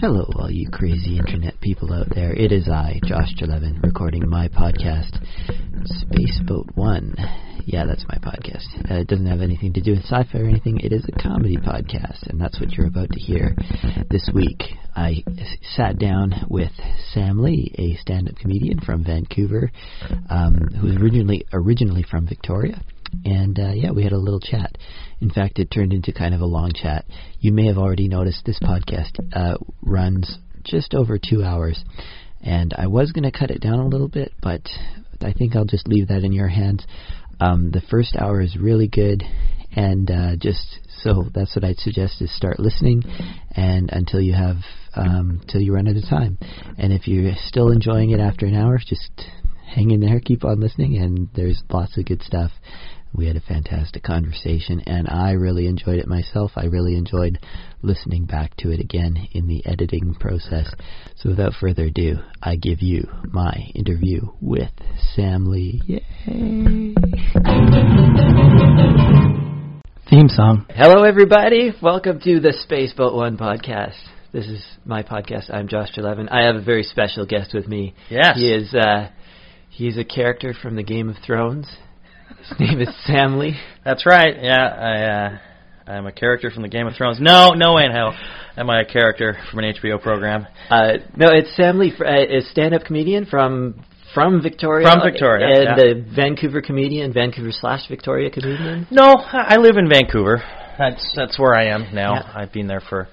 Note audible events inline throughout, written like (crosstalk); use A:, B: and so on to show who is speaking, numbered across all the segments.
A: Hello, all you crazy internet people out there. It is I, Josh Jelevin, recording my podcast, Spaceboat One. Yeah, that's my podcast. Uh, it doesn't have anything to do with sci fi or anything. It is a comedy podcast, and that's what you're about to hear. This week, I s- sat down with Sam Lee, a stand up comedian from Vancouver, um, who was originally, originally from Victoria. And uh, yeah, we had a little chat. In fact, it turned into kind of a long chat. You may have already noticed this podcast uh, runs just over two hours, and I was going to cut it down a little bit, but I think I'll just leave that in your hands. Um, the first hour is really good, and uh, just so that's what I'd suggest is start listening, and until you have um, till you run out of time, and if you're still enjoying it after an hour, just hang in there, keep on listening, and there's lots of good stuff. We had a fantastic conversation, and I really enjoyed it myself. I really enjoyed listening back to it again in the editing process. So, without further ado, I give you my interview with Sam Lee. Yay! Theme song. Hello, everybody. Welcome to the Spaceboat One podcast. This is my podcast. I'm Josh Levin. I have a very special guest with me.
B: Yes.
A: He is uh, he is a character from the Game of Thrones. His name is Sam Lee.
B: That's right. Yeah, I uh, I'm a character from the Game of Thrones. No, no way in hell am I a character from an HBO program.
A: Uh, no, it's Sam Lee, fr- uh, a stand-up comedian from from Victoria.
B: From Victoria,
A: and
B: yeah.
A: a Vancouver comedian, Vancouver slash Victoria comedian.
B: No, I I live in Vancouver. That's that's where I am now.
A: Yeah.
B: I've been there for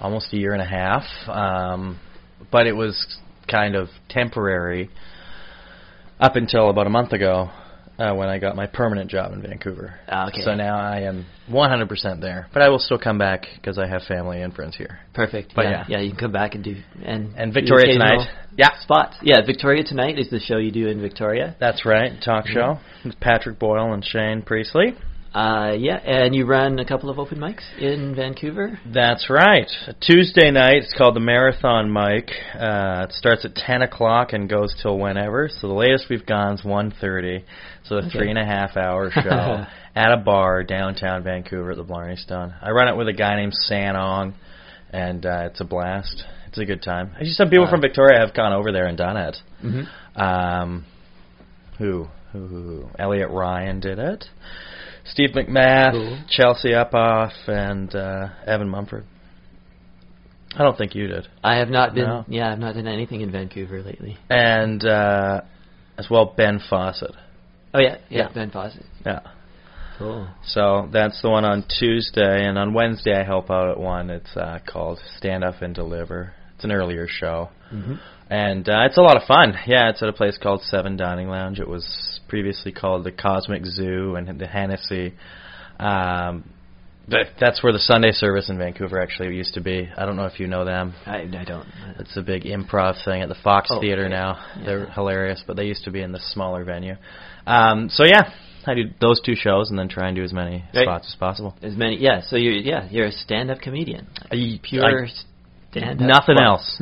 B: almost a year and a half. Um, but it was kind of temporary up until about a month ago uh, when I got my permanent job in Vancouver.
A: Ah, okay.
B: So now I am 100% there. But I will still come back because I have family and friends here.
A: Perfect.
B: But
A: yeah,
B: yeah.
A: you can come back and do and
B: And
A: do
B: Victoria
A: occasional
B: tonight. Yeah.
A: spots. Yeah, Victoria tonight is the show you do in Victoria.
B: That's right, talk show with Patrick Boyle and Shane Priestley.
A: Uh, yeah, and you run a couple of open mics in Vancouver.
B: That's right. Tuesday night, it's called the Marathon Mike. Uh, it starts at 10 o'clock and goes till whenever. So the latest we've gone is 1.30, so a three and a half hour show at a bar downtown Vancouver at the Blarney Stone. I run it with a guy named Sanong, and uh, it's a blast. It's a good time. Actually, some people
A: Wow.
B: from Victoria have gone over there and done it.
A: Mm-hmm.
B: Um, who, who, who, who? Elliot Ryan did it. Steve McMath,
A: Cool.
B: Chelsea Upoff, and uh, Evan Mumford. I don't think you did.
A: I have not been.
B: No.
A: Yeah, I've not done anything in Vancouver lately.
B: And uh, as well, Ben Fawcett.
A: Oh yeah, yeah,
B: Yeah.
A: Ben Fawcett.
B: Yeah.
A: Cool.
B: So that's the one on Tuesday, and on Wednesday I help out at one. It's uh, called Stand Up and Deliver. It's an earlier show.
A: hmm
B: And uh, it's a lot of fun. Yeah, it's at a place called Seven Dining Lounge. It was previously called the Cosmic Zoo and the Hennessy. Um, that, that's where the Sunday service in Vancouver actually used to be. I don't know if you know them.
A: I, I don't.
B: It's a big improv thing at the Fox
A: Oh,
B: Theater
A: okay.
B: now. They're
A: Yeah.
B: hilarious, but they used to be in the smaller venue. Um, so yeah, I do those two shows and then try and do as many
A: Right.
B: spots as possible.
A: As many. Yeah. So you're yeah you're a stand-up comedian.
B: I-
A: Pure
B: I-
A: stand-up.
B: Nothing
A: Well,
B: else.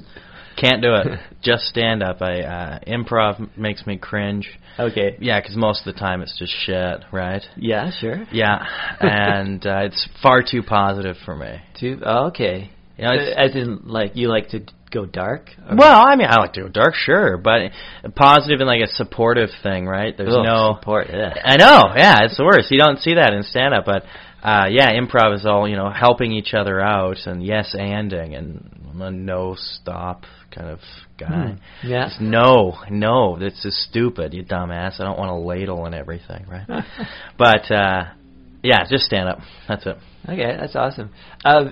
B: Can't do it. Just stand up. I uh, improv makes me cringe.
A: Okay.
B: Yeah, 'cause most of the time it's just shit, right?
A: Yeah. Sure. (laughs)
B: Yeah, and uh, it's far too positive for me.
A: Two. Oh, okay.
B: You know, it's,
A: As in, like you like to go dark. Or-
B: well, I mean, I like to go dark, sure, but positive and like a supportive thing, right? There's
A: Ugh,
B: no.
A: support. ugh.
B: I know, yeah, it's the worst. You don't see that in stand up, but uh, yeah, improv is all you know, helping each other out and yes anding, and I'm a no stop kind of guy.
A: Hmm, yeah.
B: Just no, no, this is stupid, you dumbass. I don't want a ladle and everything,
A: (laughs)
B: right? but uh, yeah, just stand up. That's it.
A: Okay, that's awesome. Uh,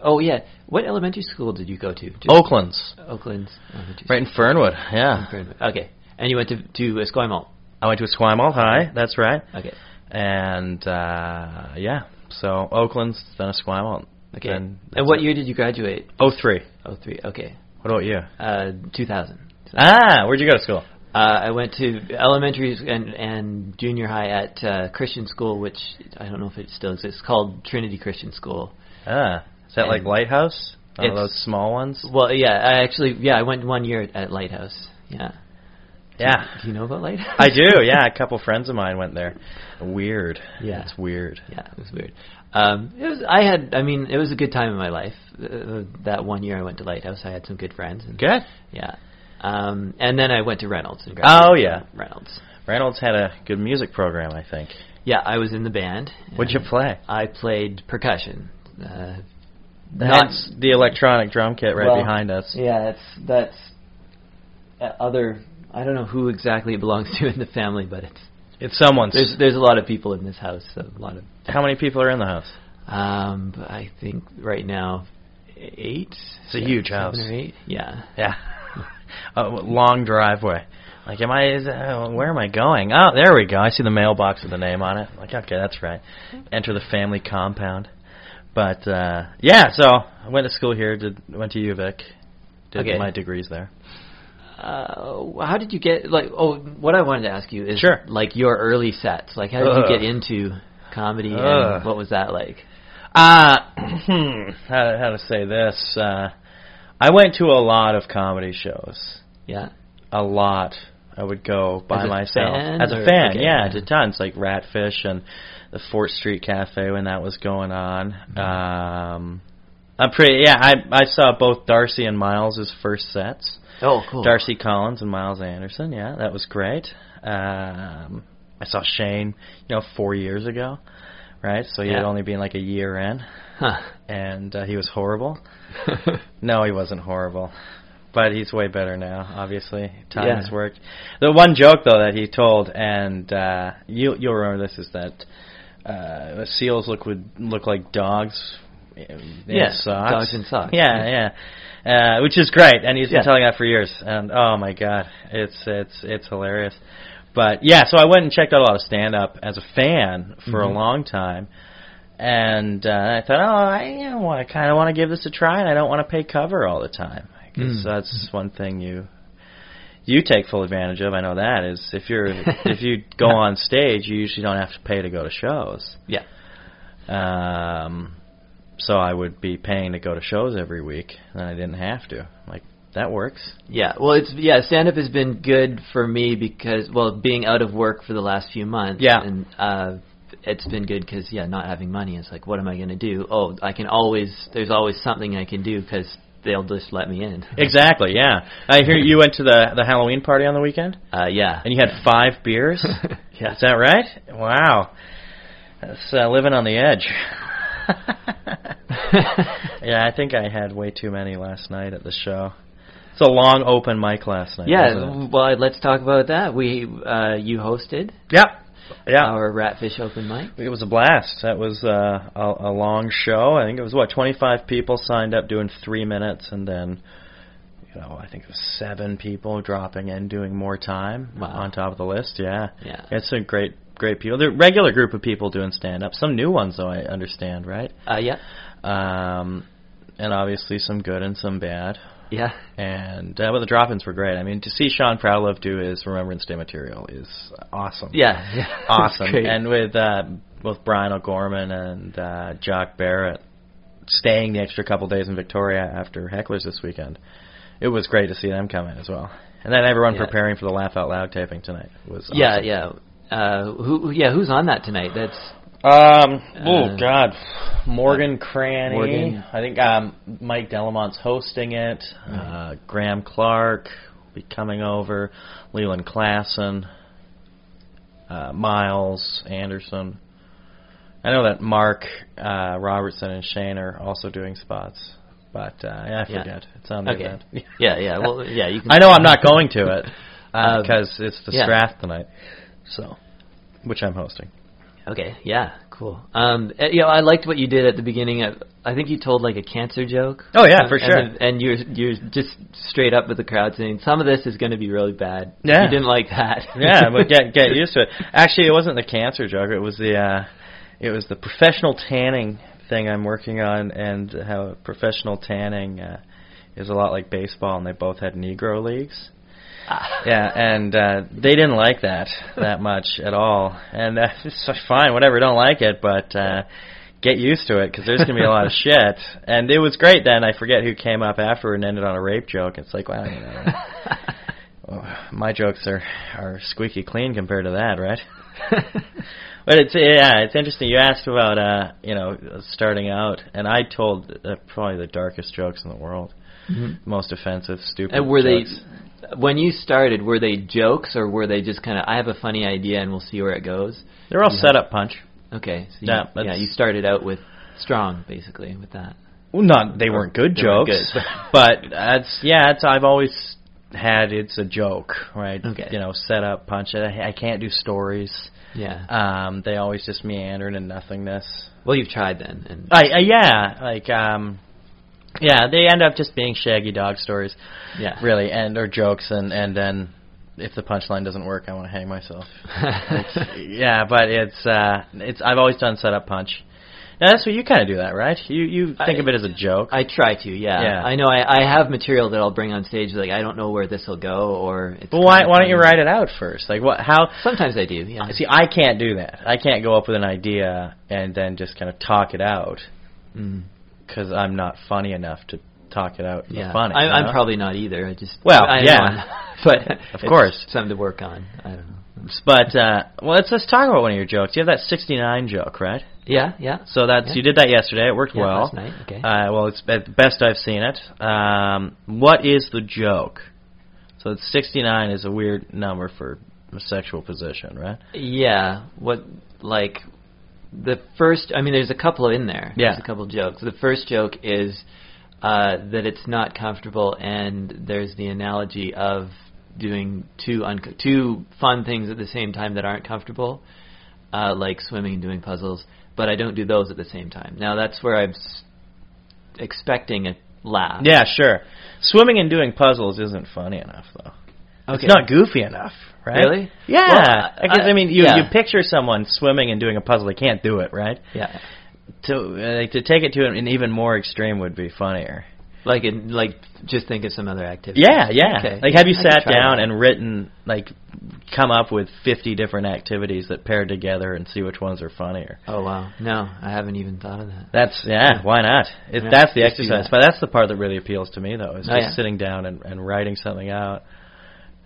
A: oh yeah, what elementary school did you go to? Just
B: Oakland's
A: Oakland's elementary
B: right in Fernwood. Yeah,
A: school. Okay, and you went to to Esquimalt.
B: I went to Esquimalt High. That's right.
A: Okay,
B: And uh, yeah, so Oakland's then Esquimalt.
A: okay.
B: Then
A: and
B: that's
A: what
B: it.
A: year did you graduate?
B: Oh three.
A: Oh three. Okay,
B: What about you?
A: uh, two thousand.
B: Ah, where'd you go to school?
A: Uh, I went to elementary and and junior high at uh, Christian school, which I don't know if it still exists. It's called Trinity Christian School.
B: Ah, is that like
A: And-
B: Lighthouse? One of
A: It's-
B: those small ones.
A: Well, yeah, I actually yeah I went one year at, at Lighthouse. Yeah,
B: Yeah.
A: Do you know about Light? (laughs)
B: I do, yeah. A couple friends of mine went there. Weird.
A: Yeah.
B: It's weird.
A: yeah, it was weird. Um, it was. I had. I mean, it was a good time in my life. Uh, that one year I went to Lighthouse, I had some good friends. And,
B: Good.
A: Yeah. Um, and then I went to Reynolds and
B: Oh,
A: graduated
B: yeah.
A: from Reynolds.
B: Reynolds had a good music program, I think.
A: Yeah, I was in the band.
B: What'd you
A: and
B: play?
A: I played percussion. Uh,
B: Not the electronic drum kit right
A: Well,
B: behind us.
A: Yeah, that's that's uh, other. I don't know who exactly it belongs to in the family, but it's
B: It's someone's.
A: there's there's a lot of people in this house. So a lot of.
B: How many people are in the house?
A: Um, but I think right now, eight.
B: It's a huge
A: seven
B: house.
A: Or eight. Yeah.
B: Yeah. (laughs) a long driveway. Like, am I? Is, uh, where am I going? Oh, there we go. I see the mailbox with the name on it. Like, okay, that's right. Enter the family compound. But uh, yeah, so I went to school here. Did went to UVic. Did
A: Okay.
B: my degrees there.
A: Uh, how did you get like? Oh, what I wanted to ask you is
B: Sure.
A: like your early sets. Like, how did
B: Ugh.
A: you get into comedy,
B: Ugh.
A: and what was that like?
B: Uh, (clears throat) hmm, how to, how to say this? Uh, I went to a lot of comedy shows.
A: Yeah.
B: A lot. I would go by
A: As a
B: myself
A: fan
B: as a
A: or-
B: fan.
A: okay.
B: Yeah, to tons like Ratfish and the Fort Street Cafe when that was going on.
A: Mm-hmm.
B: Um, I'm pretty. Yeah, I I saw both Darcy and Miles' first sets.
A: Oh, cool.
B: Darcy Collins and Miles Anderson. Yeah, that was great. Um, I saw Shane, you know, four years ago, right? So he had
A: Yeah.
B: only been like a year in, (laughs)
A: Huh.
B: and uh, he was horrible. No, he wasn't horrible. But he's way better now, obviously. Time
A: Yeah.
B: has worked. The one joke though that he told, and uh, you you'll remember this is that uh, seals look would look like dogs. in
A: Yeah,
B: socks.
A: dogs in socks.
B: Yeah, yeah, uh, which is great, and he's
A: Yeah.
B: been telling that for years. And oh my god, it's it's it's hilarious. But yeah, so I went and checked out a lot of stand up as a fan for a
A: Mhm.
B: long time, and uh, I thought, oh, I kind of want to give this a try, and I don't want to pay cover all the time. 'Cause
A: Mm.
B: that's one thing you you take full advantage of. I know that is if you're if you go on stage, you usually don't have to pay to go to shows.
A: Yeah.
B: Um, so I would be paying to go to shows every week, and I didn't have to. Like that works.
A: Yeah, well, it's yeah. Stand up has been good for me because well, being out of work for the last few months.
B: Yeah.
A: and uh, it's been good because yeah, not having money is like, what am I going to do? Oh, I can always. There's always something I can do because they'll just let me in.
B: Exactly. Yeah. I hear you went to the the Halloween party on the weekend,
A: Uh, yeah,
B: and you had
A: (laughs)
B: five beers.
A: yeah.
B: Is that right? Wow. That's uh, living on the
A: (laughs)
B: edge. yeah, I think I had way too many last night at the show. It's a long open mic last night. wasn't it?
A: yeah, well, let's talk about that. We uh, you hosted
B: Yep. Yeah.
A: our Ratfish open mic.
B: It was a blast. That was uh, a, a long show. I think it was what 25 people signed up doing three minutes, and then you know I think it was seven people dropping in doing more time
A: Wow.
B: on top of the list. Yeah,
A: Yeah.
B: it's a great great people. They're a regular group of people doing stand up. Some new ones though, I understand, right?
A: Uh, yeah,
B: Um, and obviously some good and some bad.
A: yeah,
B: And uh, but the drop-ins were great. I mean, to see Sean Proudlove do his Remembrance Day material is awesome
A: yeah, yeah.
B: (laughs)
A: (laughs)
B: awesome.
A: Great.
B: and with uh, both Brian O'Gorman and uh, Jock Barrett staying the extra couple days in Victoria after Hecklers this weekend, it was great to see them come in as well. And then everyone
A: Yeah.
B: preparing for the Laugh Out Loud taping tonight was
A: yeah,
B: awesome.
A: yeah. Uh, who? Yeah, who's on that tonight? That's
B: Um, oh
A: Uh,
B: God, Morgan Cranny.
A: Morgan. Mm-hmm.
B: I think um, Mike Delamont's hosting it. Uh, Graham Clark will be coming over. Leland Klassen, uh, Miles Anderson. I know that Mark uh, Robertson and Shane are also doing spots, but uh, I
A: Yeah.
B: forget it's on the
A: okay. (laughs)
B: event.
A: Yeah, yeah. Well, yeah,
B: (laughs)
A: you can.
B: I know I'm not going to it
A: Um,
B: because it's the
A: yeah.
B: Strath tonight, so which I'm hosting.
A: (laughs) Okay, yeah, cool. Um, eh, you know, I liked what you did at the beginning. Of, I think you told like a cancer joke.
B: Oh, yeah, for
A: And
B: sure.
A: then- And you're you're just straight up with the crowd saying some of this is going to be really bad.
B: Yeah.
A: you didn't like that.
B: (laughs) yeah, but get get
A: (laughs)
B: used to it. Actually, it wasn't the cancer joke. It was the uh, it was the professional tanning thing I'm working on, and how professional tanning uh, is a lot like baseball, and they both had Negro leagues.
A: Ah.
B: Yeah, and uh, they didn't like that that much at all. And (laughs) that's just fine, whatever. Don't like it, but uh, get used to it because there's gonna be a lot of shit. And
A: (laughs)
B: oh, it was great. Then I forget who came up after and ended on a rape joke. It's like, wow, you know, Oh, my jokes are are squeaky clean compared to that, right?
A: (laughs)
B: (laughs) but it's yeah, it's interesting. You asked about uh, you know starting out, and I told uh, probably the darkest jokes in the world,
A: Mm-hmm.
C: Mhm.
B: most offensive, stupid.
A: And Uh, were
B: jokes.
A: they when you started? Were they jokes or were they just kind of? I have a funny idea and we'll see where it goes.
B: They're all
A: Yeah.
B: set up punch.
A: Okay. So you,
B: Yeah,
A: yeah.
B: that's-
A: You started out with strong, basically, with that.
B: Well, not they weren't good
A: They weren't
B: jokes,
A: good.
B: (laughs) but that's yeah. It's I've always had it's a joke, right?
A: Okay.
B: You know, set up punch. I, I can't do stories.
A: Yeah.
B: Um, they always just meander into nothingness.
A: well, you've tried then, and
B: I, I yeah, like um, yeah, they end up just being shaggy dog stories,
A: yeah.
B: really, and or jokes, and and then if the punchline doesn't work, I want to hang myself.
A: (laughs)
B: yeah, but it's uh, it's I've always done set up punch. Now that's what you kind of do that, right? You you think
A: I-
B: of it as a joke.
A: I try to, yeah.
B: Yeah.
A: I know I, I have material that I'll bring on stage. Like I don't know where this will go, or it's
B: Well, why
A: kinda
B: why don't you
A: funny.
B: write it out first? Like what? How?
A: Sometimes I do. Yeah.
B: See, I can't do that. I can't go up with an idea and then just kind of talk it out
A: Mm.
B: because I'm not funny enough to talk it out. in the
A: Yeah.
B: funny.
A: I,
B: you
A: I'm
B: know?
A: probably not either. I just
B: Well,
A: I
B: yeah.
A: know, (laughs) but it's
B: Of course.
A: something to work on. I don't know.
B: But uh, well, let's let's talk about one of your jokes. You have that '69 joke, right?
A: Yeah, yeah.
B: So that's
A: Yeah.
B: you did that yesterday. It worked
A: Yeah,
B: well.
A: last night, okay.
B: Uh, well, it's the best I've seen it. Um, what is the joke? So it's 69 is a weird number for a sexual position, right?
A: Yeah. What like the first I mean there's a couple in there.
B: Yeah.
A: There's a couple jokes. The first joke is uh, that it's not comfortable and there's the analogy of doing two unco- two fun things at the same time that aren't comfortable. Uh, like swimming and doing puzzles, but I don't do those at the same time. Now that's where I'm s- expecting a laugh.
B: Yeah, sure. Swimming and doing puzzles isn't funny enough, though.
A: Okay.
B: It's not goofy enough, right?
A: Really?
B: Yeah.
A: Well,
B: I, guess, I
A: I-
B: mean, you
A: yeah.
B: you picture someone swimming and doing a puzzle, they can't do it, right?
A: Yeah.
B: To uh, like, to take it to an even more extreme would be funnier.
A: Like in, like just think of some other activity.
B: Yeah, yeah.
A: Okay.
B: Like, have you
A: I could
B: sat
A: try
B: down
A: that.
B: and written like come up with fifty different activities that paired together and see which ones are funnier?
A: Oh wow. No, I haven't even thought of that.
B: That's yeah. Why not? If
A: Yeah,
B: that's the
A: just do
B: exercise,
A: that.
B: but that's the part that really appeals to me though. Is
A: Oh,
B: just
A: yeah.
B: sitting down and, and writing something out.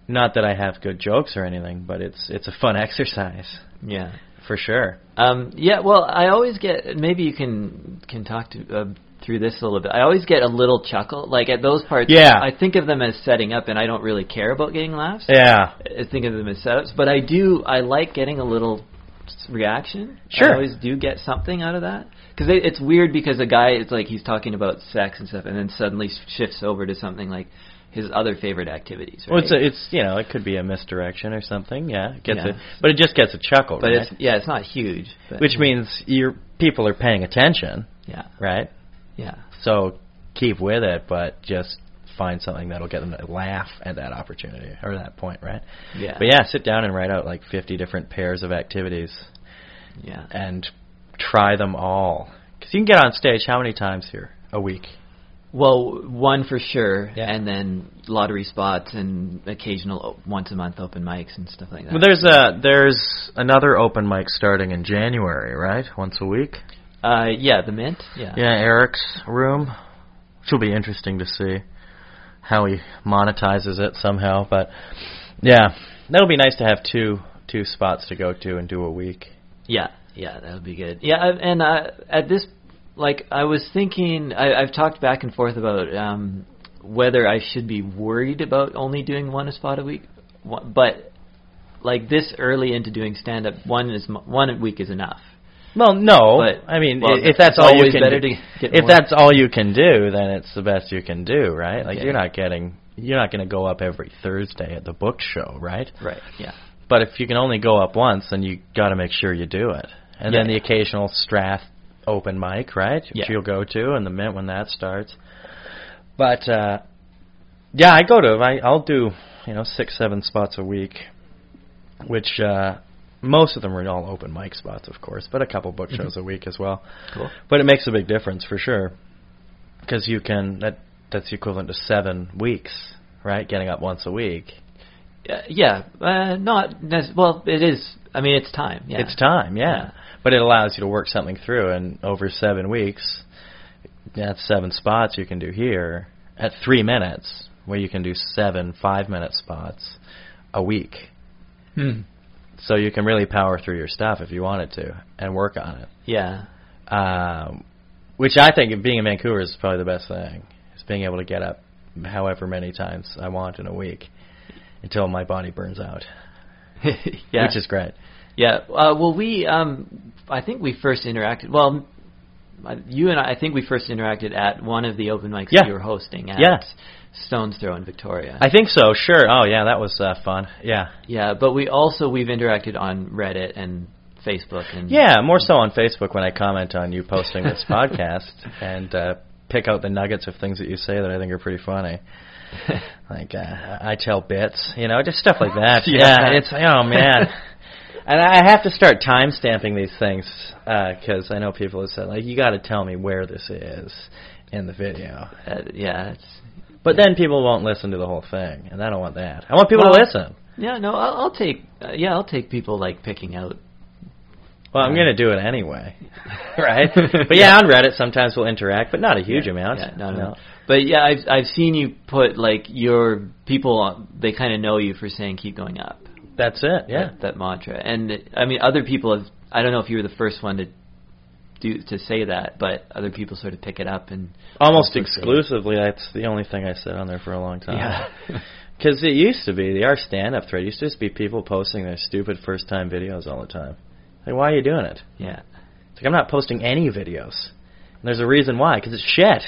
B: Not that I have good jokes or anything, but it's it's a fun (laughs) exercise
A: Yeah.
B: for sure.
A: Um, yeah, well, I always get. Maybe you can can talk to uh, through this a little bit. I always get a little chuckle, like at those parts.
B: Yeah.
A: I think of them as setting up, and I don't really care about getting laughs.
B: Yeah.
A: I think of them as setups, but I do. I like getting a little s- reaction.
B: Sure.
A: I always do get something out of that because it, it's weird because a guy it's like he's talking about sex and stuff, and then suddenly shifts over to something like his other favorite activities. Right?
B: Well, it's a, it's you know it could be a misdirection or something. Yeah, it gets
A: Yeah.
B: it, but it just gets a chuckle,
A: but
B: right?
A: it's yeah, it's not huge. But,
B: Which means your people are paying attention,
A: yeah,
B: right?
A: yeah.
B: So keep with it, but just find something that'll get them to laugh at that opportunity or that point, right?
A: Yeah.
B: But yeah, sit down and write out like 50 different pairs of activities
A: Yeah.
B: and try them all. Because you can get on stage how many times here a week?
A: Well, one for sure,
B: Yeah.
A: and then lottery spots and occasional o- once a month open mics and stuff like that.
B: Well, there's a there's another open mic starting in January, right? Once a week.
A: uh, yeah, the Mint. Yeah.
B: Yeah, Eric's room. Which will be interesting to see how he monetizes it somehow. But yeah, that'll be nice to have two two spots to go to and do a week.
A: Yeah, yeah, that would be good. Yeah, I- and uh, at this, like, I was thinking, I, I've talked back and forth about um, whether I should be worried about only doing one spot a week, one, but like this early into doing stand up, one is mo- one a week is enough.
B: Well, no,
A: But-
B: I mean,
A: well,
B: i- if that's
A: it's
B: all you
A: always
B: can
A: better
B: do,
A: to get
B: if
A: more.
B: that's all you can do, then it's the best you can do, right? Like
A: Okay.
B: you're not getting you're not going to go up every Thursday at the book show, right?
A: Right. Yeah.
B: But if you can only go up once, then you got to make sure you do it. And then
A: Yeah.
B: the occasional Strath open mic, right? Which
A: Yeah.
B: you'll go to, and the mint when that starts. But uh, yeah, I go to. 'em. I, I'll do you know six, seven spots a week, which uh, most of them are all open mic spots, of course, but a couple book
A: Mm-hmm.
B: shows a week as well.
A: Cool.
B: But it makes a big difference for sure, because you can that that's equivalent to seven weeks, right? Getting up once a week.
A: Uh, yeah. Uh, not nec- well. It is. I mean, it's time. Yeah.
B: It's time, yeah.
A: Yeah.
B: But it allows you to work something through, and over seven weeks, that's seven spots you can do here at three minutes where you can do seven five minute spots a week.
A: Hmm.
B: So you can really power through your stuff if you wanted to and work on it. (laughs)
A: Yeah.
B: Um, which I think being in Vancouver is probably the best thing. Is being able to get up however many times I want in a week until my body burns out,
A: yeah.
B: which is great.
A: Yeah. Uh, well, we, um, I think we first interacted. Well, uh, you and I, I think we first interacted at one of the open mics
B: Yeah.
A: that you were hosting at
B: Yeah.
A: Stones Throw in Victoria.
B: I think so. Sure. Oh yeah, that was uh, fun. Yeah.
A: yeah, but we also we've interacted on Reddit and Facebook and
B: Yeah,
A: (laughs)
B: more so on Facebook when I comment on you posting this podcast and uh, pick out the nuggets of things that you say that I think are pretty funny. Like uh, I tell bits, you know, just stuff like that.
A: (laughs) Yeah.
B: and it's
A: (laughs)
B: oh man. And I have to start time stamping these things because I know people have said like you got to tell me where this is in the video,
A: uh, yeah, it's,
B: but then people won't listen to the whole thing, and I don't want that. I want people
A: Well-
B: to listen.
A: yeah. No, I'll, I'll take uh, yeah, I'll take people like picking out.
B: Well, I'm
A: Yeah.
B: gonna do it
A: (laughs)
B: anyway, (laughs) right? But yeah, on Reddit sometimes we'll interact, but not a huge
A: Yeah,
B: amount.
A: Yeah, no, no, no. But yeah, I've I've seen you put like your people. They kind of know you for saying keep going up.
B: That's it. Yeah.
A: That, that mantra, and it- I mean, other people have. I don't know if you were the first one to do to say that, but other people sort of pick it up and also
B: Almost
A: say-
B: exclusively, that's the only thing I said on there for a long time. (laughs)
A: Yeah.
B: Because it used to be, the our stand-up thread used to just be people posting their stupid first-time videos all the time. Like, why are you doing it?
A: yeah.
B: It's like I'm not posting any videos. And there's a reason why, because it's shit.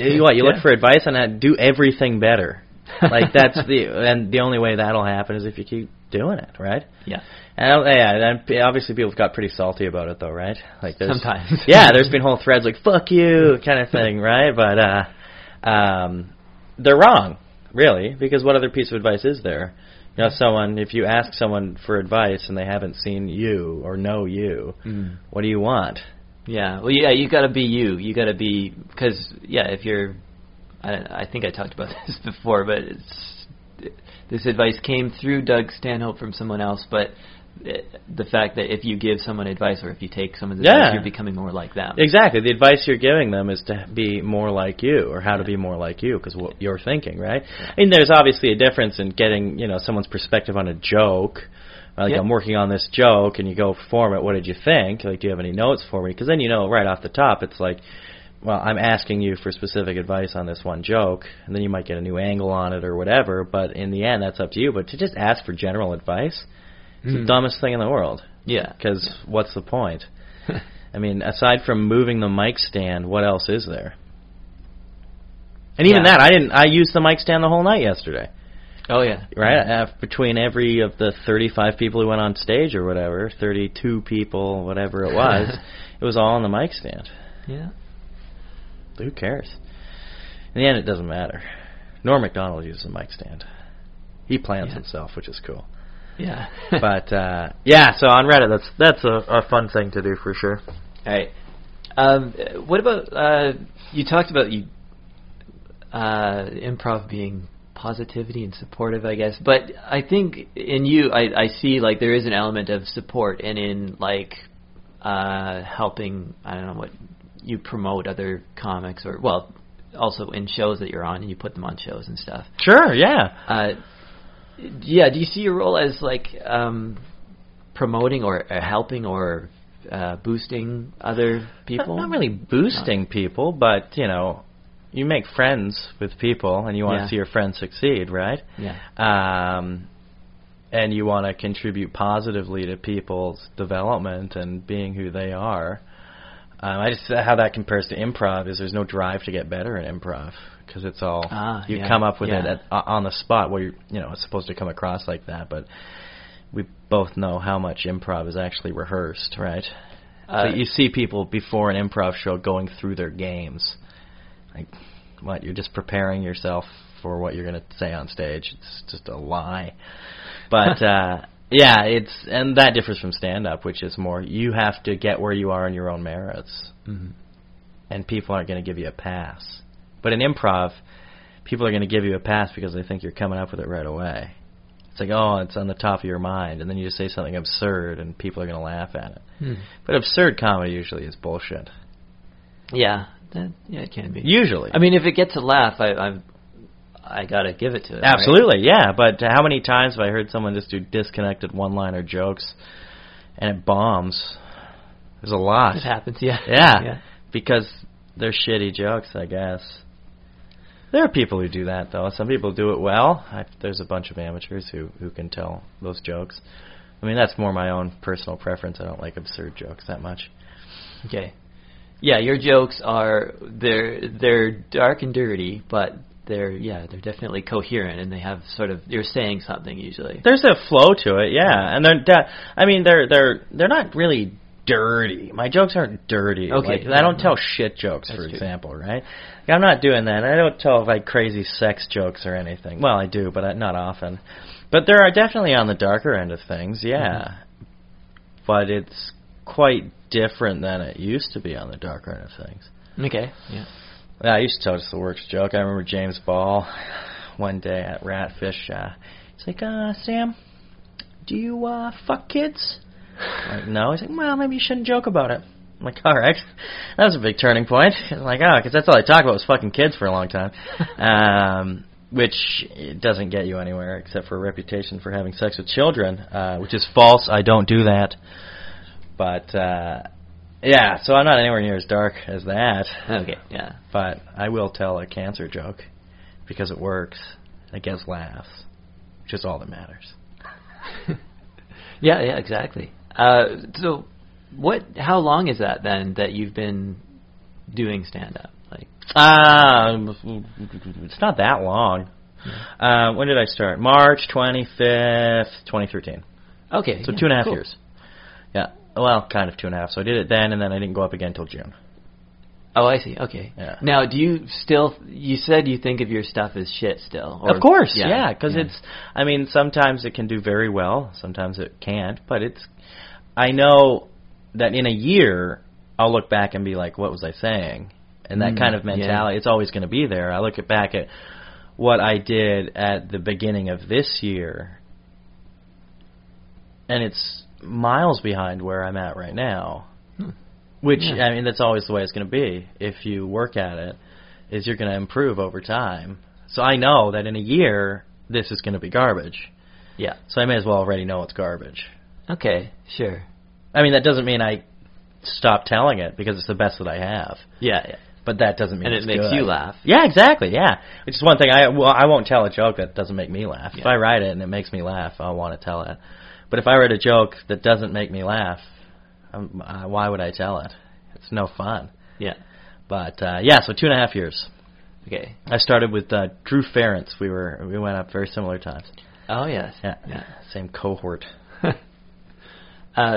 A: (laughs)
B: you, what you
A: Yeah.
B: look for advice on that, do everything better. Like
A: (laughs)
B: that's the and the only way that'll happen is if you keep doing it, right?
A: yeah.
B: And I- yeah, and I'm- obviously people got pretty salty about it though, right? Like there's,
A: Sometimes.
B: (laughs) yeah, there's been whole threads like "fuck you" kind of thing, right? But uh, um, they're wrong, really, because what other piece of advice is there? You know, someone if you ask someone for advice and they haven't seen you or know you,
A: Mm.
B: what do you want?
A: Yeah. Well, yeah. You got to be you. You got to be because yeah. If you're, I, I think I talked about (laughs) this before, but it's this advice came through Doug Stanhope from someone else, but. It, the fact that if you give someone advice or if you take someone's advice,
B: Yeah.
A: you're becoming more like them.
B: Exactly, the advice you're giving them is to be more like you, or how to be more like you, because what you're thinking, right? I mean, there's obviously a difference in getting you know someone's perspective on a joke. Uh, Like
A: Yeah.
B: I'm working on this joke, and you go perform it. What did you think? Like, do you have any notes for me? Because then you know right off the top, it's like, well, I'm asking you for specific advice on this one joke, and then you might get a new angle on it or whatever. But in the end, that's up to you. But to just ask for general advice, it's the
A: Mm.
B: dumbest thing in the world. (laughs)
A: Yeah.
B: Because what's the point? I mean, aside from moving the mic stand, what else is there? And even
A: Yeah.
B: that, I didn't. I used the mic stand the whole night yesterday,
A: oh yeah.
B: (laughs) right? Uh, between every of the 35 people who went on stage or whatever, 32 people, whatever it was, it was all on the mic stand.
A: (laughs) Yeah.
B: Who cares? In the end, it doesn't matter. Norm Macdonald uses a mic stand. He plans
A: Yeah.
B: himself, which is
A: (laughs)
B: cool.
A: Yeah.
B: (laughs) but uh, yeah, so on Reddit, that's that's a, a fun thing to do for sure.
A: all right. Um, uh, what about uh, you talked about you uh, improv being positivity and supportive, I guess. But I think in you, I, I see like there is an element of support and in like uh, helping. I don't know what you promote other comics or well, also in shows that you're on and you put them on shows and stuff.
B: Sure, yeah.
A: Uh, yeah, do you see your role as like um, promoting or uh, helping or uh, boosting other people?
B: Not, not really boosting people, but you know, you make friends with people, and you want to
A: Yeah.
B: see your friends succeed, right?
A: Uh, Yeah.
B: Um, and you want to contribute positively to people's development and being who they are. Um, I just how that compares to improv is there's no drive to get better in improv because it's all
A: Ah,
B: you
A: yeah,
B: come up with it
A: yeah.
B: at, o- on the spot where you're, you know it's supposed to come across like that, but we both know how much improv is actually rehearsed, right?
A: Uh,
B: so you see people before an improv show going through their games. Like, what? You're just preparing yourself for what you're going to say on stage. It's just a lie. But, uh, yeah, it's, and that differs from stand up, which is more, you have to get where you are on your own merits.
A: Mhm.
B: And people aren't going to give you a pass. But in improv, people are going to give you a pass because they think you're coming up with it right away. It's like, oh, it's on the top of your mind. And then you just say something absurd, and people are going to laugh at it.
A: Hmm.
B: But absurd comedy usually is bullshit.
A: Yeah, that, yeah, it can be.
B: Usually.
A: I mean, if it gets a laugh, I, I'm I gotta give it to him. right?
B: Absolutely, yeah. But how many times have I heard someone just do disconnected one-liner jokes, and it bombs? There's a lot.
A: It happens, yeah.
B: (laughs) Yeah, because they're shitty jokes, I guess. There are people who do that though. Some people do it well. I, there's a bunch of amateurs who who can tell those jokes. I mean, that's more my own personal preference. I don't like absurd jokes that much.
A: Okay. Yeah, your jokes are they're they're dark and dirty, but they're yeah they're definitely coherent and they have sort of you're saying something usually.
B: There's a flow to it, yeah. And they're, de- I mean, they're they're they're not really dirty. My jokes aren't dirty.
A: Okay.
B: Like, I don't tell shit jokes,
A: That's
B: for
A: true.
B: example, right? Like, I'm not doing that. I don't tell like crazy sex jokes or anything. Well, I do, but I, not often. But there are definitely on the darker end of things, yeah.
A: Mm-hmm.
B: But it's quite different than it used to be on the darker end of things.
A: Okay. Yeah.
B: Yeah, I used to tell just the works joke. I remember James Ball (sighs) one day at Ratfish. Uh, he's like, uh, Sam, do you uh, fuck kids? I'm (laughs) like, no. He's like, well, maybe you shouldn't joke about it. I'm like, all right. (laughs) That was a big turning point. (laughs) I'm like, oh, because that's all I talked about was fucking kids for a long time.
A: Uh,
B: Um, which it doesn't get you anywhere except for a reputation for having sex with children, uh, which is false. I don't do that. But, uh, yeah, so I'm not anywhere near as dark as that
A: Okay. Yeah.
B: but I will tell a cancer joke because it works. It gets laughs, which is all that matters.
A: Yeah. Yeah. Exactly. Uh, so, what? How long is that then that you've been doing stand up? Like, Ah.
B: Um, it's not that long. Uh, when did I start? March 25th, 2013.
A: okay.
B: So
A: yeah,
B: two and a half
A: cool.
B: years. Yeah, well, kind of two and a half. So I did it then, and then I didn't go up again till June.
A: Oh, I see. Okay.
B: Yeah.
A: Now, do you still? You said you think of your stuff as shit still. or-
B: of course, yeah, because
A: yeah.
B: it's. I mean, sometimes it can do very well, sometimes it can't, but it's. I know that in a year I'll look back and be like, "What was I saying?" And that
A: Mm,
B: kind of
A: yeah.
B: mentality, it's always going to be there. I look at back at what I did at the beginning of this year, and it's miles behind where I'm at right now.
A: Hmm.
B: Which
A: Yeah.
B: I mean, that's always the way it's going to be if you work at it. Is you're going to improve over time. So I know that in a year this is going to be garbage.
A: Yeah.
B: So I may as well already know it's garbage.
A: Okay. Sure.
B: I mean, that doesn't mean I stop telling it because it's the best that I have.
A: Yeah. yeah.
B: But that doesn't mean
A: And it
B: it's
A: makes
B: good.
A: you laugh.
B: Yeah, exactly. Yeah, which is one thing I well, I won't tell a joke that doesn't make me laugh. If
A: Yeah.
B: I write it and it makes me laugh, I want to tell it. But if I write a joke that doesn't make me laugh, um, uh, why would I tell it? It's no fun.
A: Yeah.
B: But uh, yeah, so two and a half years.
A: Okay.
B: I started with uh, Drew Ference. We were we went up very similar times.
A: Oh yes.
B: Yeah,
A: Yeah.
B: same cohort.
A: (laughs) uh,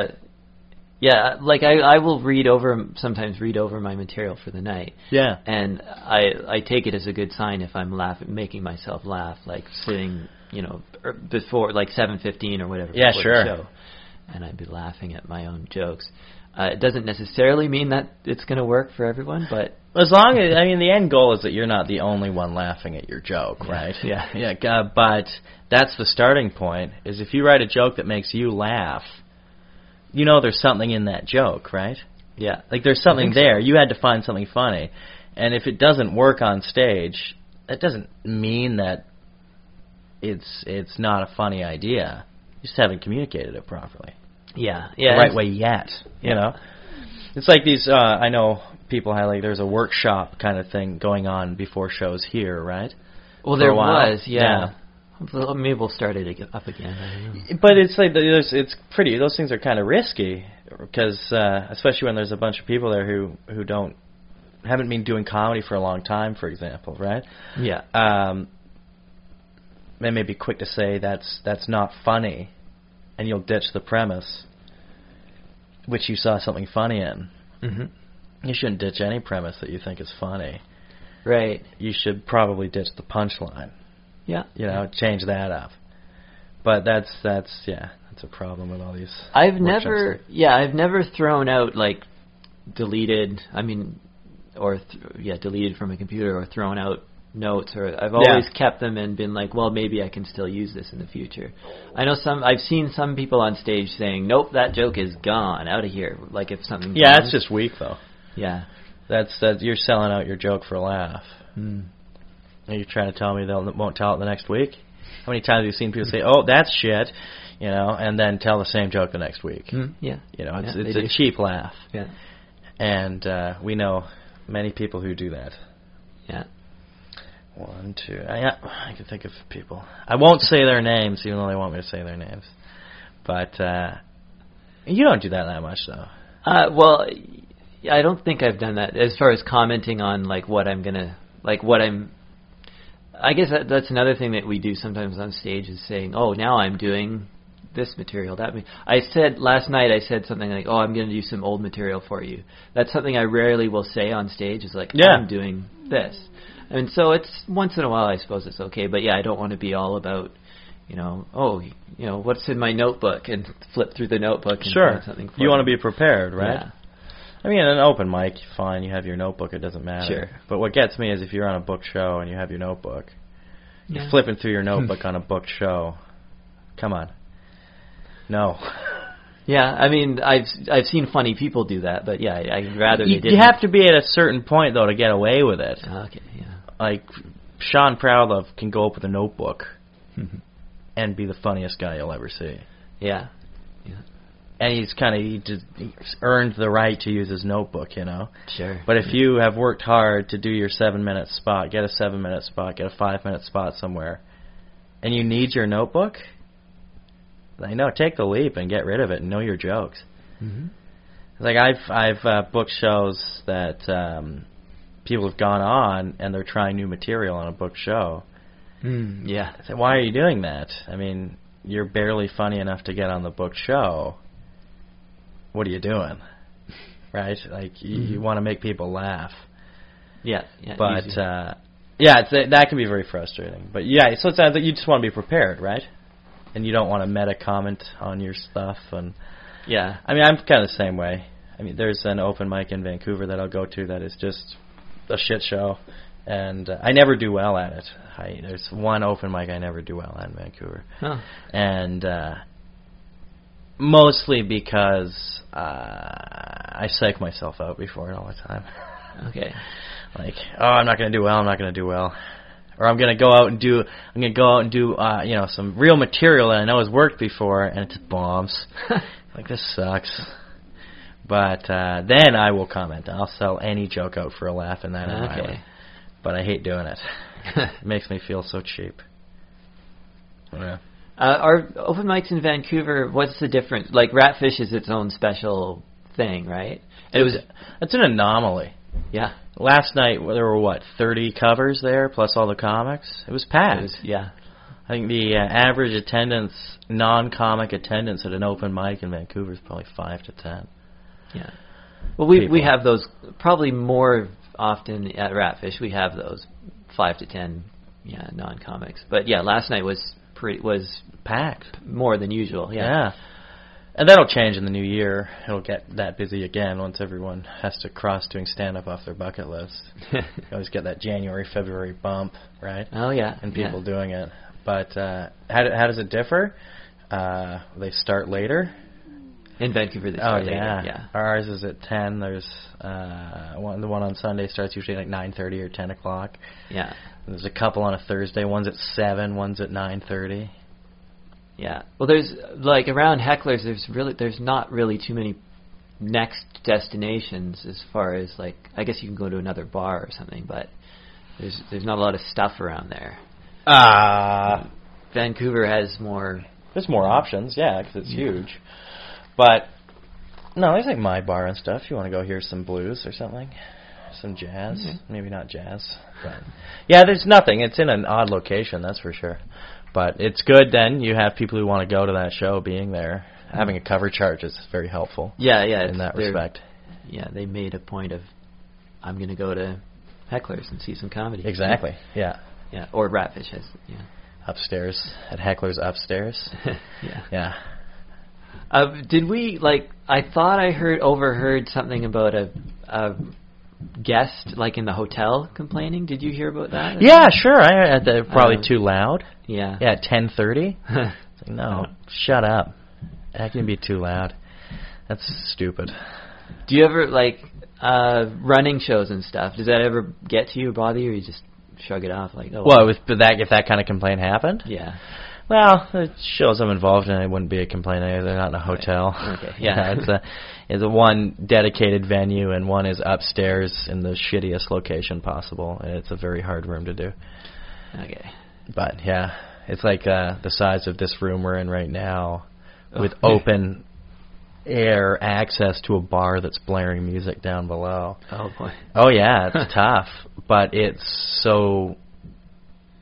A: yeah, like I, I will read over sometimes read over my material for the night,
B: Yeah,
A: and I I take it as a good sign if I'm laughing, making myself laugh, like sitting, you know, er, before like seven fifteen or whatever.
B: Yeah,
A: before
B: sure.
A: The show, and I'd be laughing at my own jokes. Uh, it doesn't necessarily mean that it's going to work for everyone, but
B: as long as I mean the end goal is that you're not the only one laughing at your joke, right?
A: Yeah.
B: (laughs) yeah. Uh, but that's the starting point. Is if you write a joke that makes you laugh, you know there's something in that joke, right?
A: yeah,
B: Like there's something
A: think so.
B: there. You had to find something funny, and if it doesn't work on stage, that doesn't mean that it's it's not a funny idea. You just haven't communicated it properly
A: yeah, yeah,
B: the right way yet. You
A: Yeah.
B: know, it's like these. Uh, I know people had like there's a workshop kind of thing going on before shows here, right?
A: Well,
B: for
A: there
B: a while.
A: was, yeah. Well, Maybe we'll start it ag- up again. I don't know.
B: But it's like there's, it's pretty. Those things are kind of risky because uh, especially when there's a bunch of people there who who don't haven't been doing comedy for a long time, for example, right?
A: Yeah,
B: Um, they may be quick to say that's that's not funny, and you'll ditch the premise, which you saw something funny in.
A: hmm
B: You shouldn't ditch any premise that you think is funny.
A: right.
B: You should probably ditch the punchline.
A: Yeah,
B: You know, change that up. But that's that's yeah, that's a problem with all these.
A: I've
B: workshops.
A: never, yeah, I've never thrown out like deleted. I mean, or th- yeah, deleted from a computer or thrown out notes. Or I've
B: Yeah.
A: always kept them and been like, well, maybe I can still use this in the future. I know some. I've seen some people on stage saying, nope, that joke is gone, out of here. Like if something.
B: Yeah,
A: gone-
B: that's just weak though.
A: yeah.
B: Hmm. That's that you're selling out your joke for a laugh.
A: Mm.
B: Are you trying to tell me they won't tell it the next week? How many times have you seen people say, "Oh, that's shit," you know, and then tell the same joke the next week?
A: Mm, yeah.
B: You know, it's
A: Yeah,
B: it's
A: they
B: a
A: do.
B: cheap laugh,
A: Yeah.
B: and uh, we know many people who do that.
A: Yeah.
B: One, two. uh, I I can think of people. I won't say their names, even though they want me to say their names. But uh, you don't do that that much, though.
A: Uh, well, y- I don't think I've done that as far as commenting on like what I'm gonna like what I'm. I guess that, that's another thing that we do sometimes on stage is saying, "Oh, now I'm doing this material." That ma-" I said last night. I said something like, "Oh, I'm gonna do some old material for you." That's something I rarely will say on stage. Is like,
B: Yeah.
A: "I'm doing this," and so it's once in a while. I suppose it's okay, but yeah, I don't want to be all about. You know, oh, you know, what's in my notebook, and (laughs) flip through the notebook and
B: Sure.
A: find something. For
B: You want to
A: them.
B: be prepared, right?
A: Yeah.
B: I mean, an open mic, fine. You have your notebook; it doesn't matter.
A: Sure.
B: But what gets me is if you're on a book show and you have your notebook,
A: Yeah.
B: you're flipping through your notebook on a book show. Come on. (laughs) No.
A: Yeah, I mean, I've I've seen funny people do that, but yeah, I- I'd rather
B: you,
A: they
B: you
A: didn't. Oh,
B: have to be at a certain point though to get away with it.
A: Okay, yeah,
B: (laughs) Like Sean Proudlove can go up with a notebook and be the funniest guy you'll ever see.
A: yeah,
B: And he's kind of he just he's earned the right to use his notebook, you know.
A: sure.
B: But if you have worked hard to do your seven minute spot, get a seven minute spot, get a five minute spot somewhere, and you need your notebook, I know, take the leap and get rid of it and know your jokes.
A: Mhm.
B: Like I've I've uh, booked shows that um, people have gone on and they're trying new material on a book show.
A: Mm, yeah,
B: I say, why are you doing that? I mean, you're barely funny enough to get on the book show. What are you doing? Right? Like you, you
A: Mhm.
B: want to make people laugh
A: yeah, yeah.
B: but
A: easy.
B: uh, yeah, it's, that, that can be very frustrating. But yeah, so it's, uh, you just want to be prepared, right? And you don't want to meta comment on your stuff. And
A: yeah,
B: I mean, I'm kind of the same way. I mean, there's an open mic in Vancouver that I'll go to that is just a shit show, and uh, I never do well at it. I, there's one open mic I never do well at in Vancouver,
A: oh,
B: and uh, mostly because uh, I psych myself out before it all the time. (laughs)
A: okay, (laughs)
B: like oh i'm not going to do well i'm not going to do well or i'm going to go out and do i'm going to go out and do uh you know some real material that i know has worked before and it just bombs like this sucks but uh then i will comment i'll sell any joke out for a laugh in that
A: okay.
B: environment but i hate doing it it makes me feel so cheap yeah.
A: Uh, are open mics in Vancouver? What's the difference? Like Ratfish is its own special thing, right?
B: it was it's an anomaly
A: Yeah,
B: last night there were what 30 covers there plus all the comics it was packed
A: it was, yeah.
B: I think the uh, average attendance, non-comic attendance at an open mic in Vancouver is probably five to ten.
A: Yeah. Well, we we
B: people.
A: have those probably more often at Ratfish. We have those five to ten, yeah, non comics. But yeah, last night was pretty was
B: Packed.
A: more than usual.
B: Yeah.
A: Yeah.
B: And that'll change in the new year. It'll get that busy again once everyone has to cross doing stand-up off their bucket list. You always get that January, February bump, right?
A: (laughs) oh yeah.
B: And people doing it. But uh, how, do, how does it differ? Uh, they start later.
A: do in Vancouver. They
B: Oh
A: start later,
B: yeah.
A: yeah.
B: Ours is at ten. There's uh, one. The one on Sunday starts usually like nine thirty or ten o'clock.
A: Yeah.
B: There's a couple on a Thursday. One's at seven. One's at nine thirty.
A: Yeah. Well, there's like around hecklers. There's really there's not really too many next destinations as far as like I guess you can go to another bar or something, but there's there's not a lot of stuff around there.
B: Ah,
A: Vancouver has more.
B: there's more options, yeah, 'cause it's huge. But no, there's like my bar and stuff. You want to go hear some blues or something, some jazz, maybe not jazz, but yeah, there's nothing. It's in an odd location, that's for sure. But it's good then. You have people who want to go to that show being there. Having a cover charge is very helpful
A: Yeah, yeah.
B: in
A: it's-
B: that
A: they're-
B: respect.
A: Yeah, they made a point of I'm gonna go to hecklers and see some comedy.
B: Exactly. Yeah.
A: Yeah, or Ratfish has. Yeah. (laughs)
B: Upstairs at Heckler's (laughs) upstairs.
A: yeah.
B: Yeah.
A: Uh, did we like? I thought I heard overheard something about a, a guest like in the hotel complaining. Did you hear about that?
B: Yeah, sure. I at the probably
A: Um,
B: too loud.
A: Yeah.
B: Yeah, ten
A: (laughs)
B: thirty.
A: Yeah.
B: No, shut up. That can be too loud. That's stupid.
A: Do you ever like uh running shows and stuff? Does that ever get to you, or bother you? Or you just shrug it off like, oh,
B: Well, with but that if that kind of complaint happened,
A: yeah,
B: well, it shows I'm involved, and it wouldn't be a complaint. either. They're not in a hotel. (laughs)
A: Okay, yeah.
B: it's a it's a one dedicated venue, and one is upstairs in the shittiest location possible, and it's a very hard room to do.
A: okay,
B: But yeah, it's like uh, the size of this room we're in right now, with
A: Oh.
B: open air access to a bar that's blaring music down below.
A: (laughs) oh boy,
B: Oh yeah,
A: (laughs)
B: (laughs) it's tough, but it's so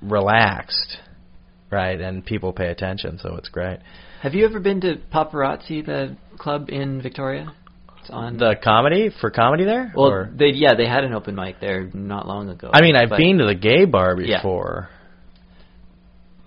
B: relaxed, right? And people pay attention, so it's great.
A: have you ever been to Paparazzi, the club in Victoria? It's on
B: The comedy for comedy there?
A: well,
B: Or-
A: they yeah they had an open mic there not long ago.
B: I mean, I've
A: but
B: been to the gay bar
A: Yeah.
B: before.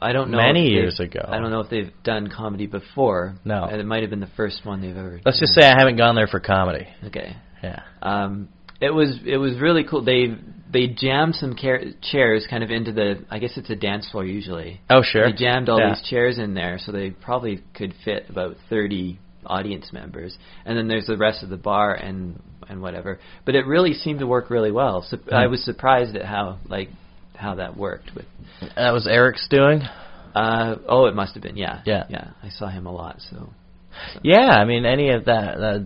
A: I don't know
B: many
A: if they've-
B: years ago.
A: I don't know if they've done comedy before.
B: No.
A: and it might have been the first one they've ever.
B: Let's just say I haven't gone there for comedy.
A: okay.
B: Yeah.
A: Um, it was it was really cool. They they jammed some car- chairs kind of into the I guess it's a dance floor usually.
B: Oh sure.
A: They jammed all
B: Yeah.
A: these chairs in there, so they probably could fit about 30 audience members. And then there's the rest of the bar and and whatever. But it really seemed to work really well. So
B: Hmm.
A: I was surprised at how like how that worked with.
B: That was Eric's doing.
A: Uh, oh, it must have been yeah.
B: Yeah.
A: Yeah. I saw him a lot, so
B: Yeah, I mean, any of that. Uh,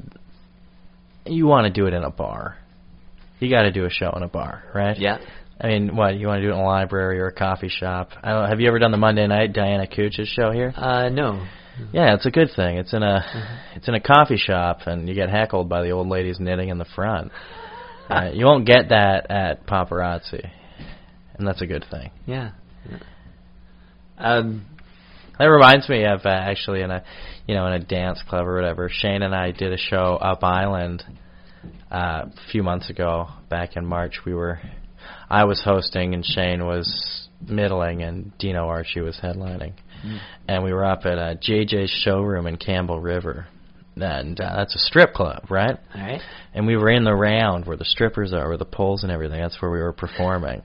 B: you want to do it in a bar. You got to do a show in a bar, right?
A: yeah.
B: I mean, what you want to do it in a library or a coffee shop? I don't, have you ever done the Monday night Diana Cooch's show here?
A: Uh, mm-hmm. no.
B: Yeah, it's a good thing. It's in a it's in a coffee shop, and you get heckled by the old ladies knitting in the front.
A: Ah.
B: Uh, you won't get that at paparazzi, and that's a good thing.
A: Yeah. Yeah. Um,
B: That reminds me of uh, actually in a you know in a dance club or whatever. Shane and I did a show up island uh, a few months ago. Back in March, we were I was hosting and Shane was middling and Dino Archie was headlining, and we were up at uh, JJ's showroom in Campbell River, and uh, that's a strip club, right?
A: all right.
B: and we were in the round where the strippers are, where the poles and everything. That's where we were performing.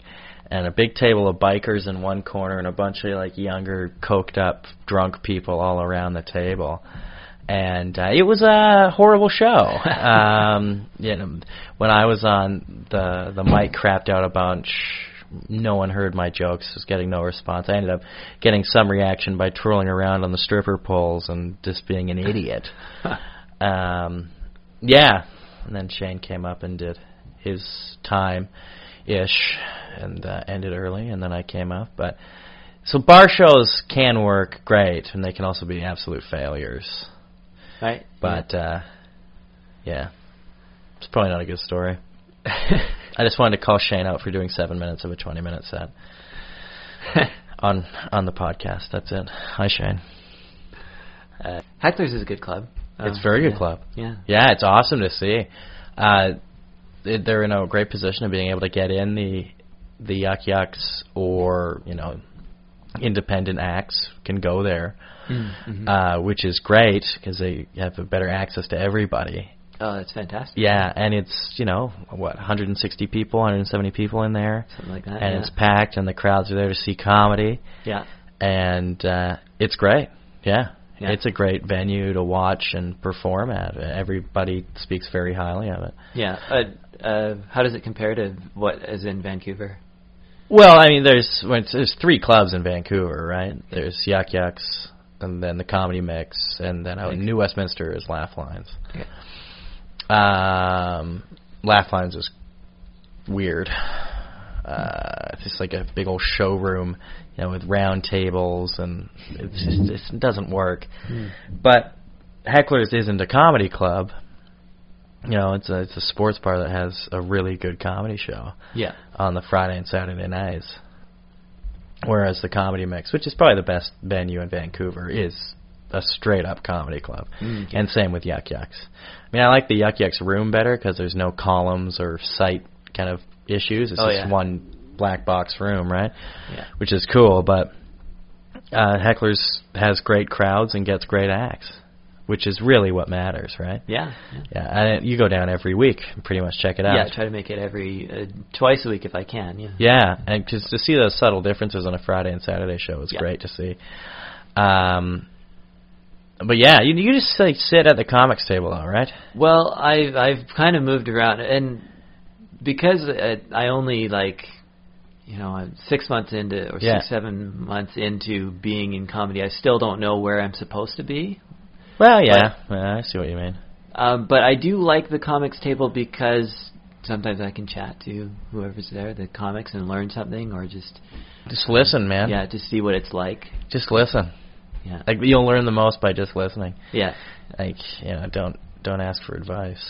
B: And a big table of bikers in one corner and a bunch of like younger, coked up, drunk people all around the table. And uh, it was a horrible show. um, you know, when I was on, the the mic crapped out a bunch. No one heard my jokes. Was getting no response. I ended up getting some reaction by twirling around on the stripper poles and just being an idiot. Um, yeah, and then Shane came up and did his time, ish, and uh, ended early, and then I came up. But so bar shows can work great, and they can also be absolute failures.
A: All right. (laughs)
B: But uh, yeah, it's probably not a good story. I just wanted to call Shane out for doing seven minutes of a twenty-minute set (laughs) on on the podcast. That's it. Hi, Shane.
A: Uh, Hecklers is a good club.
B: It's
A: Uh,
B: a very good
A: yeah.
B: club.
A: Yeah.
B: Yeah, it's awesome to see. Uh, they- they're in a great position of being able to get in the the yuck yucks or you know independent acts can go there,
A: Mm, Mm-hmm.
B: uh, which is great because they have a better access to everybody.
A: Oh, that's fantastic.
B: Yeah, and it's you know what 160 people, 170 people in there,
A: Something like that.
B: and
A: yeah.
B: it's packed, and the crowds are there to see comedy
A: yeah.
B: and uh, it's great. Yeah.
A: Yeah.
B: it's a great venue to watch and perform at. Everybody speaks very highly of it.
A: Yeah. Uh, uh, how does it compare to what is in Vancouver?
B: Well, I mean, there's well, it's- there's three clubs in Vancouver, right? There's Yuck Yucks, and then the Comedy Mix, and then out in
A: Mix.
B: New Westminster is Laugh Lines.
A: Okay.
B: Um, Laugh Lines is weird. Uh, it's just like a big old showroom, you know, with round tables, and it's just it doesn't work.
A: Hmm.
B: But Hecklers isn't a comedy club. You know, it's a it's a sports bar that has a really good comedy show
A: Yeah.
B: on the Friday and Saturday nights. Whereas the Comedy Mix, which is probably the best venue in Vancouver, is a straight up comedy club.
A: Mm.
B: And same with Yuck Yucks. I mean, I like the Yuck Yucks room better because there's no columns or site kind of issues. It's
A: Oh,
B: just
A: yeah.
B: one black box room, right?
A: Yeah.
B: Which is cool, but uh, Hecklers has great crowds and gets great acts, which is really what matters, right?
A: Yeah. Yeah.
B: Yeah, and you go down every week and pretty much check it out.
A: Yeah, I try to make it every uh, twice a week if I can. Yeah.
B: Yeah, and just to see those subtle differences on a Friday and Saturday show was
A: Yeah.
B: great to see. Um, but yeah, you you just like sit at the comics table though, right?
A: Well, I've I've kind of moved around, and because I, I only uh, like you know, I'm six months into or
B: Yeah.
A: six seven months into being in comedy. I still don't know where I'm supposed to be.
B: Well, yeah, yeah, I see what you mean.
A: Um, but I do like the comics table because sometimes I can chat to whoever's there, the comics, and learn something, or just
B: Just listen, man.
A: yeah, just see what it's like.
B: Just listen.
A: Yeah,
B: Like you'll learn the most by just listening.
A: yeah,
B: Like you know, don't don't ask for advice.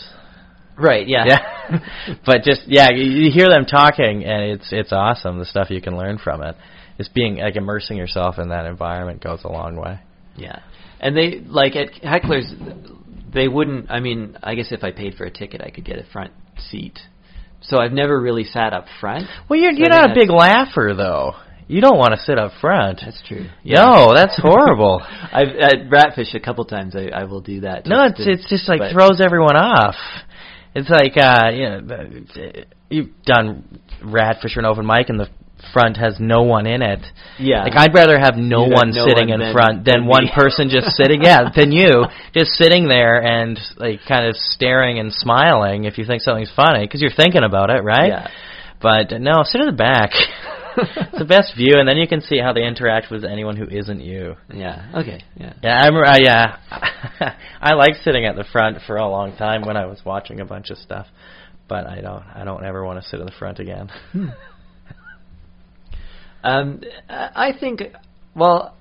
A: right, yeah, (laughs)
B: Yeah, (laughs) but just yeah, you, you hear them talking, and it's it's awesome. The stuff you can learn from it. Just being like immersing yourself in that environment goes a long way.
A: yeah. And they like at hecklers, they wouldn't. I mean, I guess if I paid for a ticket, I could get a front seat. So I've never really sat up front.
B: Well, you're
A: So
B: you're
A: I think
B: not a big laugher though. You don't want to sit up front.
A: That's true.
B: No,
A: (laughs)
B: that's horrible.
A: I've at Ratfish a couple times. I, I will do that.
B: No, it's
A: to-
B: it's just like
A: but-
B: throws everyone off. It's like uh, you know, the- you've done Ratfish or an open mic, and the front has no one in it.
A: Yeah.
B: Like I'd rather have no
A: You'd have
B: one
A: no
B: sitting
A: one
B: in
A: than-
B: front than
A: than
B: one
A: me.
B: (laughs) person
A: (laughs)
B: just sitting. Yeah, than you just sitting there and like kind of staring and smiling if you think something's funny because you're thinking about it, right?
A: Yeah.
B: But uh, no, sit in the back. (laughs) it's the best view, and then you can see how they interact with anyone who isn't you.
A: Yeah. Okay. Yeah.
B: Yeah, I remember, uh, (laughs) yeah. I like sitting at the front for a long time when I was watching a bunch of stuff, but I don't I don't ever want to sit in the front again.
A: Hmm. Um, I I think. Well,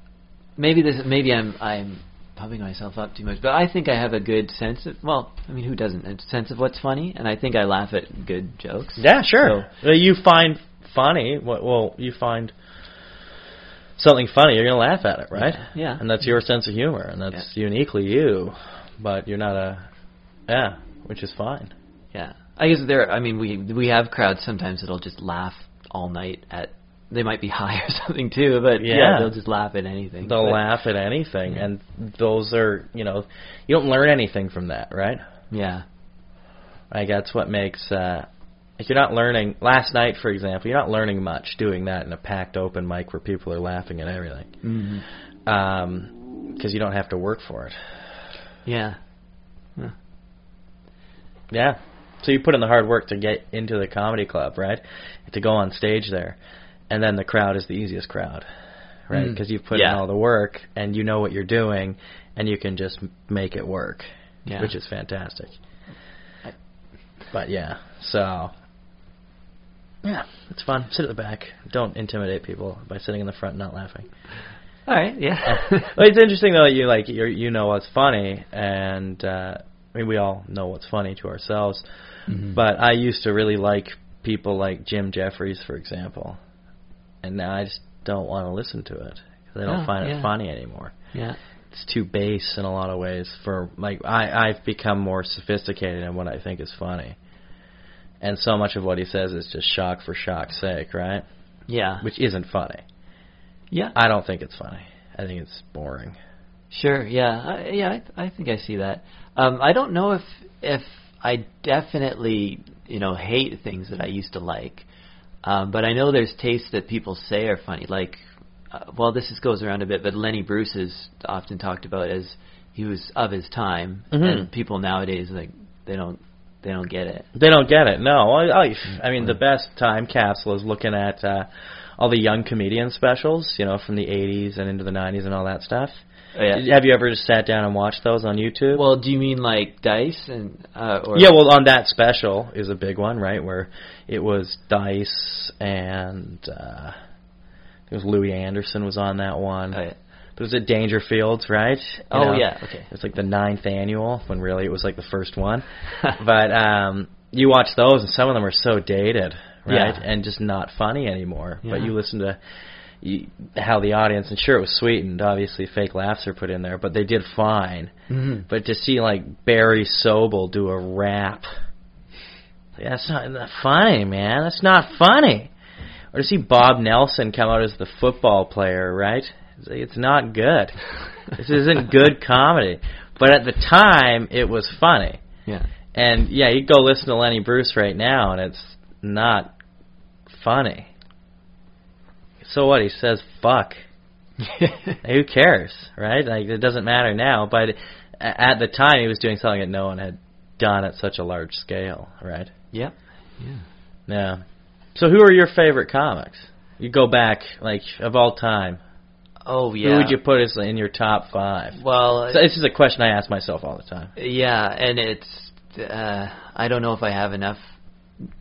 A: maybe this. Maybe I'm. I'm pumping myself up too much, but I think I have a good sense of. Well, I mean, who doesn't? A sense of what's funny, and I think I laugh at good jokes.
B: (laughs) yeah, sure. Well, uh, you find funny what well, you find something funny, you're going to laugh at it, right?
A: Yeah.
B: And that's your sense of humor and that's uniquely you, but you're not a yeah, which is fine.
A: Yeah. I guess there. I mean, we we have crowds sometimes that'll just laugh all night at. They might be (laughs) high or something too, but yeah,
B: Yeah.
A: they'll just laugh at anything.
B: They'll
A: But-
B: laugh at anything and those are, you know, you don't learn anything from that, right?
A: Yeah.
B: Like that's what makes uh like you're not learning last night for example, you're not learning much doing that in a packed open mic where people are laughing at everything.
A: hmm
B: Um 'cause you don't have to work for it.
A: Yeah.
B: Yeah. So you put in the hard work to get into the comedy club, right? To go on stage there. And then the crowd is the easiest crowd, right?
A: Mm.
B: Because you've put in
A: Yeah.
B: all the work and you know what you're doing and you can just m- make it work,
A: Yeah.
B: which is fantastic.
A: I-
B: But yeah, so. Yeah, it's fun. Sit at the back. Don't intimidate people by sitting in the front and
A: (laughs)
B: not laughing.
A: All right. Yeah.
B: (laughs) Well, it's interesting though. that You like you you know what's funny, and uh, I mean we all know what's funny to ourselves.
A: Mhm.
B: But I used to really like people like Jim Jeffries, for example, and now I just don't want to listen to it. 'cause I don't
A: Oh,
B: find it
A: yeah.
B: funny anymore.
A: yeah.
B: It's too base in a lot of ways. For like I I've become more sophisticated in what I think is funny, and so much of what he says is just shock for shock's sake, right?
A: Yeah.
B: Which isn't funny.
A: yeah.
B: I don't think it's funny. I think it's boring.
A: Sure. Yeah. I, yeah. I, I think I see that. Um, I don't know if if I definitely you know hate things that I used to like, um, but I know there's tastes that people say are funny. Like, uh, well, this is, goes around a bit, but Lenny Bruce is often talked about as he was of his time,
B: Mhm.
A: and people nowadays like they don't they don't get it.
B: They don't get it. No, I, I, I mean the best time capsule is looking at uh, all the young comedian specials, you know, from the '80s and into the '90s and all that stuff.
A: Oh, Yeah.
B: Have you ever just sat down and watched those on YouTube?
A: Well, do you mean like Dice and uh, or
B: yeah, well, on that special is a big one, right? Where it was Dice and uh, it was Louis Anderson was on that one.
A: Oh, yeah.
B: But it was at Dangerfields, right? You
A: Oh, yeah, okay.
B: It's like the ninth annual when really it was like the first
A: (laughs)
B: one. but um you watch those and some of them are so dated, right?
A: Yeah.
B: And just not funny anymore. But
A: Yeah.
B: you listen to you, how the audience and sure it was sweetened, obviously fake laughs are put in there, but they did fine.
A: (laughs) Mhm.
B: But to see like Barry Sobel do a rap, yeah, that's not, not funny, man. That's not funny. Or to see Bob Nelson come out as the football player, right? It's, like, it's not good. this isn't
A: (laughs)
B: good comedy. But at the time, it was funny. (laughs)
A: yeah.
B: And yeah, you go listen to Lenny Bruce right now, and it's not funny. So what? He says fuck. Who cares, right? Like it doesn't matter now. But a- at the time, he was doing something that no one had done at such a large scale, right?
A: yep. Yeah.
B: Yeah. So who are your favorite comics? You go back like of all time.
A: Oh yeah.
B: Who would you put as in your top five?
A: Well,
B: So this is a question I ask myself all the time.
A: yeah, and it's uh, I don't know if I have enough,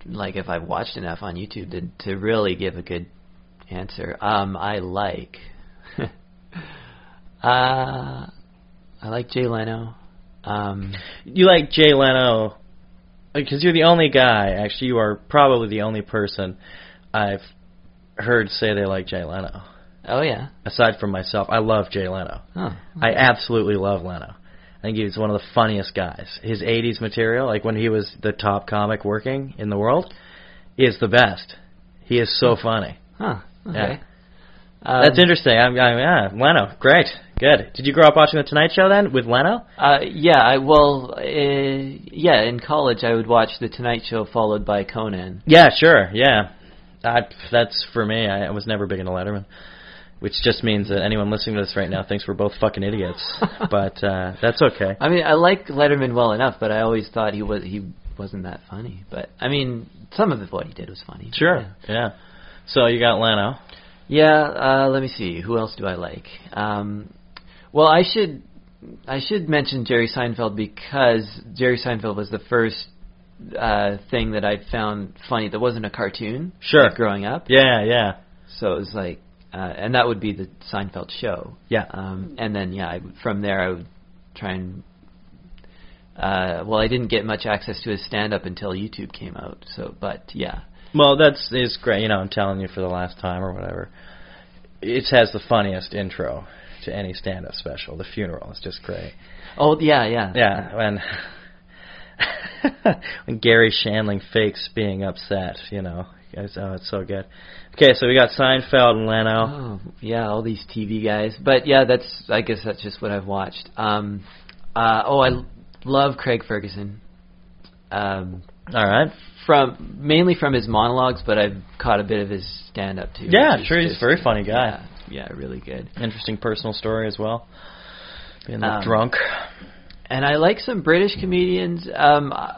A: like if I've watched enough on YouTube to to really give a good answer. Um, I like, (laughs) uh, I like Jay Leno. Um,
B: You like Jay Leno because you're the only guy. Actually, you are probably the only person I've heard say they like Jay Leno.
A: oh yeah.
B: Aside from myself, I love Jay Leno.
A: Huh.
B: I absolutely love Leno. I think he's one of the funniest guys. His 80s material, like when he was the top comic working in the world, is the best. He is so funny.
A: Huh. Okay.
B: Yeah.
A: Um,
B: That's interesting. I'm, I'm, yeah, Leno. Great. Good. Did you grow up watching The Tonight Show then with Leno?
A: Uh, yeah, I well, uh, yeah. In college, I would watch The Tonight Show followed by Conan.
B: Yeah, sure. Yeah. I, that's for me. I, I was never big into Letterman, which just means that anyone listening to this right now thinks we're both fucking (laughs) idiots. but uh, that's okay.
A: I mean, I like Letterman well enough, but I always thought he was he wasn't that funny. But I mean, some of what he did was funny.
B: Sure. Yeah. So you got Leno.
A: Yeah. yeah uh, let me see. Who else do I like? Um, well, I should I should mention Jerry Seinfeld because Jerry Seinfeld was the first uh, thing that I found funny that wasn't a cartoon.
B: Sure.
A: like, growing up.
B: Yeah, yeah.
A: So it was like, uh, and that would be the Seinfeld show.
B: Yeah.
A: Um, and then yeah, I, would- from there I would try and. Uh, well, I didn't get much access to his stand-up until YouTube came out. So, but yeah,
B: Well, that's is great. You know, I'm telling you for the last time or whatever. It has the funniest intro to any stand-up special. The funeral is just great.
A: oh yeah, yeah,
B: Yeah, when (laughs) when Gary Shandling fakes being upset. You know, it's, oh, it's so good. Okay, so we got Seinfeld and Leno.
A: Oh yeah, all these TV guys. But yeah, that's I guess that's just what I've watched. Um, uh, oh, I l- love Craig Ferguson. Um,
B: All right.
A: from mainly from his monologues, but I've caught a bit of his stand-up too.
B: Yeah,
A: which is
B: sure. He's a
A: just-
B: very funny guy.
A: Yeah, yeah, really good.
B: Interesting personal story as well. Being
A: Um,
B: drunk.
A: And I like some British comedians. Um, uh,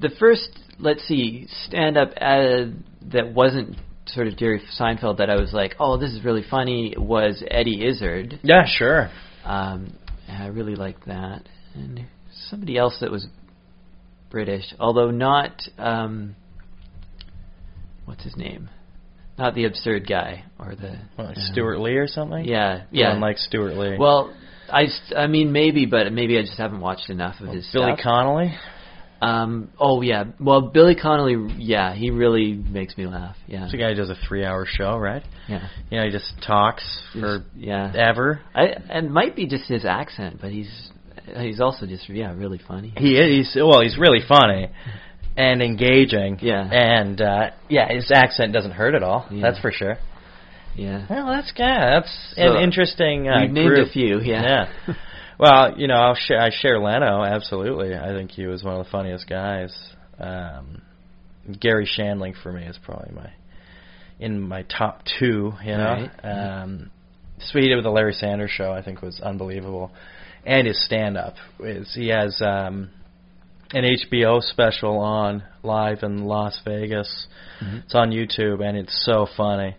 A: the first, let's see, stand up uh, that wasn't sort of Jerry Seinfeld that I was like, oh, this is really funny, was Eddie Izzard.
B: Yeah, sure.
A: Um, and I really liked that. And somebody else that was British, although not, um, what's his name? Not the absurd guy or the.
B: What,
A: uh,
B: Stuart Lee or something.
A: Yeah, yeah.
B: Someone like Stuart Lee.
A: Well, I, s- I mean maybe, but maybe I just haven't watched enough of his
B: Billy
A: stuff.
B: Connolly.
A: Um. Oh yeah. Well, Billy Connolly. Yeah, he really makes me laugh. Yeah.
B: It's a guy who does a three-hour show, right?
A: Yeah.
B: You know, he just talks for
A: Just- yeah.
B: ever.
A: I and it might be just his accent, but he's he's also just yeah really funny.
B: He is he's, well, he's really funny and engaging.
A: Yeah.
B: And uh, yeah, his accent doesn't hurt at all.
A: Yeah.
B: That's for sure.
A: Yeah.
B: Well, that's yeah, that's
A: So,
B: an interesting. Uh,
A: we've named
B: group.
A: a few, yeah. (laughs)
B: Yeah. well, you know, I'll share. I share Leno absolutely. I think he was one of the funniest guys. Um, Gary Shandling for me is probably my in my top two. You know,
A: Right.
B: um, so he did with the Larry Sanders Show. I think was unbelievable, and his stand up is he has. Um, an HBO special on live in Las Vegas. Mm-hmm. It's on YouTube and it's so funny.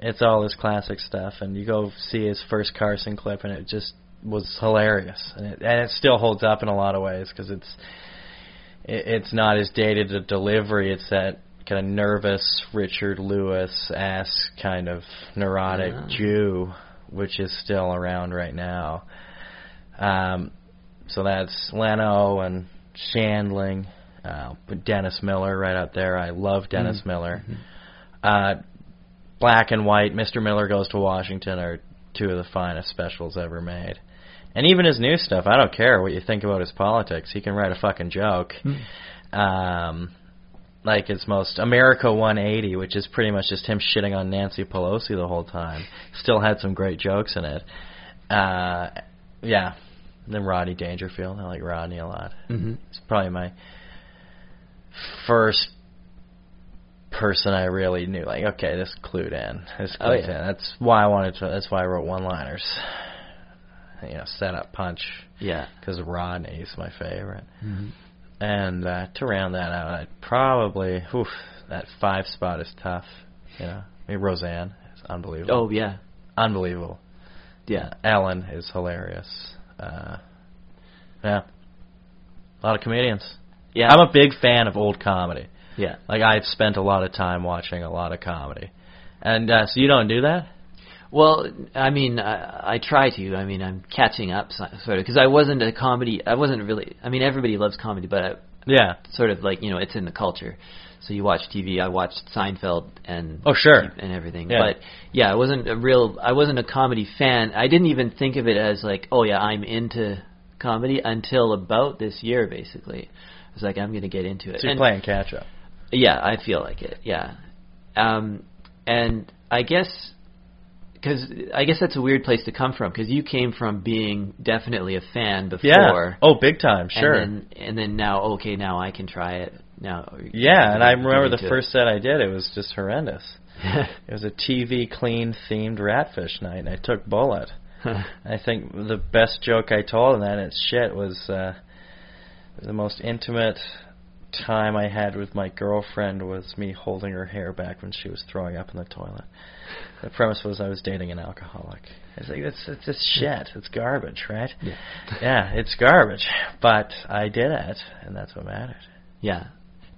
B: It's all his classic stuff, and you go see his first Carson clip, and it just was hilarious, and it, and it still holds up in a lot of ways because it's it, it's not as dated a delivery. It's that kind of nervous Richard Lewis ass kind of neurotic
A: Ah.
B: Jew, which is still around right now. Um, so that's Leno and Shandling, uh, but Dennis Miller right up there. I love Dennis Miller. Uh, Black and White, Mr. Miller Goes to Washington are two of the finest specials ever made. And even his new stuff, I don't care what you think about his politics. He can write a fucking joke. Um, like his most America 180, which is pretty much just him shitting on Nancy Pelosi the whole time. Still had some great jokes in it. Uh, yeah. And then Rodney Dangerfield. I like Rodney a lot.
A: Mhm.
B: He's probably my first person I really knew. Like, okay, this clued in. This
A: Oh,
B: clued
A: yeah.
B: in. That's why I wanted to. That's why I wrote one-liners. You know, set up punch
A: Yeah.
B: because Rodney's my favorite.
A: Mhm.
B: And uh, to round that out, I'd probably oof, that five spot is tough. Yeah, I mean Roseanne is unbelievable.
A: Oh yeah,
B: unbelievable.
A: yeah.
B: Ellen is hilarious. Uh, yeah, a lot of comedians.
A: Yeah.
B: I'm a big fan of old comedy.
A: yeah.
B: Like I've spent a lot of time watching a lot of comedy, and uh, so you don't do that.
A: Well, I mean, I, I try to. I mean, I'm catching up so- sort of because I wasn't a comedy. I wasn't really. I mean, everybody loves comedy, but I,
B: Yeah.
A: sort of like you know, it's in the culture. So you watch TV. I watched Seinfeld and
B: Oh, sure.
A: and everything.
B: Yeah.
A: But yeah, I wasn't a real. I wasn't a comedy fan. I didn't even think of it as like, oh yeah, I'm into comedy until about this year, basically. I was like, I'm going to get into it.
B: So you're
A: And-
B: playing catch up.
A: yeah, I feel like it. Yeah, um, and I guess because I guess that's a weird place to come from because you came from being definitely a fan before.
B: Yeah. Oh, big time. Sure.
A: And then, and then now, okay, now I can try it. Now.
B: yeah, and I remember
A: you
B: the
A: do it.
B: first set I did. It was just horrendous. It was a TV clean themed ratfish night, and I took bullet. I think the best joke I told in that and it's shit was uh, the most intimate time I had with my girlfriend was me holding her hair back when she was throwing up in the toilet. The premise was I was dating an alcoholic. I was like, that's that's just shit. It's garbage, right?
A: Yeah.
B: (laughs) yeah, it's garbage. But I did it, and that's what mattered.
A: (laughs) yeah.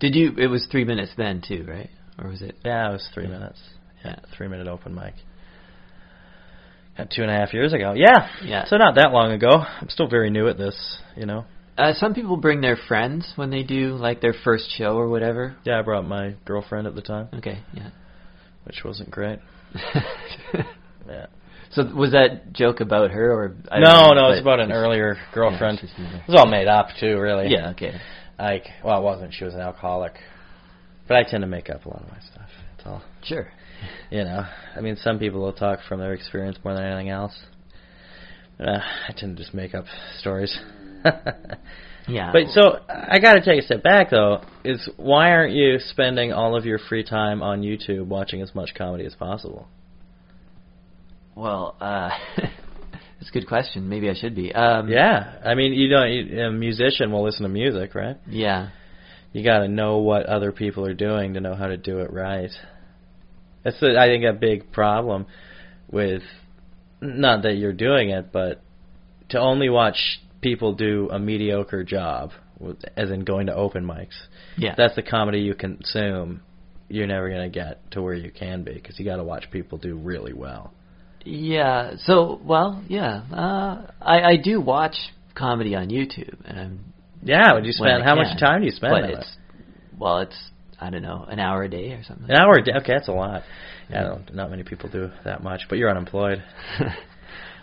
A: Did you? It was three minutes then too, right? Or was it?
B: Yeah, it was three minutes. Yeah,
A: Yeah.
B: three minute open mic. Uh, Two and a half years ago. Yeah.
A: Yeah.
B: So not that long ago. I'm still very new at this, you know.
A: Uh, some people bring their friends when they do like their first show or whatever.
B: Yeah, I brought my girlfriend at the time,
A: Okay. Yeah. (laughs)
B: which wasn't great. Yeah.
A: so was that joke about her or? I don't
B: no,
A: know,
B: no, it's
A: but
B: about (laughs) an earlier girlfriend.
A: she's never-
B: it was all made up too, really.
A: Yeah. Okay.
B: Like, well, it wasn't. She was an alcoholic, but I tend to make up a lot of my stuff. It's all, (laughs)
A: Sure.
B: you know. I mean, some people will talk from their experience more than anything else. But, uh, I tend to just make up stories. (laughs)
A: Yeah.
B: But so I got to take a step back though. Is why aren't you spending all of your free time on YouTube watching as much comedy as possible?
A: well, uh, (laughs) it's a good question. Maybe I should be. Um,
B: Yeah, I mean, you don't. You, a musician will listen to music, right?
A: Yeah.
B: You got to know what other people are doing to know how to do it right. That's the, I think a big problem with not that you're doing it, but to only watch people do a mediocre job, with- as in going to open mics.
A: Yeah.
B: if that's the comedy you consume, you're never going to get to where you can be because you got to watch people do really well.
A: yeah. So well, yeah. Uh, I I do watch comedy on YouTube, and I'm
B: Yeah, would you
A: when
B: spend
A: I
B: how
A: can.
B: much time do you spend
A: But
B: on
A: it's
B: it?
A: well, it's I don't know, an hour a day or something. (laughs)
B: An hour a day. Okay, that's a lot. Yeah, I don't, not many people do that much, but you're unemployed.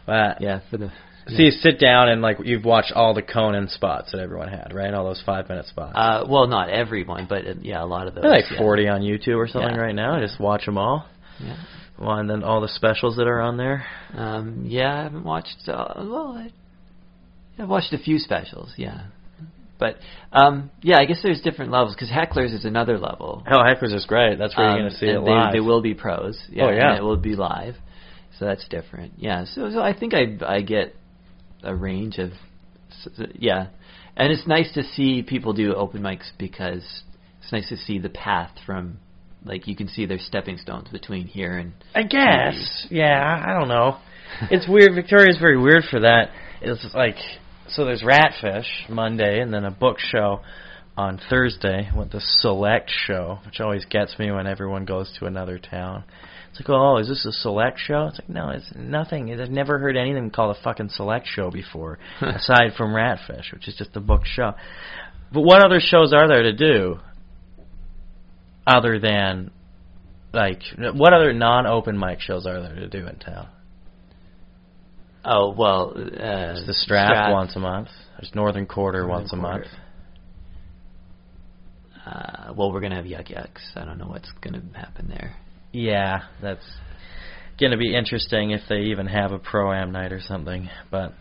B: But
A: Uh, yeah. For the.
B: So you sit down and like you've watched all the Conan spots that everyone had, right? All those five minute spots.
A: Uh, well, not everyone, but uh, yeah, a lot of those.
B: They're like
A: yeah.
B: 40 on YouTube or something
A: Yeah.
B: right now. I just watch them all.
A: Yeah.
B: Well, and then all the specials that are on there.
A: Um, yeah, I haven't watched. Uh, well, I, I've watched a few specials. Yeah, but um, yeah, I guess there's different levels because Hecklers is another level.
B: Hell, Heckers is great. That's where you're
A: Um,
B: gonna see
A: and
B: it
A: they,
B: live.
A: They will be pros. Yeah,
B: Oh, yeah.
A: And it will be live. So that's different. Yeah. So, so I think I I get a range of s- yeah, and it's nice to see people do open mics because it's nice to see the path from like you can see their stepping stones between here
B: (laughs)
A: and
B: I guess. Yeah, I- I don't know. It's weird. Victoria's very weird for that. It's like so. There's Ratfish Monday, and then a book show on Thursday with the Select Show, which always gets me when everyone goes to another town. It's like, oh, is this a Select Show? It's like, no, it's nothing. I've never heard anything called a fucking Select Show before, aside from Ratfish, which is just a book show. But what other shows are there to do other than like what other non-open mic shows are there to do in town?
A: oh well uh,
B: There's the Strap once a month. There's Northern Quarter
A: Northern
B: once a
A: Quarter.
B: month.
A: Uh, well, we're gonna have yuck yucks. I don't know what's gonna happen there.
B: Yeah, that's gonna be interesting if they even have a pro am night or something. But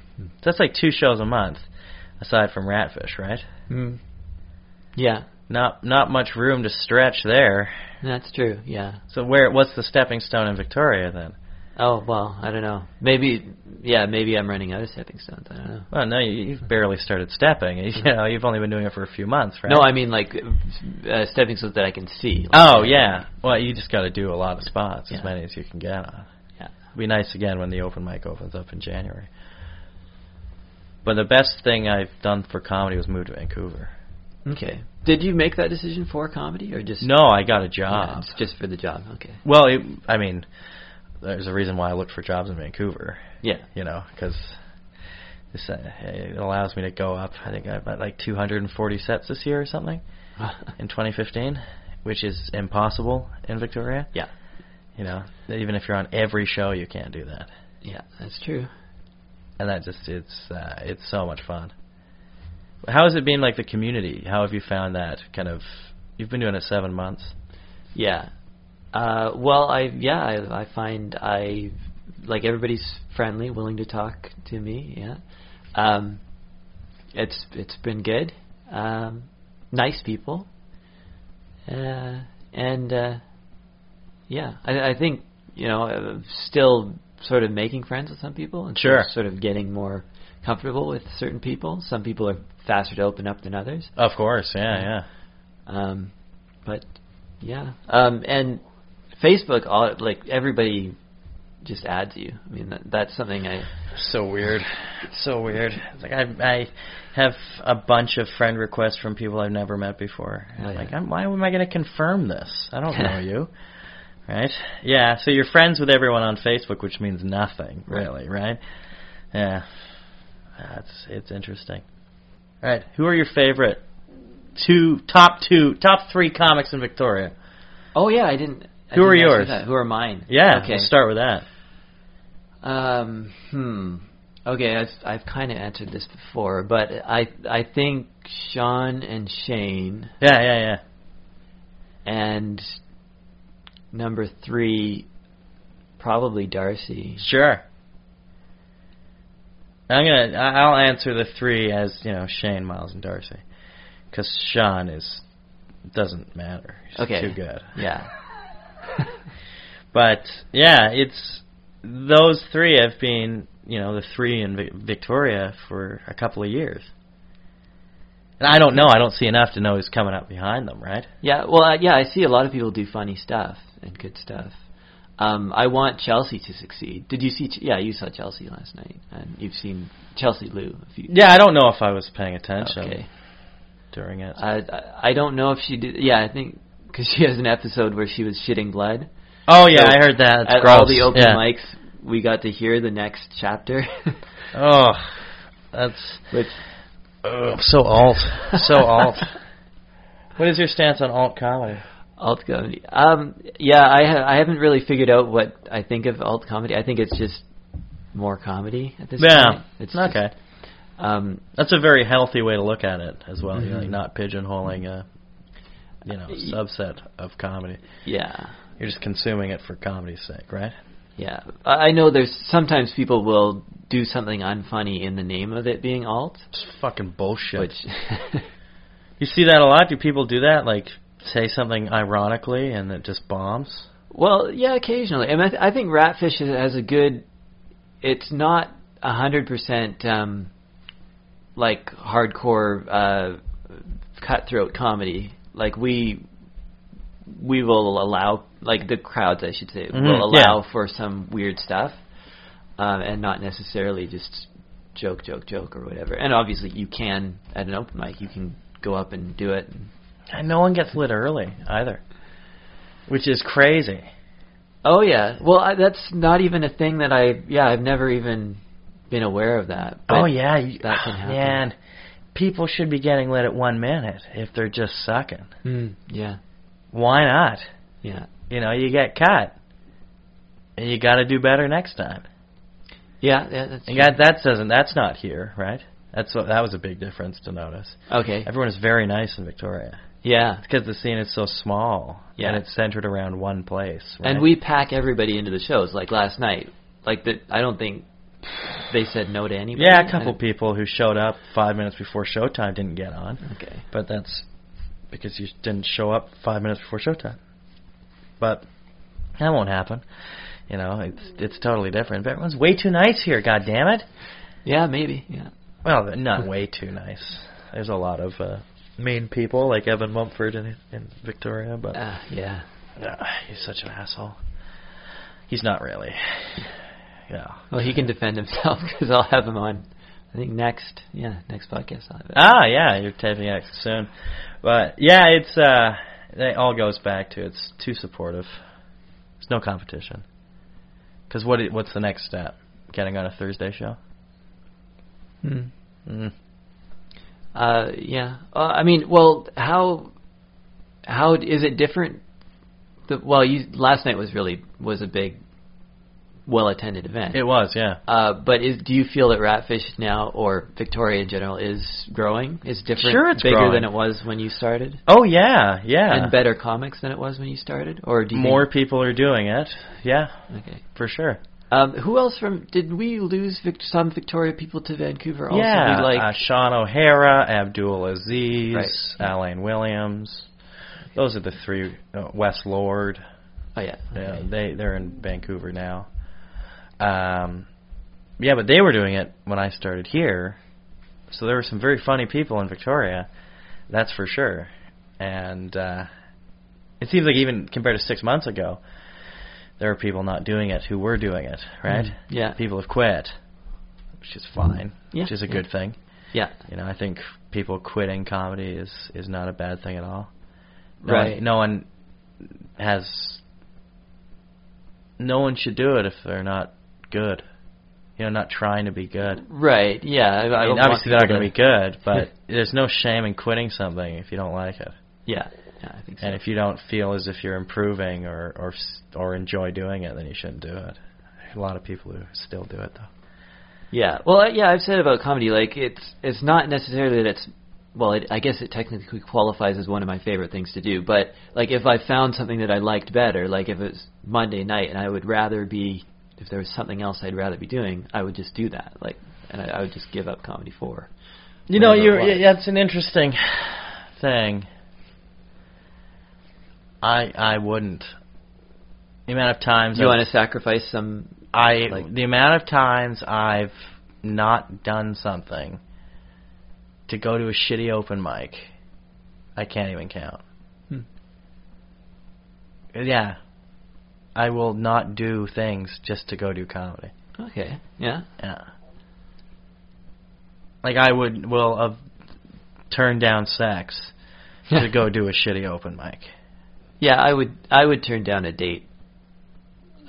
B: that's like two shows a month, aside from Ratfish, right?
A: Mm. Yeah,
B: Not not much room to stretch there.
A: that's true. Yeah.
B: So where what's the stepping stone in Victoria then?
A: Oh well, I don't know. Maybe yeah, maybe I'm running out of stepping stones. I don't know.
B: Well, no, you, you've barely started stepping. (laughs) You know, you've only been doing it for a few months, right?
A: No, I mean like uh, stepping stones that I can see. Like,
B: Oh yeah. Well, you just got to do a lot of spots, as
A: Yeah.
B: many as you can get on.
A: yeah.
B: It'll be nice again when the open mic opens up in January. But the best thing I've done for comedy was move to Vancouver.
A: Okay. Did you make that decision for comedy or just
B: No, I got a
A: Yeah,
B: job.
A: it's just for the job? (laughs) Okay.
B: Well, it, I mean, there's a reason why I looked for jobs in Vancouver.
A: Yeah.
B: you know, because this uh, it allows me to go up. I think I have about like 240 sets this year or something in 2015, which is impossible in Victoria.
A: yeah.
B: You know, even if you're on every show, you can't do that,
A: Yeah, that's true.
B: and that just it's uh, it's so much fun. How has it been like the community? How have you found that kind of? You've been doing it seven months.
A: Yeah. Uh, well, I yeah, I, I find I like everybody's friendly, willing to talk to me. Yeah. Um, it's it's been good. Um, nice people. Uh, and uh, yeah, I, I think you know, uh, still sort of making friends with some people and
B: Sure.
A: sort of getting more comfortable with certain people. Some people are faster to open up than others.
B: Of course, yeah, yeah.
A: Um, but yeah, um, and Facebook, all like everybody just adds you. I mean, that, that's something I.
B: So weird, so weird. It's like I, I have a bunch of friend requests from people I've never met before. And
A: Oh,
B: I'm
A: yeah.
B: Like, I'm, why am I going to confirm this? I don't
A: (laughs)
B: know you, right? Yeah. So you're friends with everyone on Facebook, which means nothing,
A: Right.
B: really, right? Yeah. That's it's interesting. All right, who are your favorite two, top two, top three comics in Victoria?
A: Oh yeah, I didn't. I
B: Who are
A: didn't answer
B: yours?
A: that. Who are mine?
B: Yeah,
A: Okay.
B: let's start with that.
A: Um. Hmm. Okay, I've I've kind of answered this before, but I I think Sean and Shane
B: Yeah, yeah, yeah.
A: and number three, probably Darcy.
B: Sure. I'm gonna. I- I'll answer the three as you know Shane, Miles, and Darcy, because Sean is doesn't matter. He's
A: Okay.
B: too good.
A: Yeah.
B: But yeah, it's those three have been you know the three in Vic- Victoria for a couple of years, and I don't know. I don't see enough to know who's coming up behind them, right?
A: Yeah, well, uh, yeah, I see a lot of people do funny stuff and good stuff. Um, I want Chelsea to succeed. Did you see? Ch- yeah, you saw Chelsea last night, and you've seen Chelsea Lou. If you,
B: Yeah, I don't know if I was paying attention
A: Okay.
B: during it.
A: I I- I don't know if she did. Yeah, I think because she has an episode where she was shitting blood.
B: oh yeah,
A: So
B: I heard that. It's
A: At
B: gross.
A: all the open
B: yeah.
A: mics, we got to hear the next chapter.
B: Oh, that's
A: (laughs) Which
B: Oh, so alt, (laughs) so
A: (laughs)
B: alt. What is your stance on alt comedy?
A: alt comedy. Um, yeah, I ha- I haven't really figured out what I think of alt comedy. I think it's just more comedy at this point.
B: Yeah,
A: It's just,
B: okay.
A: um,
B: That's a very healthy way to look at it as well. You're like
A: Mhm.
B: not pigeonholing a, you know,
A: Y-
B: subset of comedy.
A: yeah.
B: You're just consuming it for comedy's sake, right?
A: Yeah, I I know. There's sometimes people will do something unfunny in the name of it being alt,
B: It's fucking bullshit.
A: which (laughs)
B: you see that a lot. Do people do that? Like say something ironically and it just bombs.
A: well, yeah, occasionally. I mean, I, th- I think Ratfish is- has a good. It's not a hundred percent um, like hardcore uh, cutthroat comedy. Like we we will allow, like the crowds, I should say,
B: Mhm,
A: will allow
B: yeah.
A: for some weird stuff, um, and not necessarily just joke, joke, joke or whatever. And obviously, you can at an open mic, you can go up and do it.
B: And no one gets lit early either, which is crazy.
A: Oh yeah, well I, that's not even a thing that I yeah I've never even been aware of that. But
B: oh yeah, you,
A: that
B: (sighs)
A: can happen.
B: man. People should be getting lit at one minute if they're just sucking.
A: Mm, yeah,
B: Why not?
A: yeah,
B: You know, you get caught, and you got to do better next time.
A: yeah, yeah. That's true.
B: And that that doesn't that's not here, right? That's what that was a big difference to notice.
A: okay.
B: Everyone is very nice in Victoria
A: Yeah,
B: because the scene is so small
A: Yeah.
B: and it's centered around one place. Right?
A: and we pack everybody into the shows. Like last night, like the, I don't think they said no to anybody.
B: yeah, a couple
A: I-
B: people who showed up five minutes before showtime didn't get on,
A: Okay.
B: but that's because you didn't show up five minutes before showtime. But that won't happen. You know, it's it's totally different. But everyone's way too nice here. God damn it.
A: Yeah, maybe. Yeah.
B: Well, not way too nice. There's a lot of uh, mean people like Evan Mumford in, in Victoria, but
A: Uh, yeah.
B: uh, he's such an asshole. He's not really. Yeah.
A: Well, he can defend himself (laughs) because I'll have him on. I think next, yeah, next podcast I'll have it.
B: Ah, yeah, you're taping X soon, but yeah, it's uh, it all goes back to it's too supportive. There's no competition. Because what i- what's the next step? Getting on a Thursday show?
A: Hmm.
B: Mm.
A: Uh, yeah. Uh, I mean, well, how how d- is it different? The, well, you, last night was really was a big, well attended event.
B: It was, yeah.
A: uh, but is do you feel that Ratfish now or Victoria in general is growing? Is different,
B: Sure it's
A: bigger
B: growing.
A: than it was when you started,
B: Oh yeah, yeah.
A: and better comics than it was when you started, or do you
B: More people are doing it. Yeah,
A: Think, okay.
B: for sure.
A: Um, who else from? Did we lose Vic- some Victoria people to Vancouver? Also,
B: yeah,
A: we, like
B: uh, Sean O'Hara, Abdul Aziz,
A: Right.
B: Alain Williams. Those are the three. Uh, Wes Lord.
A: oh yeah,
B: Yeah,
A: okay.
B: they they're in Vancouver now. Um, yeah, but they were doing it when I started here, so there were some very funny people in Victoria, that's for sure. And uh, it seems like even compared to six months ago, there are people not doing it who were doing it, right?
A: Mm, yeah.
B: people have quit, which is fine,
A: Yeah,
B: which is a
A: yeah.
B: good thing.
A: yeah,
B: You know, I think people quitting comedy is is not a bad thing at all. No
A: right.
B: One, no one has. No one should do it if they're not good. You know, not trying to be good.
A: Right. Yeah. I,
B: I
A: I
B: mean,
A: don't
B: obviously they're
A: want
B: not
A: people
B: going to be good, (laughs) but there's no shame in quitting something if you don't like it,
A: Yeah. Yeah. I think so.
B: and if you don't feel as if you're improving or or s- or enjoy doing it, then you shouldn't do it. A lot of people who still do it though.
A: yeah. Well, I- yeah. I've said about comedy, like it's it's not necessarily that it's well. It, I guess it technically qualifies as one of my favorite things to do. But like, if I found something that I liked better, like if it's Monday night and I would rather be, if there was something else I'd rather be doing, I would just do that. Like, and I, I would just give up comedy for.
B: You know,
A: whatever
B: you're,
A: it was.
B: yeah, it's an interesting thing. I I wouldn't. The amount of times
A: You
B: I've
A: want to sacrifice some
B: I
A: Like-
B: the amount of times I've not done something to go to a shitty open mic, I can't even count.
A: Hmm.
B: Yeah, I will not do things just to go do comedy.
A: Okay. Yeah.
B: Yeah, like I would will have turned down sex
A: (laughs)
B: to go do a shitty open mic.
A: Yeah, I would. I would turn down a date.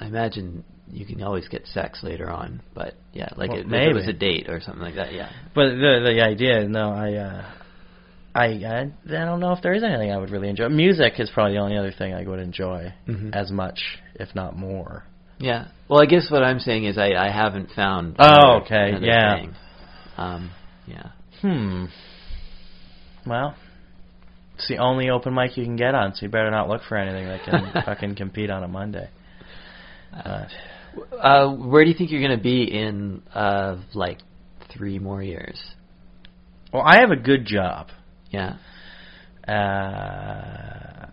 A: I imagine you can always get sex later on, but yeah, like
B: Well,
A: it, if it was
B: maybe.
A: a date or something like that. Yeah.
B: But the the idea, no, I, uh, I I I don't know if there is anything I would really enjoy. Music is probably the only other thing I would enjoy
A: Mhm.
B: as much, if not more.
A: Yeah. Well, I guess what I'm saying is I, I haven't found.
B: Oh, okay,
A: another
B: yeah.
A: Thing. Um. Yeah.
B: Hmm. Well, it's the only open mic you can get on, so you better not look for anything that can fucking compete on a Monday. Uh,
A: Uh, where do you think you're gonna be in uh like three more years?
B: well, I have a good job.
A: Yeah.
B: Uh,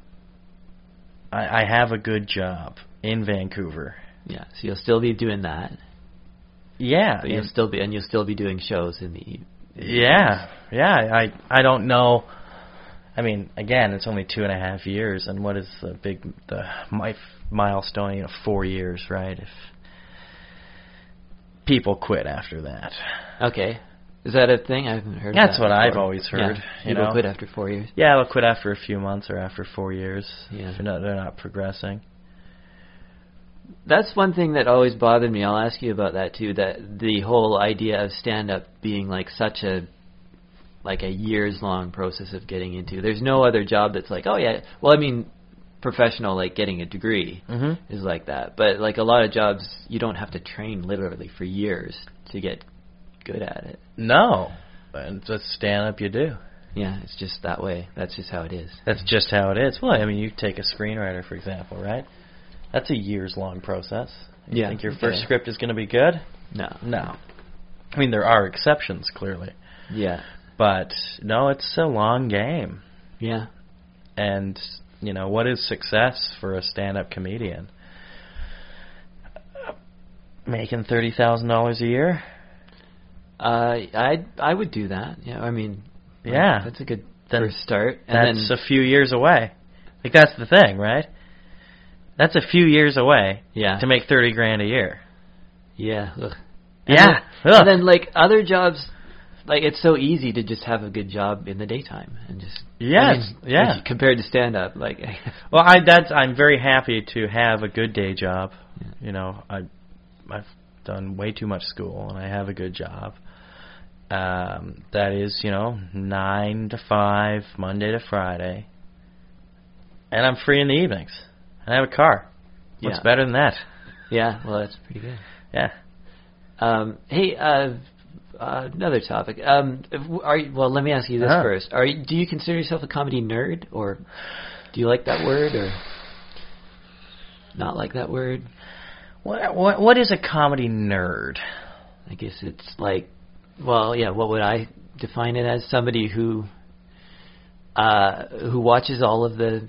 B: I, I have a good job in Vancouver.
A: Yeah. So you'll still be doing that,
B: Yeah,
A: but you'll
B: in-
A: still be and you'll still be doing shows in the. eve-
B: Yeah, yeah. I I don't know. I mean, again, it's only two and a half years, and what is the big the my milestone? You know, four years, right? If people quit after that,
A: Okay. Is that a thing? I haven't heard.
B: That's
A: that
B: what I've
A: before.
B: always
A: Yeah.
B: heard, you
A: People
B: know.
A: quit after four years.
B: yeah, they'll quit after a few months or after four years.
A: Yeah.
B: if they're not, they're not progressing.
A: That's one thing that always bothered me. I'll ask you about that too. That the whole idea of stand up being like such a like a years long process of getting into. There's no other job that's like, oh yeah. Well, I mean, professional like getting a degree
B: Mhm.
A: is like that. But like a lot of jobs, you don't have to train literally for years to get good at it.
B: No, and just stand up. You do.
A: Yeah, it's just that way. That's just how it is.
B: That's just how it is. Well, I mean, you take a screenwriter for example, right? That's a years long process. You
A: Yeah.
B: think your first
A: Yeah.
B: script is going to be good?
A: No.
B: No. I mean, there are exceptions, clearly.
A: Yeah.
B: But, no, it's a long game.
A: Yeah.
B: And, you know, what is success for a stand up comedian? making thirty thousand dollars a year.
A: Uh, I I would do that. Yeah, I mean,
B: Yeah.
A: that's a good
B: Then
A: first start. And
B: That's
A: then,
B: a few years away. Like that's the thing, right? That's a few years away
A: yeah,
B: to make thirty grand a year.
A: yeah, ugh.
B: yeah.
A: Then,
B: Ugh.
A: and then like other jobs, like it's so easy to just have a good job in the daytime and just I
B: yes.
A: mean,
B: yeah.
A: as you- compared to stand up, like (laughs)
B: Well, I that's I'm very happy to have a good day job. You know, I I've done way too much school and I have a good job. Um, that is, you know, nine to five, Monday to Friday, and I'm free in the evenings. And I have a car. What's
A: yeah,
B: better than that?
A: yeah. Well, that's pretty good.
B: Yeah.
A: Um, hey, uh, uh, another topic. Um, if w- are you, well, let me ask you this
B: Uh-huh.
A: first. Are you, do you consider yourself a comedy nerd, or do you like that word, or not like that word?
B: What what what is a comedy nerd?
A: I guess it's like, well, yeah. What would I define it as? Somebody who uh, who watches all of the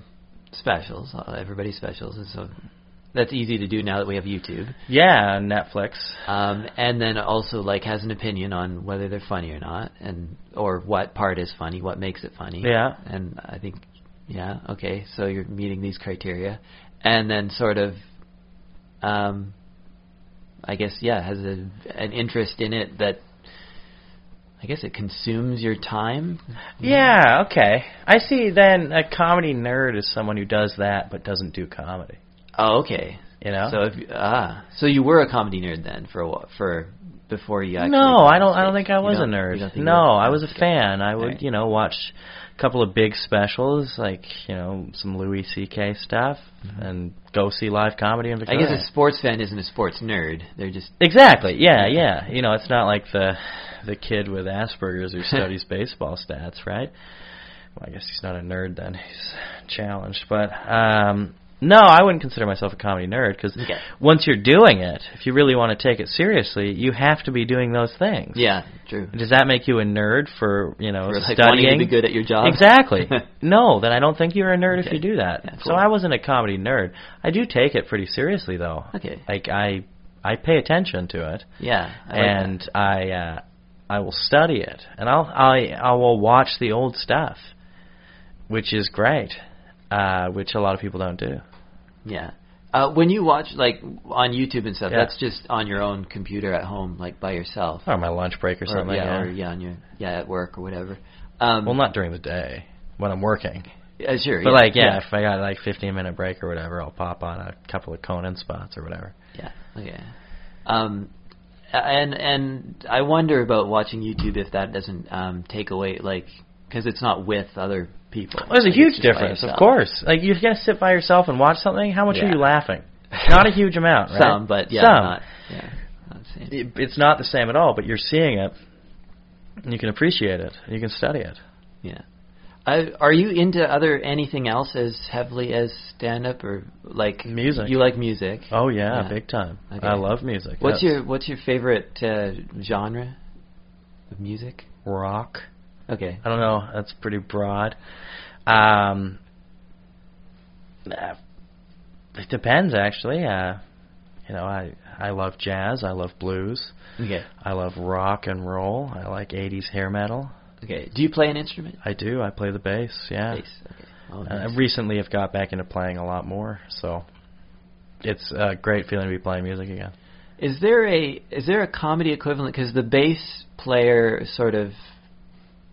A: specials, uh, everybody's specials, and so that's easy to do now that we have YouTube.
B: Yeah, Netflix.
A: Um, and then also like has an opinion on whether they're funny or not, and or what part is funny, what makes it funny.
B: Yeah.
A: And I think, yeah, okay, so you're meeting these criteria, and then sort of, um, I guess yeah, has a, an interest in it that, I guess it consumes your time.
B: Yeah, okay. I see then a comedy nerd is someone who does that but doesn't do comedy.
A: Oh, okay.
B: You know?
A: So if you- ah, so you were a comedy nerd then for a, wh- for before you actually
B: No,
A: got
B: I don't.
A: on
B: I don't
A: stage.
B: think I
A: You
B: was a
A: don't- you don't
B: nerd.
A: think you
B: No,
A: were?
B: I was a fan. I would,
A: Alright.
B: you know, watch a couple of big specials, like you know, some Louis C.K. stuff, and go see live comedy in
A: Mm-hmm. I
B: Victoria.
A: guess a sports fan isn't a sports nerd. They're just
B: exactly. Yeah, yeah. You know, it's not like the the kid with Asperger's
A: (laughs)
B: who studies baseball stats, right? Well, I guess he's not a nerd then. He's challenged, but um, no, I wouldn't consider myself a comedy nerd because
A: Okay.
B: once you're doing it, if you really want to take it seriously, you have to be doing those things.
A: yeah, true.
B: Does that make you a nerd for you know
A: Or, like,
B: studying?
A: wanting to be good at your job. (laughs)
B: Exactly. no, then I don't think you're a nerd if
A: Okay.
B: you do that.
A: Yeah,
B: So
A: cool.
B: I wasn't a comedy nerd. I do take it pretty seriously though.
A: Okay.
B: Like I, I pay attention to it,
A: Yeah, I like
B: and
A: that.
B: I, uh, I will study it, and I'll, I, I will watch the old stuff, which is great, uh, which a lot of people don't do.
A: yeah. Uh, when you watch like on YouTube and stuff,
B: Yeah.
A: that's just on your own computer at home, like by yourself,
B: Or my lunch break or
A: or,
B: something.
A: yeah,
B: yeah.
A: or yeah, on your yeah at work or whatever. Um,
B: Well, not during the day when I'm working.
A: uh, sure,
B: But like, yeah, if I got like 15 minute break or whatever, I'll pop on a couple of Conan spots or whatever.
A: Yeah. Okay. Um, and and I wonder about watching YouTube if that doesn't um, take away like because it's not with other people.
B: Well, there's
A: Like,
B: a huge
A: it's just by
B: difference, of
A: yourself.
B: course. Like, you're gonna sit by yourself and watch something. How much are
A: Yeah.
B: you laughing? (laughs) Not a huge amount, right?
A: Some, but yeah,
B: Some.
A: not. Yeah, not the same.
B: It- It's not the same at all, but you're seeing it. And you can appreciate it. You can study it.
A: Yeah. I, are you into other anything else as heavily as stand up or like
B: Music.
A: You like music.
B: Oh yeah,
A: Yeah.
B: big time.
A: Okay.
B: I love music.
A: What's
B: That's
A: your What's your favorite uh, genre of music?
B: rock?
A: Okay.
B: I don't know. That's pretty broad. Um, uh, it depends, actually. Uh, you know, I I love jazz. I love blues.
A: Okay.
B: I love rock and roll. I like 80s hair metal.
A: Okay. Do you play an instrument?
B: I do. I play the bass. Yeah.
A: Bass. Okay. Oh,
B: Uh,
A: nice.
B: recently, I've got back into playing a lot more, so it's a great feeling to be playing music again.
A: Is there a is there a comedy equivalent? Because the bass player sort of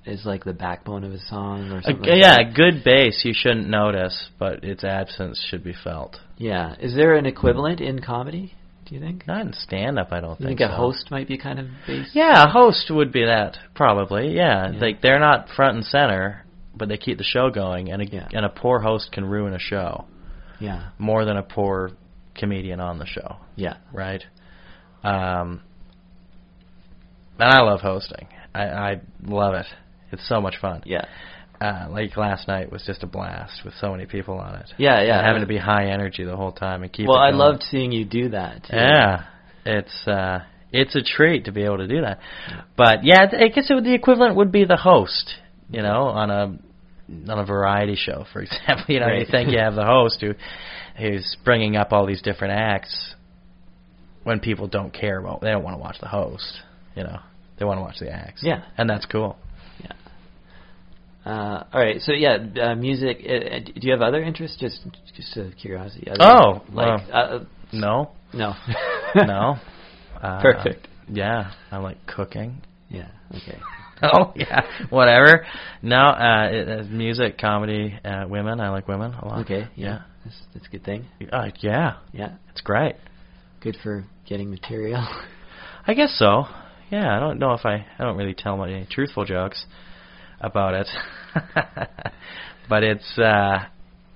A: is like the backbone of a song or
B: A,
A: something. like
B: Uh, yeah, a
A: that.
B: good bass you shouldn't notice, but its absence should be felt.
A: yeah. Is there an equivalent in comedy? Do you think?
B: Not in stand up, I don't
A: you
B: think.
A: think a
B: so.
A: host might be kind of bass?
B: Yeah, a host would be that probably. Yeah,
A: Yeah.
B: like they're not front and center, but they keep the show going, and a,
A: Yeah.
B: and a poor host can ruin a show
A: Yeah.
B: more than a poor comedian on the show.
A: Yeah.
B: right? Um, and I love hosting. I, I love it. It's so much fun.
A: Yeah.
B: Uh, like last night was just a blast with so many people on it.
A: Yeah, yeah.
B: And having to be high energy the whole time and keep.
A: well,
B: it
A: I
B: going.
A: loved seeing you do that. too.
B: Yeah, it's uh, it's a treat to be able to do that. But yeah, I guess it would, the equivalent would be the host. You know, on a on a variety show, for (laughs) example. You know, you
A: Right.
B: think you have the host who who's bringing up all these different acts, when people don't care about they don't want to watch the host, you know. They want to watch the acts.
A: Yeah.
B: And that's cool.
A: Yeah. Uh, all right. So yeah, uh, music. Uh, uh, do you have other interests? Just, just out of curiosity. Other,
B: Oh,
A: like
B: um,
A: uh, uh,
B: No.
A: no,
B: (laughs)
A: (laughs)
B: No. Uh,
A: Perfect.
B: Yeah, I like cooking.
A: Yeah. Okay.
B: (laughs) Oh yeah, whatever. No, uh, it, it's music, comedy, uh, women. I like women a lot.
A: Okay. Yeah. That's, that's a good thing.
B: Yeah. Uh, yeah,
A: Yeah.
B: it's great.
A: Good for getting material. (laughs)
B: I guess so. Yeah, I don't know if I I don't really tell my any truthful jokes about it, (laughs) but it's uh,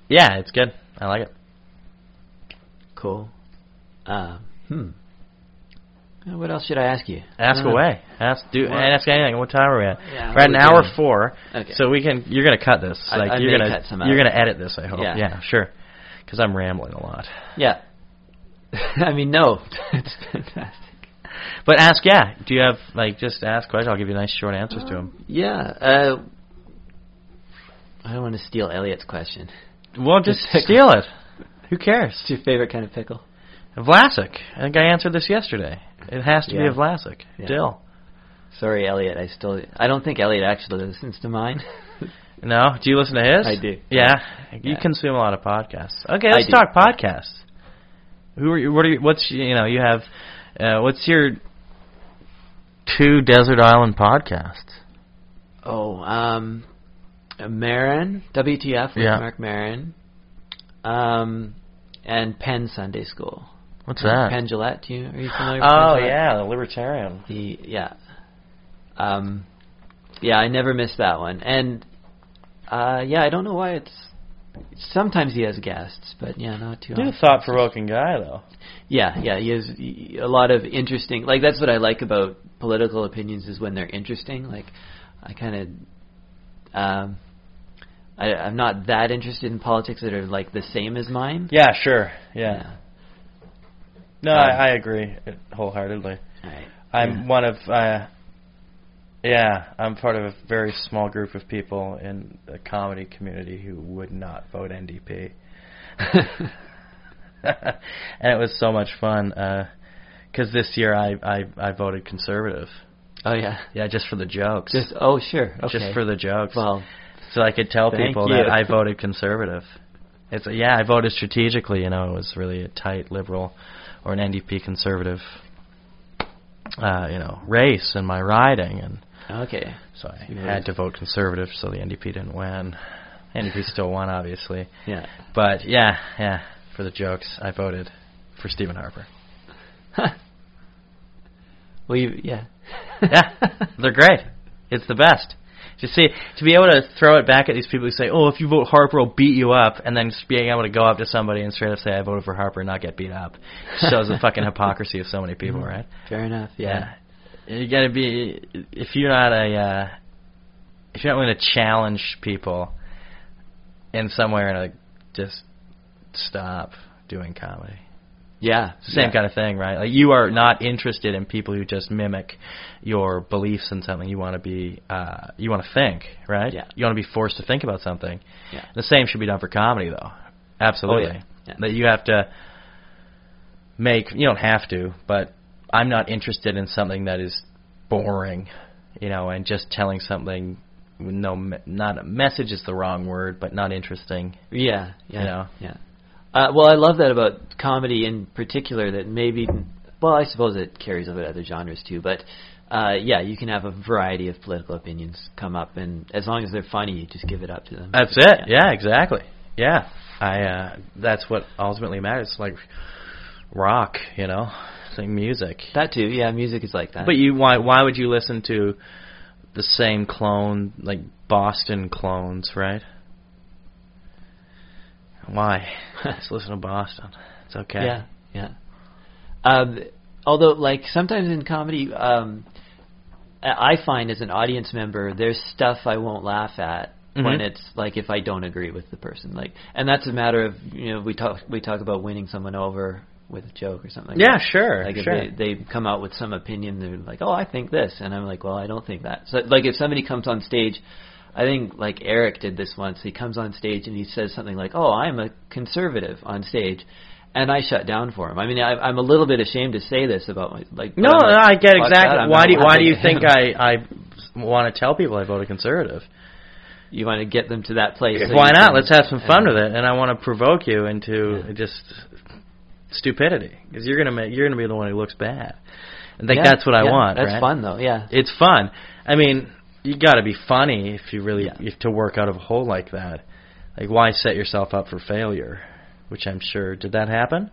B: yeah, it's good. I like it.
A: cool. Um, hmm. Uh, What else should I ask you?
B: Ask
A: Uh,
B: away. Ask do
A: Well-
B: ask anything. What time are we at?
A: Yeah,
B: We're at an
A: we
B: hour
A: can-
B: four.
A: Okay.
B: So we can. You're gonna cut this.
A: I-
B: like
A: I
B: you're
A: may
B: gonna
A: cut some out.
B: you're gonna edit this. I hope.
A: Yeah.
B: yeah sure. Because I'm rambling a lot.
A: Yeah. (laughs) I mean, no. (laughs) it's fantastic.
B: But ask, yeah. Do you have like just ask questions? I'll give you nice short answers to 'em.
A: Yeah. Uh, I don't want to steal Elliot's question.
B: to them. Well, just
A: just pick
B: steal it. Who cares?
A: What's your favorite kind of pickle?
B: Vlasic. I think I answered this yesterday. It has to
A: Yeah.
B: be a Vlasic.
A: Yeah.
B: Dill.
A: Sorry, Elliot. I still. I don't think Elliot actually listens to
B: (laughs)
A: mine.
B: No. Do you listen to his?
A: I do.
B: Yeah. You
A: Yeah.
B: consume a lot of podcasts. Okay,
A: I
B: let's
A: do.
B: talk podcasts. Who are you? What are you? What's you know? You have. Uh, what's your two desert island podcasts?
A: oh, um, Marin. WTF with
B: Yeah.
A: Mark Marin. Um, and Penn Sunday School.
B: What's that?
A: Penn Gillette. Do you are you familiar? with
B: oh
A: Penn Gillette?
B: yeah, the libertarian.
A: The yeah. Um, yeah, I never missed that one, and uh, yeah, I don't know why it's. Sometimes he has guests, but yeah, not too.
B: You're a
A: often.
B: thought-provoking guy, though.
A: Yeah, yeah, he has y- a lot of interesting. Like that's what I like about political opinions is when they're interesting. Like I kind of, um, I, I'm not that interested in politics that are like the same as mine.
B: Yeah, sure. yeah. No,
A: Um,
B: I, I agree wholeheartedly.
A: All right.
B: (laughs) I'm
A: Yeah.
B: one of, uh, yeah, I'm part of a very small group of people in the comedy community who would not vote NDP, (laughs) and it was so much fun because this year I, I I voted conservative.
A: oh yeah.
B: Yeah, just for the jokes.
A: Just oh sure. Okay.
B: Just for the jokes.
A: well.
B: so I could tell
A: Thank
B: people
A: you.
B: that I voted conservative. It's yeah, I voted strategically. You know, it was really a tight liberal or an NDP conservative, uh, you know, race in my riding, and
A: Okay.
B: so I
A: You
B: had
A: voted-
B: to vote conservative. So the NDP didn't win. NDP still won, obviously,
A: Yeah.
B: but yeah, yeah, for the jokes, I voted for Stephen Harper.
A: (laughs) well, you yeah.
B: yeah, (laughs) they're great. It's the best. Just see, to be able to throw it back at these people who say, "Oh, if you vote Harper, I'll beat you up," and then just being able to go up to somebody and straight up say, "I voted for Harper," and not get beat up, shows the fucking hypocrisy of so many people,
A: Mhm.
B: right?
A: Fair enough. Yeah.
B: you got to be if you're not a uh, if you're not going to challenge people in some way or another, just stop doing comedy.
A: Yeah.
B: It's the same kind of thing, right? Like you are not interested in people who just mimic your beliefs in something. You want to be, uh, you want to think, right?
A: Yeah.
B: You want to be forced to think about something.
A: Yeah.
B: The same should be done for comedy, though. Absolutely.
A: Oh, yeah. Yeah.
B: That you have to make. You don't have to, but I'm not interested in something that is boring, you know, and just telling something. with No, me- not message is the wrong word, but not interesting.
A: Yeah, yeah,
B: You know?
A: yeah. Uh, well, I love that about comedy in particular. That maybe, well, I suppose it carries over to other genres too. But uh, yeah, you can have a variety of political opinions come up, and as long as they're funny, you just give it up to them.
B: That's it. Yeah, exactly. Yeah, I. Uh, that's what ultimately matters. Like rock, you know, it's like music.
A: that too. Yeah, music is like that.
B: But you, why? Why would you listen to the same clone, like Boston clones, right? Why? (laughs) Just listen to Boston. It's okay.
A: Yeah, yeah. Um, although, like sometimes in comedy, um, I I find as an audience member, there's stuff I won't laugh at when
B: Mhm.
A: it's like if I don't agree with the person, like, and that's a matter of you know we talk we talk about winning someone over with a joke or something. like
B: Yeah,
A: that.
B: sure,
A: Like
B: sure.
A: if they, they come out with some opinion, they're like, oh, I think this, and I'm like, well, I don't think that. So like if somebody comes on stage. I think like Eric did this once. He comes on stage and he says something like, "Oh, I'm a conservative on stage," and I shut down for him. I mean, I, I'm a little bit ashamed to say this about my like.
B: No,
A: but I'm
B: no,
A: like,
B: I get
A: "Fuck
B: exactly.
A: that, I'm
B: why
A: not
B: do you, why do
A: laughing
B: you
A: at (laughs)
B: think
A: him."
B: I (laughs) I want to tell people I voted conservative?
A: You want to get them to that place? so
B: why
A: you
B: not?
A: can-
B: Let's have some
A: and-
B: fun with it, and I want to provoke you into
A: Yeah.
B: just stupidity because you're gonna make, you're gonna be the one who looks bad. I think
A: Yeah,
B: that's what I
A: yeah,
B: want.
A: That's
B: right?
A: fun though. Yeah.
B: It's fun. I mean, you got to be funny if you really
A: Yeah.
B: if to work out of a hole like that. Like, why set yourself up for failure? Which I'm sure did that happen?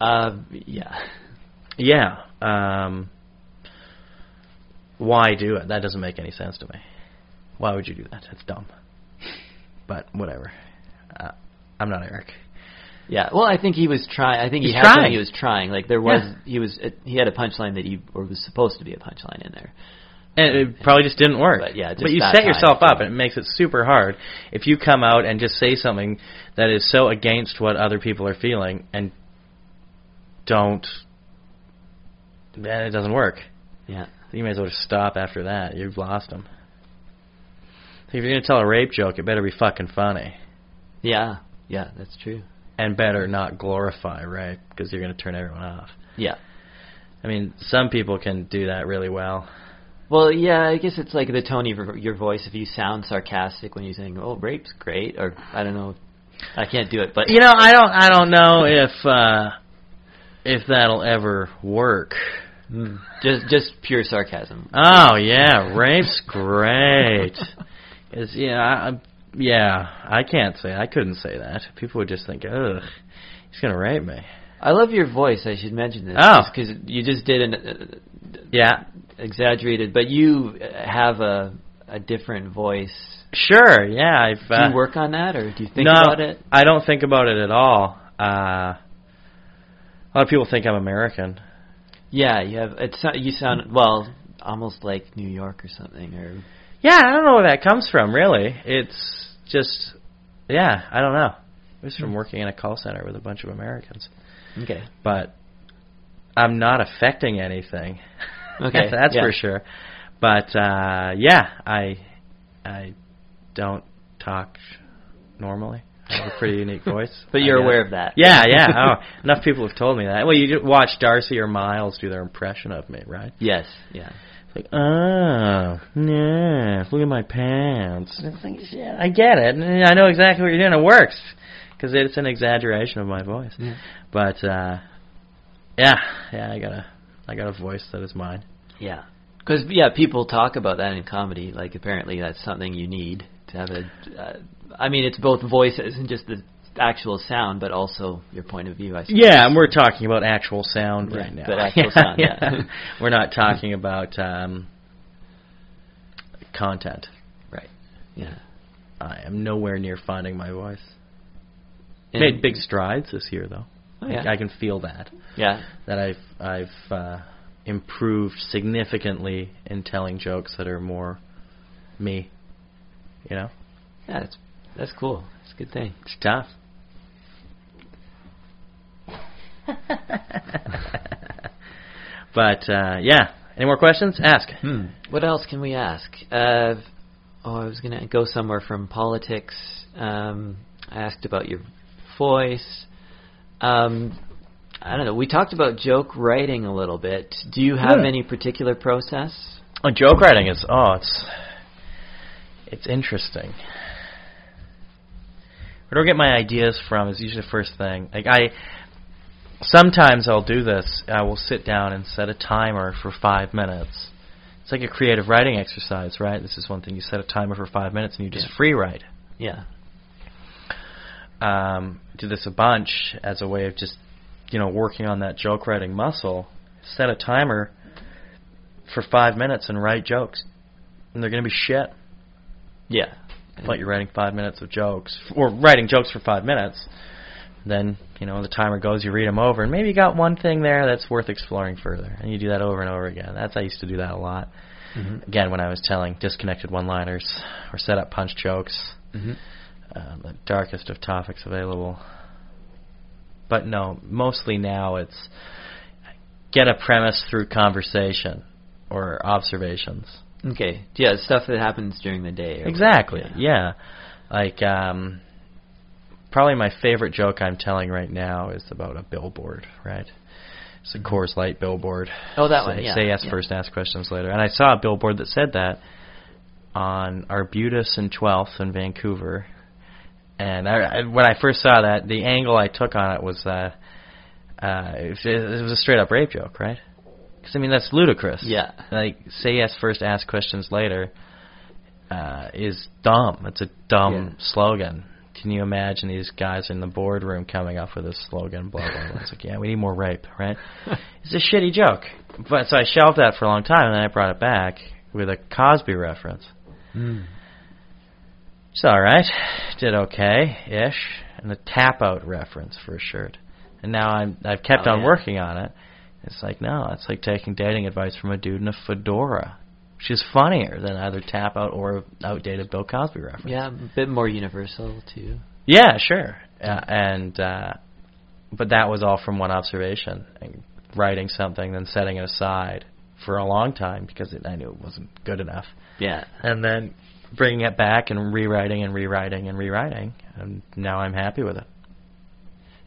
A: Uh, yeah.
B: Yeah. Um, why do it? That doesn't make any sense to me. Why would you do that? That's dumb. But whatever. Uh, I'm not Eric.
A: Yeah. Well, I think he was trying. I think
B: He's
A: he had something
B: trying.
A: he was trying. Like there was
B: Yeah.
A: he was uh, he had a punchline that he or was supposed to be a punchline in there.
B: And it probably just didn't work.
A: But yeah, just
B: you
A: that
B: set
A: time.
B: yourself up, and it makes it super hard if you come out and just say something that is so against what other people are feeling, and don't. Then it doesn't work.
A: Yeah.
B: You may as well just stop after that. You've lost them. If you're gonna tell a rape joke, it better be fucking funny,
A: Yeah. Yeah. That's true.
B: and better not glorify rape because you're gonna turn everyone off.
A: Yeah.
B: I mean, some people can do that really well.
A: Well, yeah, I guess it's like the tone of your- your voice. If you sound sarcastic when you're saying, "Oh, rape's great," or I don't know, I can't do it, but
B: you know i don't i don't know if uh if that'll ever work
A: Mm. just just pure sarcasm.
B: oh yeah rape's great
A: (laughs)
B: it's yeah I, I- yeah i can't say i couldn't say that people would just think ugh he's gonna rape me
A: I love your voice. I should mention this.
B: Oh.
A: because you just did an uh,
B: yeah
A: exaggerated, but you uh, have a a different voice.
B: sure yeah i've
A: Do
B: uh,
A: you work on that, or do you think
B: no,
A: about it?
B: i don't think about it at all uh a lot of people think i'm american
A: Yeah, you have. It's not- you sound well, almost like New York or something, or
B: Yeah, I don't know where that comes from, really. It's just, yeah, I don't know. It was
A: Hmm.
B: from working in a call center with a bunch of Americans.
A: okay,
B: But I'm not affecting anything.
A: Okay,
B: (laughs) That's
A: yeah.
B: for sure. But, uh, yeah, I, I don't talk normally. I have a pretty unique voice.
A: (laughs) But
B: I
A: you're
B: guess.
A: aware of that.
B: Yeah,
A: (laughs)
B: yeah. Oh, enough people have told me that. Well, you ju- watch Darcy or Miles do their impression of me, right?
A: Yes. Yeah.
B: It's like, oh, yeah, look at my pants. And It's like, shit, I get it. and I know exactly what you're doing. It works. Because it's an exaggeration of my voice.
A: Yeah.
B: But, uh, yeah, yeah, I got a, I got a voice that is mine.
A: Yeah. Because yeah, people talk about that in comedy. Like apparently that's something you need to have a. Uh, I mean, it's both voices and just the actual sound, but also your point of view. I suppose.
B: Yeah, and we're talking about actual sound right
A: Yeah,
B: now. (laughs)
A: but actual sound, yeah.
B: we're not talking about um, content.
A: Right. Yeah.
B: I am nowhere near finding my voice.
A: And-
B: Made big strides this year, though.
A: Oh,
B: I-
A: yeah.
B: I can feel that.
A: yeah.
B: that I've I've uh, improved significantly in telling jokes that are more me. You know,
A: Yeah. That's that's cool. It's a good thing.
B: it's tough. (laughs) but uh, yeah, any more questions? Ask.
A: Hmm. What else can we ask? Uh, oh, I was gonna go somewhere from politics. Um, I asked about your voice. Um, I don't know. We talked about joke writing a little bit. Do you have
B: Yeah.
A: any particular process?
B: Oh, joke writing is oh, it's it's interesting. Where do I get my ideas from? Is usually the first thing. Like I, sometimes I'll do this. I will sit down and set a timer for five minutes. It's like a creative writing exercise, right? This is one thing. You set a timer for five minutes and you just
A: Yeah.
B: free write.
A: Yeah.
B: Um, do this a bunch as a way of just, you know, working on that joke writing muscle. Set a timer for five minutes and write jokes, and they're gonna be shit.
A: Yeah.
B: but you're writing five minutes of jokes, or writing jokes for five minutes, then you know the timer goes. You read them over, and maybe you got one thing there that's worth exploring further, and you do that over and over again. That's I used to do that a lot.
A: Mhm.
B: Again, when I was telling disconnected one-liners or set up punch jokes,
A: Mm-hmm.
B: uh, the darkest of topics available. But no, mostly now it's get a premise through conversation or observations.
A: Okay. Yeah, (laughs) stuff that happens during the day. Or
B: Exactly.
A: whatever.
B: Yeah. Like um probably my favorite joke I'm telling right now is about a billboard, right? It's a Coors Light billboard.
A: Oh, that
B: say,
A: one, yeah,
B: Say yes
A: yeah.
B: first, ask questions later. And I saw a billboard that said that on Arbutus and 12th in Vancouver. And I, I, when I first saw that, the angle I took on it was uh, uh, it, it was a straight up rape joke, right? Because I mean that's ludicrous.
A: Yeah.
B: Like say yes first, ask questions later. Uh, is dumb. It's a dumb
A: Yeah.
B: slogan. Can you imagine these guys in the boardroom coming up with this slogan? Blah blah. blah. It's like, yeah, we need more rape, right? It's a shitty joke. But so I shelved that for a long time, and then I brought it back with a Cosby reference. Hmm. It's all right. Did okay ish, and a tap out reference for a shirt. And now I'm I've kept
A: Oh,
B: on
A: yeah.
B: working on it. It's like no, it's like taking dating advice from a dude in a fedora. Which is funnier than either tap out or outdated Bill Cosby reference.
A: Yeah, a bit more universal too.
B: Yeah, sure. Uh, and uh, but that was all from one observation, and writing something, then setting it aside for a long time because it, I knew it wasn't good enough,
A: Yeah.
B: and then bringing it back and rewriting and rewriting and rewriting, and now I'm happy with it.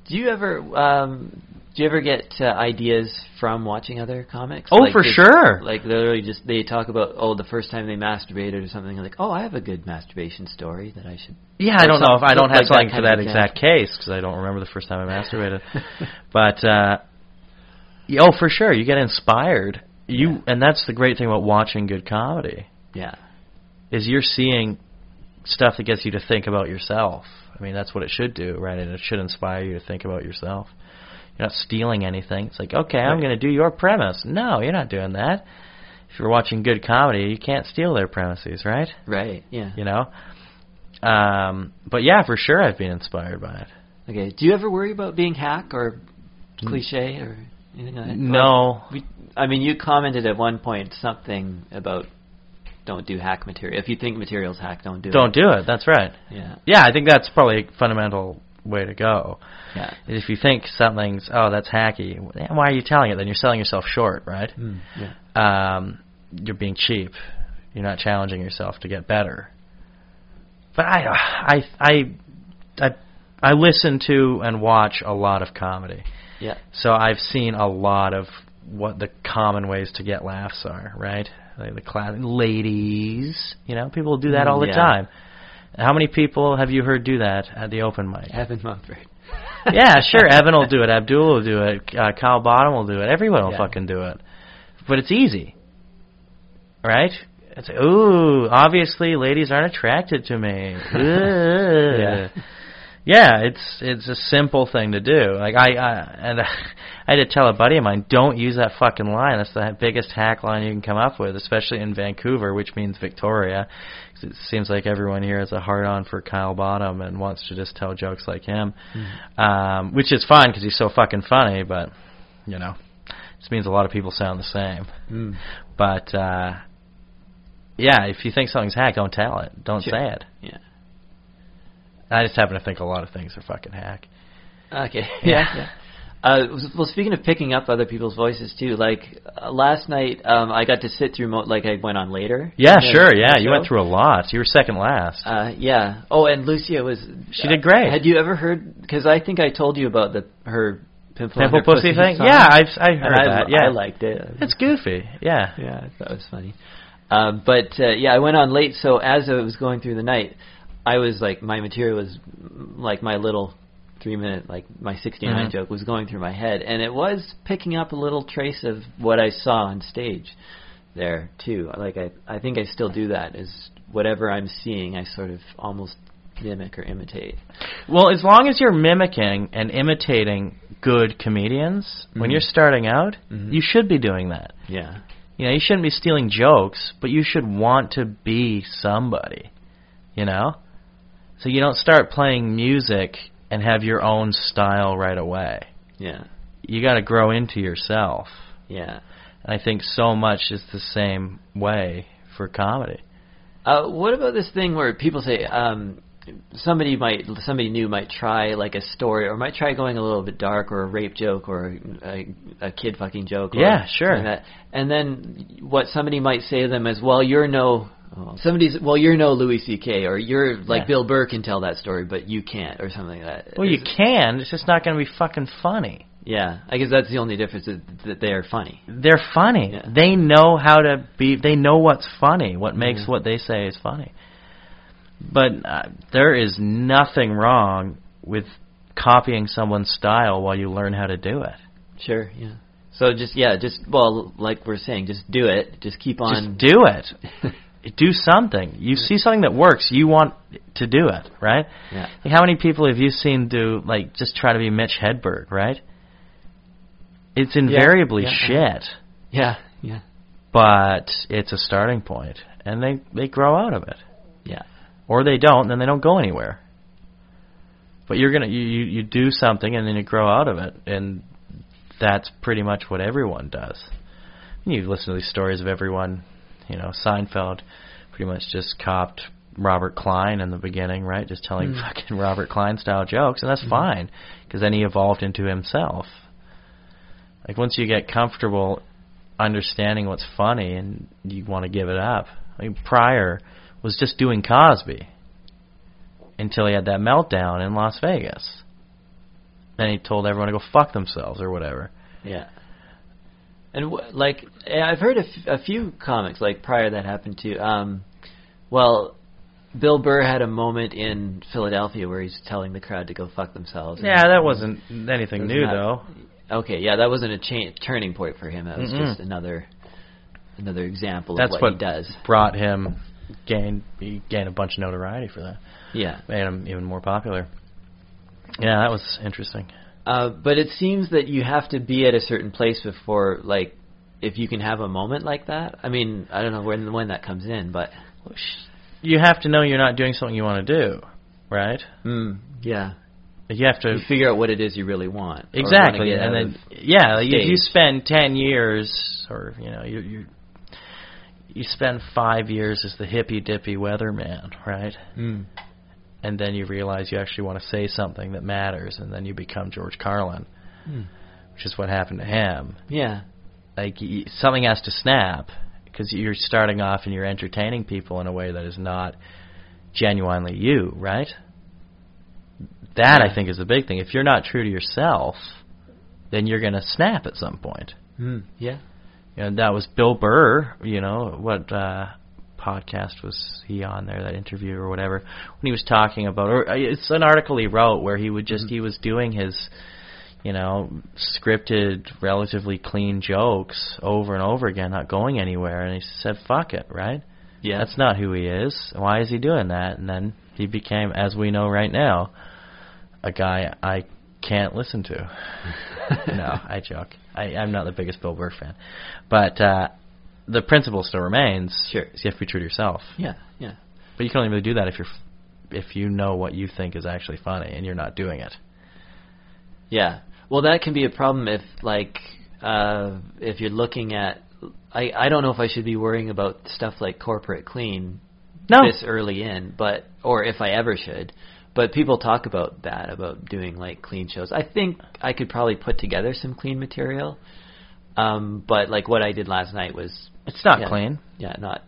A: Do you ever um, do you ever get uh, ideas from watching other comics?
B: Oh, for
A: just-
B: sure.
A: Like literally, just they talk about oh the first time they masturbated or something. Like oh, I have a good masturbation story that I should.
B: Yeah,
A: Or
B: I don't know if
A: some-
B: I
A: like
B: don't have
A: that
B: something for
A: kind
B: that
A: of
B: exact case because I don't remember the first time I
A: (laughs)
B: masturbated. but uh, y- oh, for sure, you get inspired. You
A: Yeah.
B: and that's the great thing about watching good comedy.
A: Yeah.
B: is you're seeing stuff that gets you to think about yourself. I mean, that's what it should do, right? And it should inspire you to think about yourself. You're not stealing anything. It's like, okay, I'm
A: Right.
B: going to do your premise. No, you're not doing that. If you're watching good comedy, you can't steal their premises, right?
A: Right. Yeah.
B: You know. Um, but yeah, for sure, I've been inspired by it.
A: Okay. Do you ever worry about being hack or cliche or anything like that?
B: No.
A: Like, we, I mean, you commented at one point something about don't do hack material. If you think material's hack, don't do
B: Don't
A: it.
B: do it. That's right.
A: Yeah.
B: Yeah, I think that's probably a fundamental way to go.
A: Yeah.
B: If you think something's, oh, that's hacky, why are you telling it? Then you're selling yourself short, right?
A: Mm, yeah.
B: um, you're being cheap. You're not challenging yourself to get better. But I, I, I, I, I listen to and watch a lot of comedy,
A: Yeah.
B: so I've seen a lot of what the common ways to get laughs are. Right, like the class, ladies. You know, people do that all the
A: Yeah.
B: time. How many people have you heard do that at the open mic? (laughs)
A: Evan Mumford.
B: yeah, sure. Evan will (laughs) do it. Abdul will do it. Uh, Kyle Bottom will do it. Everyone will
A: Yeah.
B: fucking do it. But it's easy, right? It's ooh, obviously ladies aren't attracted
A: (laughs)
B: to me.
A: Yeah.
B: Ugh. yeah, it's it's a simple thing to do. Like I, I and (laughs) I, I had to tell a buddy of mine, don't use that fucking line. That's the biggest hack line you can come up with, especially in Vancouver, which means Victoria. 'Cause it seems like everyone here has a hard on for Kyle Bottom and wants to just tell jokes like him, um, which is fine because he's so fucking funny. But you know, just means a lot of people sound the same.
A: Mm.
B: But uh, yeah, if you think something's hack, don't tell it. Don't
A: Sure.
B: say it.
A: Yeah.
B: I just happen to think a lot of things are fucking hack.
A: Okay.
B: (laughs) Yeah.
A: (laughs) Yeah. Uh, s- well, speaking of picking up other people's voices too, like uh, last night, um, I got to sit through mo- like I went on later.
B: Yeah,
A: the-
B: sure.
A: the
B: Yeah, you
A: show.
B: went through a lot. You were second last.
A: Uh, yeah. Oh, and Lucia was.
B: She did great.
A: Had you ever heard? Because I think I told you about the her pimple, on
B: Pimple
A: her
B: pussy, thing.
A: song.
B: Yeah, I've I
A: And
B: heard
A: I,
B: that. Yeah,
A: I liked it.
B: it's goofy. Yeah.
A: Yeah, that was funny. Um, but uh, yeah, I went on late, so as I was going through the night, I was like, my material was mm, like my little three minute, like my 69
B: Mhm.
A: joke was going through my head, and it was picking up a little trace of what I saw on stage there too. Like I, I think I still do that. Is whatever I'm seeing, I sort of almost mimic or imitate.
B: Well, as long as you're mimicking and imitating good comedians when
A: Mhm.
B: you're starting out,
A: Mhm.
B: you should be doing that.
A: Yeah.
B: You know, you shouldn't be stealing jokes, but you should want to be somebody. You know? So you don't start playing music and have your own style right away.
A: Yeah.
B: You got to grow into yourself.
A: Yeah.
B: And I think so much is the same way for comedy.
A: Uh, what about this thing where people say um, somebody might somebody new might try like a story or might try going a little bit dark or a rape joke or a, a kid fucking joke? Or
B: Yeah, sure.
A: something like that. And then what somebody might say to them is, "Well, you're no Oh, somebody's well, you're no Louis C.K. or you're like
B: Yeah.
A: Bill Burr can tell that story, but you can't or something like that.
B: Well, you
A: It's-
B: can. It's just not going to be fucking funny.
A: Yeah, I guess that's the only difference is that they are funny.
B: They're funny.
A: Yeah.
B: They know how to be. They know what's funny. What makes
A: Mhm.
B: what they say is funny. But uh, there is nothing wrong with copying someone's style while you learn how to do it.
A: Sure. Yeah. So just yeah, just well, like we're saying, just do it. Just keep on. (laughs)
B: (laughs) Just do it. do something. You see something that works, you want to do it, right?
A: Yeah.
B: Like, how many people have you seen do like just try to be Mitch Hedberg, right? It's invariably
A: yeah.
B: shit,
A: Yeah. Yeah.
B: but it's a starting point, and they they grow out of it,
A: Yeah.
B: or they don't, and then they don't go anywhere. But you're gonna you you, you do something, and then you grow out of it, and that's pretty much what everyone does. You listen to these stories of everyone, you know, Seinfeld pretty much just copped Robert Klein in the beginning, right? Just telling
A: Mm.
B: fucking Robert Klein style jokes, and that's
A: Mhm.
B: fine because then he evolved into himself. Like once you get comfortable understanding what's funny and you want to give it up. Like Pryor was just doing Cosby until he had that meltdown in Las Vegas. Then he told everyone to go fuck themselves or whatever.
A: Yeah. And wh- like eh, I've heard a, f- a few comics like prior that happened to. Um, well, Bill Burr had a moment in Philadelphia where he's telling the crowd to go fuck themselves. and-
B: Yeah, that wasn't anything
A: It was
B: new
A: not-
B: though.
A: Okay, yeah, that wasn't a cha- turning point for him. That was
B: Mm-mm.
A: just another another example
B: That's
A: of what,
B: what
A: he does.
B: Brought him gained he gained a bunch of notoriety for that.
A: Yeah.
B: Made him even more popular. Yeah, that was interesting.
A: Uh, but it seems that you have to be at a certain place before, like, if you can have a moment like that. I mean, I don't know when when that comes in, but
B: You have to know you're not doing something you want to do, right?
A: mm, yeah,
B: You have to
A: you figure out what it is you really want. or wanna
B: exactly,
A: get
B: and
A: out
B: then
A: of.
B: yeah, like if you
A: stage.
B: spend ten years, or you know, you you you spend five years as the hippy dippy weatherman, right?
A: Mm,
B: And then you realize you actually want to say something that matters, and then you become George Carlin,
A: mm,
B: which is what happened to him.
A: yeah,
B: like y- something has to snap because you're starting off and you're entertaining people in a way that is not genuinely you, right? That I
A: Yeah.
B: think is the big thing. If you're not true to yourself, then you're going to snap at some point.
A: mm, yeah,
B: You know, that was Bill Burr. You know what uh, podcast was he on there? That interview or whatever when he was talking about, or uh, it's an article he wrote where he would just
A: Mhm.
B: he was doing his, you know, scripted, relatively clean jokes over and over again, not going anywhere, and he said, "Fuck it," right?
A: yeah.
B: That's not who he is. Why is he doing that? And then he became, as we know right now, a guy I can't listen to.
A: (laughs)
B: no, I joke. I, I'm not the biggest Bill Burr fan, but uh, the principle still remains.
A: Sure.
B: is you have to be true to yourself.
A: yeah, yeah,
B: But you can only really do that if you're, f- if you know what you think is actually funny and you're not doing it.
A: yeah. Well, that can be a problem if, like, uh, if you're looking at. I I don't know if I should be worrying about stuff like corporate clean
B: No,
A: this early in, but or if I ever should. But people talk about that about doing like clean shows. I think I could probably put together some clean material. Um, but like what I did last night was
B: it's not
A: yeah,
B: clean.
A: Yeah, not.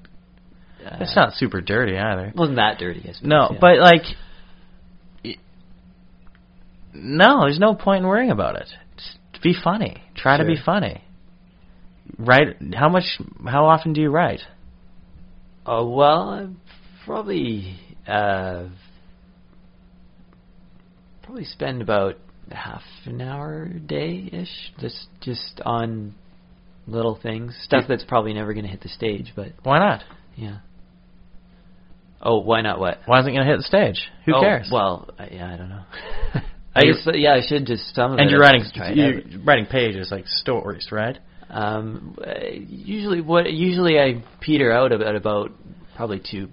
A: Uh,
B: It's not super dirty either.
A: wasn't that dirty. I suppose,
B: No,
A: yeah.
B: but like, y- no, there's no point in worrying about it. Just be funny. Try to be
A: Sure.
B: funny. Write how much? How often do you write?
A: oh well, probably uh, probably spend about half an hour a day ish just just on little things stuff that's probably never going to hit the stage but
B: Why not?
A: Yeah. Oh, why not what?
B: Why isn't it going to hit the stage? Who
A: Oh,
B: cares?
A: Well, I, yeah, I don't
B: (laughs)
A: know. I
B: And
A: guess yeah, I should just some of
B: and
A: it.
B: you're
A: I'll
B: writing
A: just try it out.
B: you're writing pages like stories, right?
A: Um, uh, usually what usually I peter out about about probably two,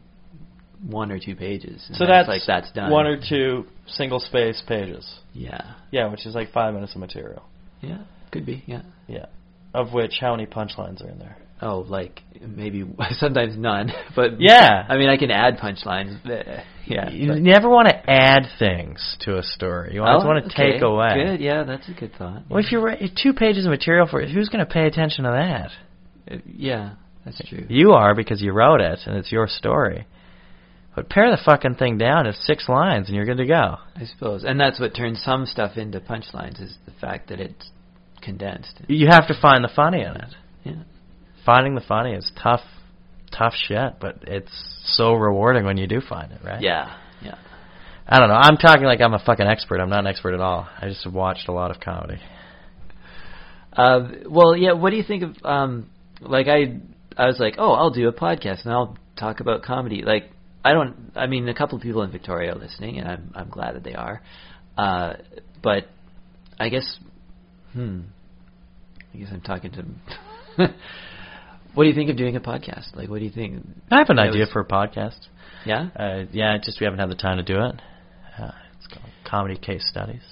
A: one or two pages. and then it's like that's done.
B: two single space pages.
A: yeah,
B: Yeah, which is like five minutes of material.
A: yeah, could be yeah.
B: Yeah, of which how many punchlines are in there?
A: Oh, like maybe (laughs) sometimes none, (laughs) but
B: Yeah.
A: I mean I can add punchlines. uh, Yeah,
B: you
A: but-
B: never want to add things to a story. You always
A: Oh,
B: want to
A: okay.
B: take away.
A: Good, yeah, that's a good thought.
B: Well, if you write two pages of material for it, who's going to pay attention to that?
A: Uh, yeah, That's true.
B: You are because you wrote it and it's your story. But pare the fucking thing down to six lines and you're good to go.
A: I suppose, and that's what turns some stuff into punchlines is the fact that it's condensed.
B: You have to find the funny in it.
A: Yeah.
B: Finding the funny is tough, tough shit, but it's so rewarding when you do find it, right?
A: Yeah. Yeah.
B: I don't know. I'm talking like I'm a fucking expert. I'm not an expert at all. I just have watched a lot of comedy.
A: Uh, well, yeah. What do you think of um, like I? I was like, oh, I'll do a podcast and I'll talk about comedy. Like, I don't. I mean, a couple of people in Victoria are listening, and I'm I'm glad that they are. Uh, but I guess, hmm. I guess I'm talking to. (laughs) what do you think of doing a podcast? Like, what do you think?
B: I have an
A: That
B: idea
A: was-
B: for a podcast. (laughs)
A: Yeah.
B: Uh, yeah, it's just we haven't had the time to do it. Uh, it's called Comedy Case Studies,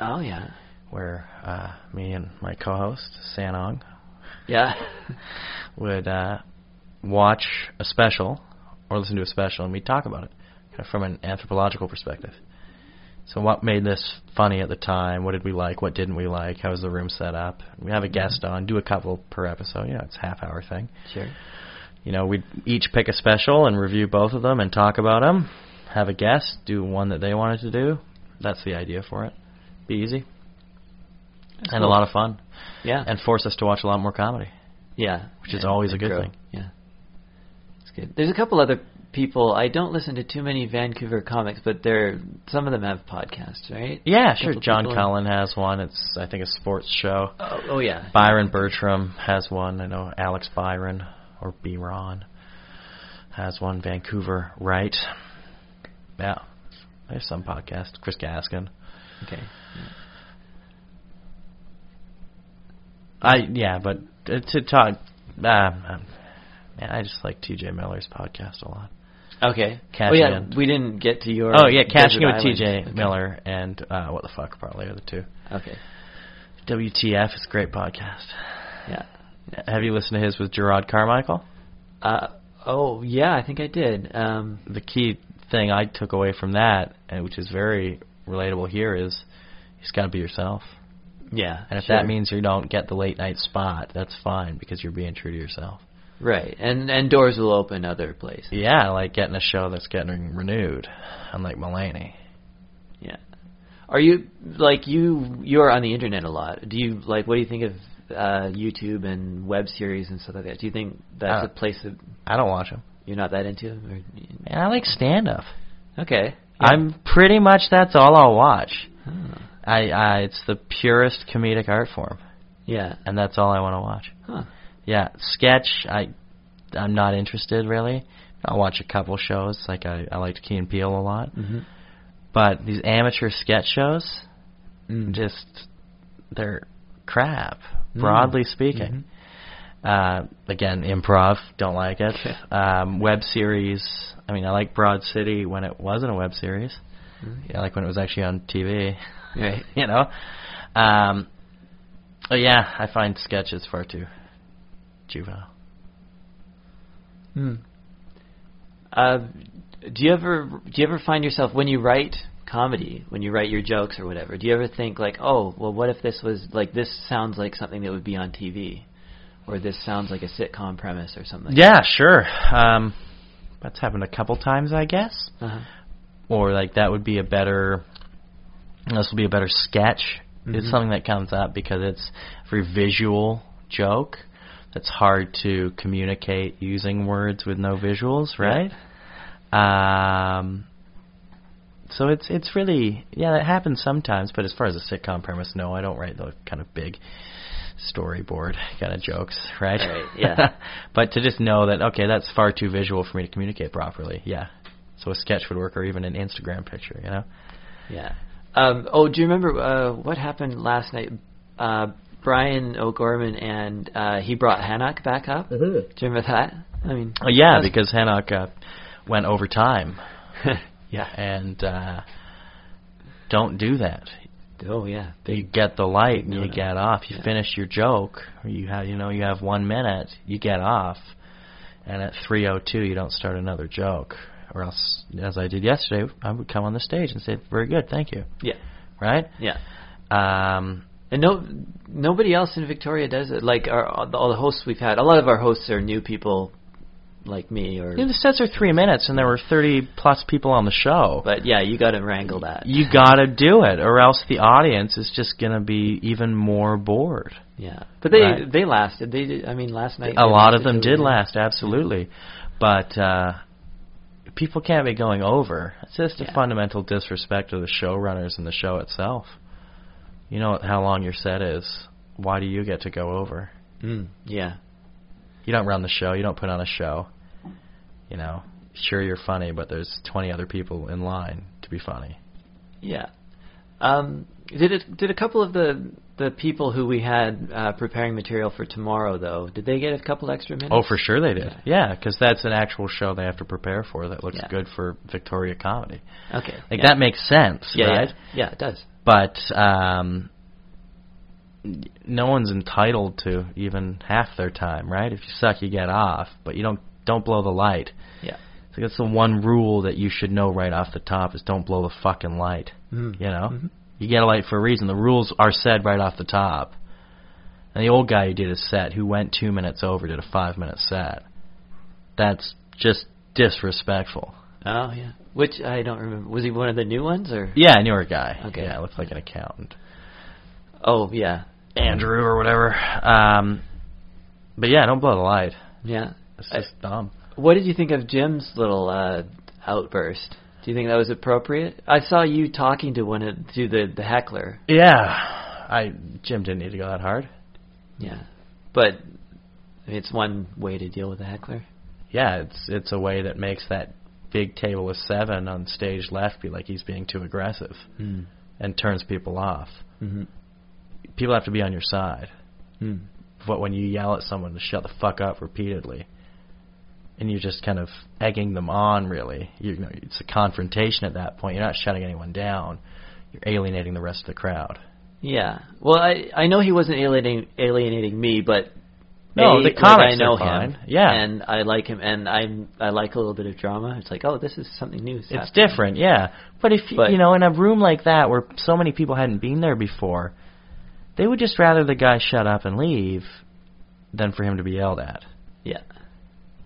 A: Oh yeah.
B: where uh, me and my co-host Sanong
A: Yeah. (laughs)
B: would uh, watch a special or listen to a special, and we'd talk about it kind of from an anthropological perspective. So, what made this funny at the time? What did we like? What didn't we like? How was the room set up? We have a guest on, do a couple per episode. You know, it's a half hour thing.
A: sure.
B: you know, we'd each pick a special and review both of them and talk about them. Have a guest, do one that they wanted to do. That's the idea for it. Be easy and a lot of fun,
A: Yeah.
B: and force us to watch a lot more comedy,
A: Yeah,
B: which is
A: and-
B: always a
A: and
B: good
A: grow.
B: thing.
A: Yeah, it's good. There's a couple other people. I don't listen to too many Vancouver comics, but they're some of them have podcasts, right?
B: Yeah, sure.
A: Couple
B: John
A: people-
B: Cullen has one. It's I think a sports show.
A: Oh, oh yeah.
B: Byron Bertram has one. I know Alex Byron or B. Ron has one. Vancouver Wright. Yeah, there's some podcast. Chris Gaskin.
A: Okay.
B: I yeah, but uh, to talk, um, um, man, I just like T.J. Miller's podcast a lot.
A: Okay.
B: Catching
A: oh yeah,
B: in.
A: we didn't get to your.
B: Oh yeah, catching
A: Desert
B: it with
A: Island.
B: T.J.
A: Okay.
B: Miller and uh, what the fuck probably are the two.
A: Okay.
B: WTF is a great podcast.
A: Yeah.
B: Have you listened to his with Gerard Carmichael?
A: Uh, oh yeah, I think I did. Um,
B: The key thing I took away from that, and which is very relatable here, is he's got to be yourself.
A: yeah.
B: And if
A: sure.
B: that means you don't get the late night spot, that's fine because you're being true to yourself.
A: right, and and doors will open other places.
B: Yeah, I like getting a show that's getting renewed, unlike Mulaney.
A: Yeah. Are you like you you're on the internet a lot. Do you like what do you think of uh YouTube and web series and stuff like that? Do you think that's
B: Uh,
A: a place that
B: I don't watch him.
A: you're not that into? Or,
B: Man, I like stand up.
A: okay.
B: I'm pretty much that's all I'll watch.
A: Huh.
B: I, I it's the purest comedic art form,
A: Yeah.
B: and that's all I want to watch.
A: Huh.
B: Yeah, sketch. I I'm not interested really. I'll watch a couple shows. Like I I liked Key and Peele a lot,
A: Mhm.
B: but these amateur sketch shows,
A: Mm.
B: just they're crap.
A: Mm.
B: Broadly speaking. Uh, again, improv, don't like (laughs) it. Um, web series, I mean, I like Broad City when it wasn't a web series.
A: Mhm.
B: Yeah, like when it was actually on (laughs) TV.
A: Right.
B: you know. Um, oh yeah, I find sketches far too juvenile.
A: Hmm. Uh, do you ever do you ever find yourself when you write comedy, when you write your jokes or whatever, do you ever think like, oh, well, what if this was like this sounds like something that would be on TV, or this sounds like a sitcom premise or something?
B: Yeah, sure. Um, that's happened a couple times, I guess.
A: Uh-huh.
B: Or like that would be a better. This will be a better sketch. It's
A: Mhm.
B: something that comes up because it's a very visual joke. That's hard to communicate using words with no visuals, right? Um, so it's it's really yeah, that happens sometimes. But as far as a sitcom premise, no, I don't write those kind of big storyboard kind of jokes, right?
A: Right, yeah.
B: (laughs) but to just know that okay, that's far too visual for me to communicate properly. Yeah. So a sketch would work, or even an Instagram picture, you know.
A: Yeah. Um, oh, do you remember uh, what happened last night? Uh, Brian O'Gorman and uh, he brought Hannock back up. Do you remember that? I mean,
B: Mm-hmm. Oh, yeah,
A: that's- (laughs)
B: because Hanok uh, went over time,
A: yeah.
B: and uh, don't do that.
A: Oh yeah.
B: You get the light and
A: No,
B: you
A: no.
B: get off. You
A: Yeah.
B: finish your joke. Or you have you know you have one minute. You get off, and at 3:02 you don't start another joke, or else as I did yesterday, I would come on the stage and say, "Very good, thank you."
A: Yeah.
B: Right?
A: Yeah.
B: Um,
A: and no nobody else in Victoria does it. Like our, all the hosts we've had, a lot of our hosts are new people, like me or.
B: Yeah, the sets are three minutes, and there were thirty plus people on the show.
A: But yeah, you got to wrangle that.
B: you gotta do it, or else the audience is just gonna be even more bored.
A: Yeah, but they
B: Right.
A: they lasted. They did. I mean, last night
B: A
A: they
B: lot of
A: lasted
B: them
A: till
B: did
A: we-
B: last, absolutely, but uh, people can't be going over. It's just a
A: Yeah.
B: fundamental disrespect to the showrunners and the show itself. You know how long your set is. Why do you get to go over?
A: Mm, yeah,
B: You don't run the show. You don't put on a show. You know, sure you're funny, but there's 20 other people in line to be funny.
A: yeah. Um, did it? Did a couple of the the people who we had uh, preparing material for tomorrow though? Did they get a couple extra minutes?
B: Oh, for sure they did.
A: Yeah.
B: Yeah, because that's an actual show they have to prepare for that looks
A: Yeah.
B: good for Victoria comedy.
A: Okay.
B: Like
A: yeah.
B: that makes sense,
A: Yeah,
B: right?
A: yeah, yeah, it does.
B: But um, n- no one's entitled to even half their time, right? If you suck, you get off, but you don't don't blow the light.
A: Yeah.
B: So that's the one rule that you should know right off the top is don't blow the fucking light.
A: Mm.
B: You know,
A: Mhm.
B: you get a light for a reason. The rules are said right off the top. And the old guy who did a set, who went two minutes over, did a five minute set. That's just disrespectful.
A: Oh yeah. Which I don't remember. Was he one of the new ones or?
B: Yeah, I knew a guy.
A: Okay.
B: Yeah, looked like an accountant.
A: Oh yeah.
B: Andrew or whatever. Um, but yeah, don't blow the light.
A: Yeah.
B: It's
A: I-
B: just dumb.
A: What did you think of Jim's little uh, outburst? Do you think that was appropriate? I saw you talking to one of, to the the heckler.
B: Yeah, I Jim didn't need to go that hard.
A: Yeah, but it's one way to deal with a heckler.
B: Yeah, it's it's a way that makes that big table of seven on stage left be like he's being too aggressive
A: Mm.
B: and turns people off.
A: Mm-hmm.
B: People have to be on your side.
A: Mm.
B: But when you yell at someone to shut the fuck up repeatedly, and you're just kind of egging them on, really, you know, it's a confrontation at that point. You're not shutting anyone down. You're alienating the rest of the crowd.
A: Yeah. Well, I I know he wasn't alienating alienating me, but A,
B: No, the
A: like,
B: comics
A: I know
B: are fine.
A: him.
B: Yeah.
A: and I like him, and I'm I like a little bit of drama. It's like, oh, this is something new. It's
B: It's different, yeah. But if
A: But-
B: you know, in a room like that where so many people hadn't been there before, they would just rather the guy shut up and leave than for him to be yelled at.
A: Yeah.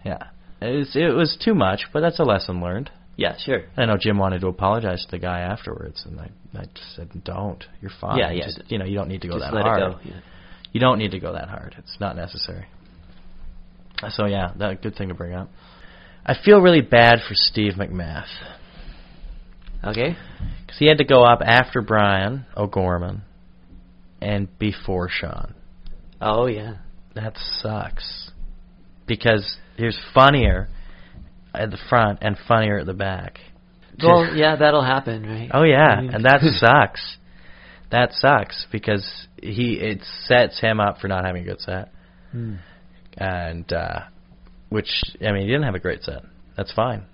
B: Yeah, it was, it was too much, but that's a lesson learned.
A: Yeah. Sure.
B: I know Jim wanted to apologize to the guy afterwards, and I, I just said, "Don't. You're fine.
A: Yeah, yeah.
B: Just, you know, you don't need to go
A: Just
B: that
A: let
B: hard.
A: it go. Yeah.
B: You don't need to go that hard. It's not necessary." So yeah, that good thing to bring up. I feel really bad for Steve McMath.
A: Okay.
B: Because he had to go up after Brian O'Gorman and before Sean.
A: Oh
B: (laughs)
A: yeah.
B: That sucks. Because he was funnier at the front and funnier at the back.
A: Well, yeah, that'll happen, right?
B: Oh yeah,
A: I mean- (laughs)
B: and that sucks. That sucks because he it sets him up for not having a good set,
A: Hmm.
B: and uh, which I mean he didn't have a great set. That's fine,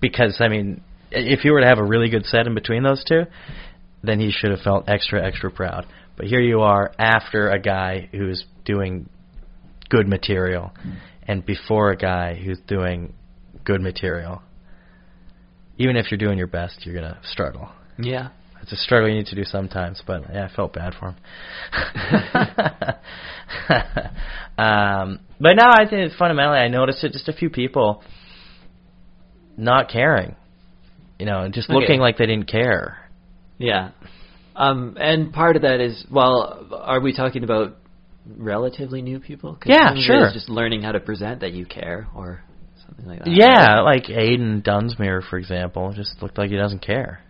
B: because I mean i- if he were to have a really good set in between those two, then he should have felt extra extra proud. But here you are after a guy who's doing good material, and before a guy who's doing good material. Even if you're doing your best, you're gonna struggle.
A: Yeah.
B: It's a struggle you need to do sometimes, but yeah, I felt bad for him. (laughs) um, but no, I think fundamentally I noticed it just a few people not caring, you know, and just
A: Okay.
B: looking like they didn't care.
A: Yeah. Um, and part of that is, well, are we talking about relatively new people? 'Cause
B: Yeah,
A: some of it
B: sure.
A: is just learning how to present that you care or something like that.
B: yeah, like Aiden Dunsmuir, for example, just looked like he doesn't care.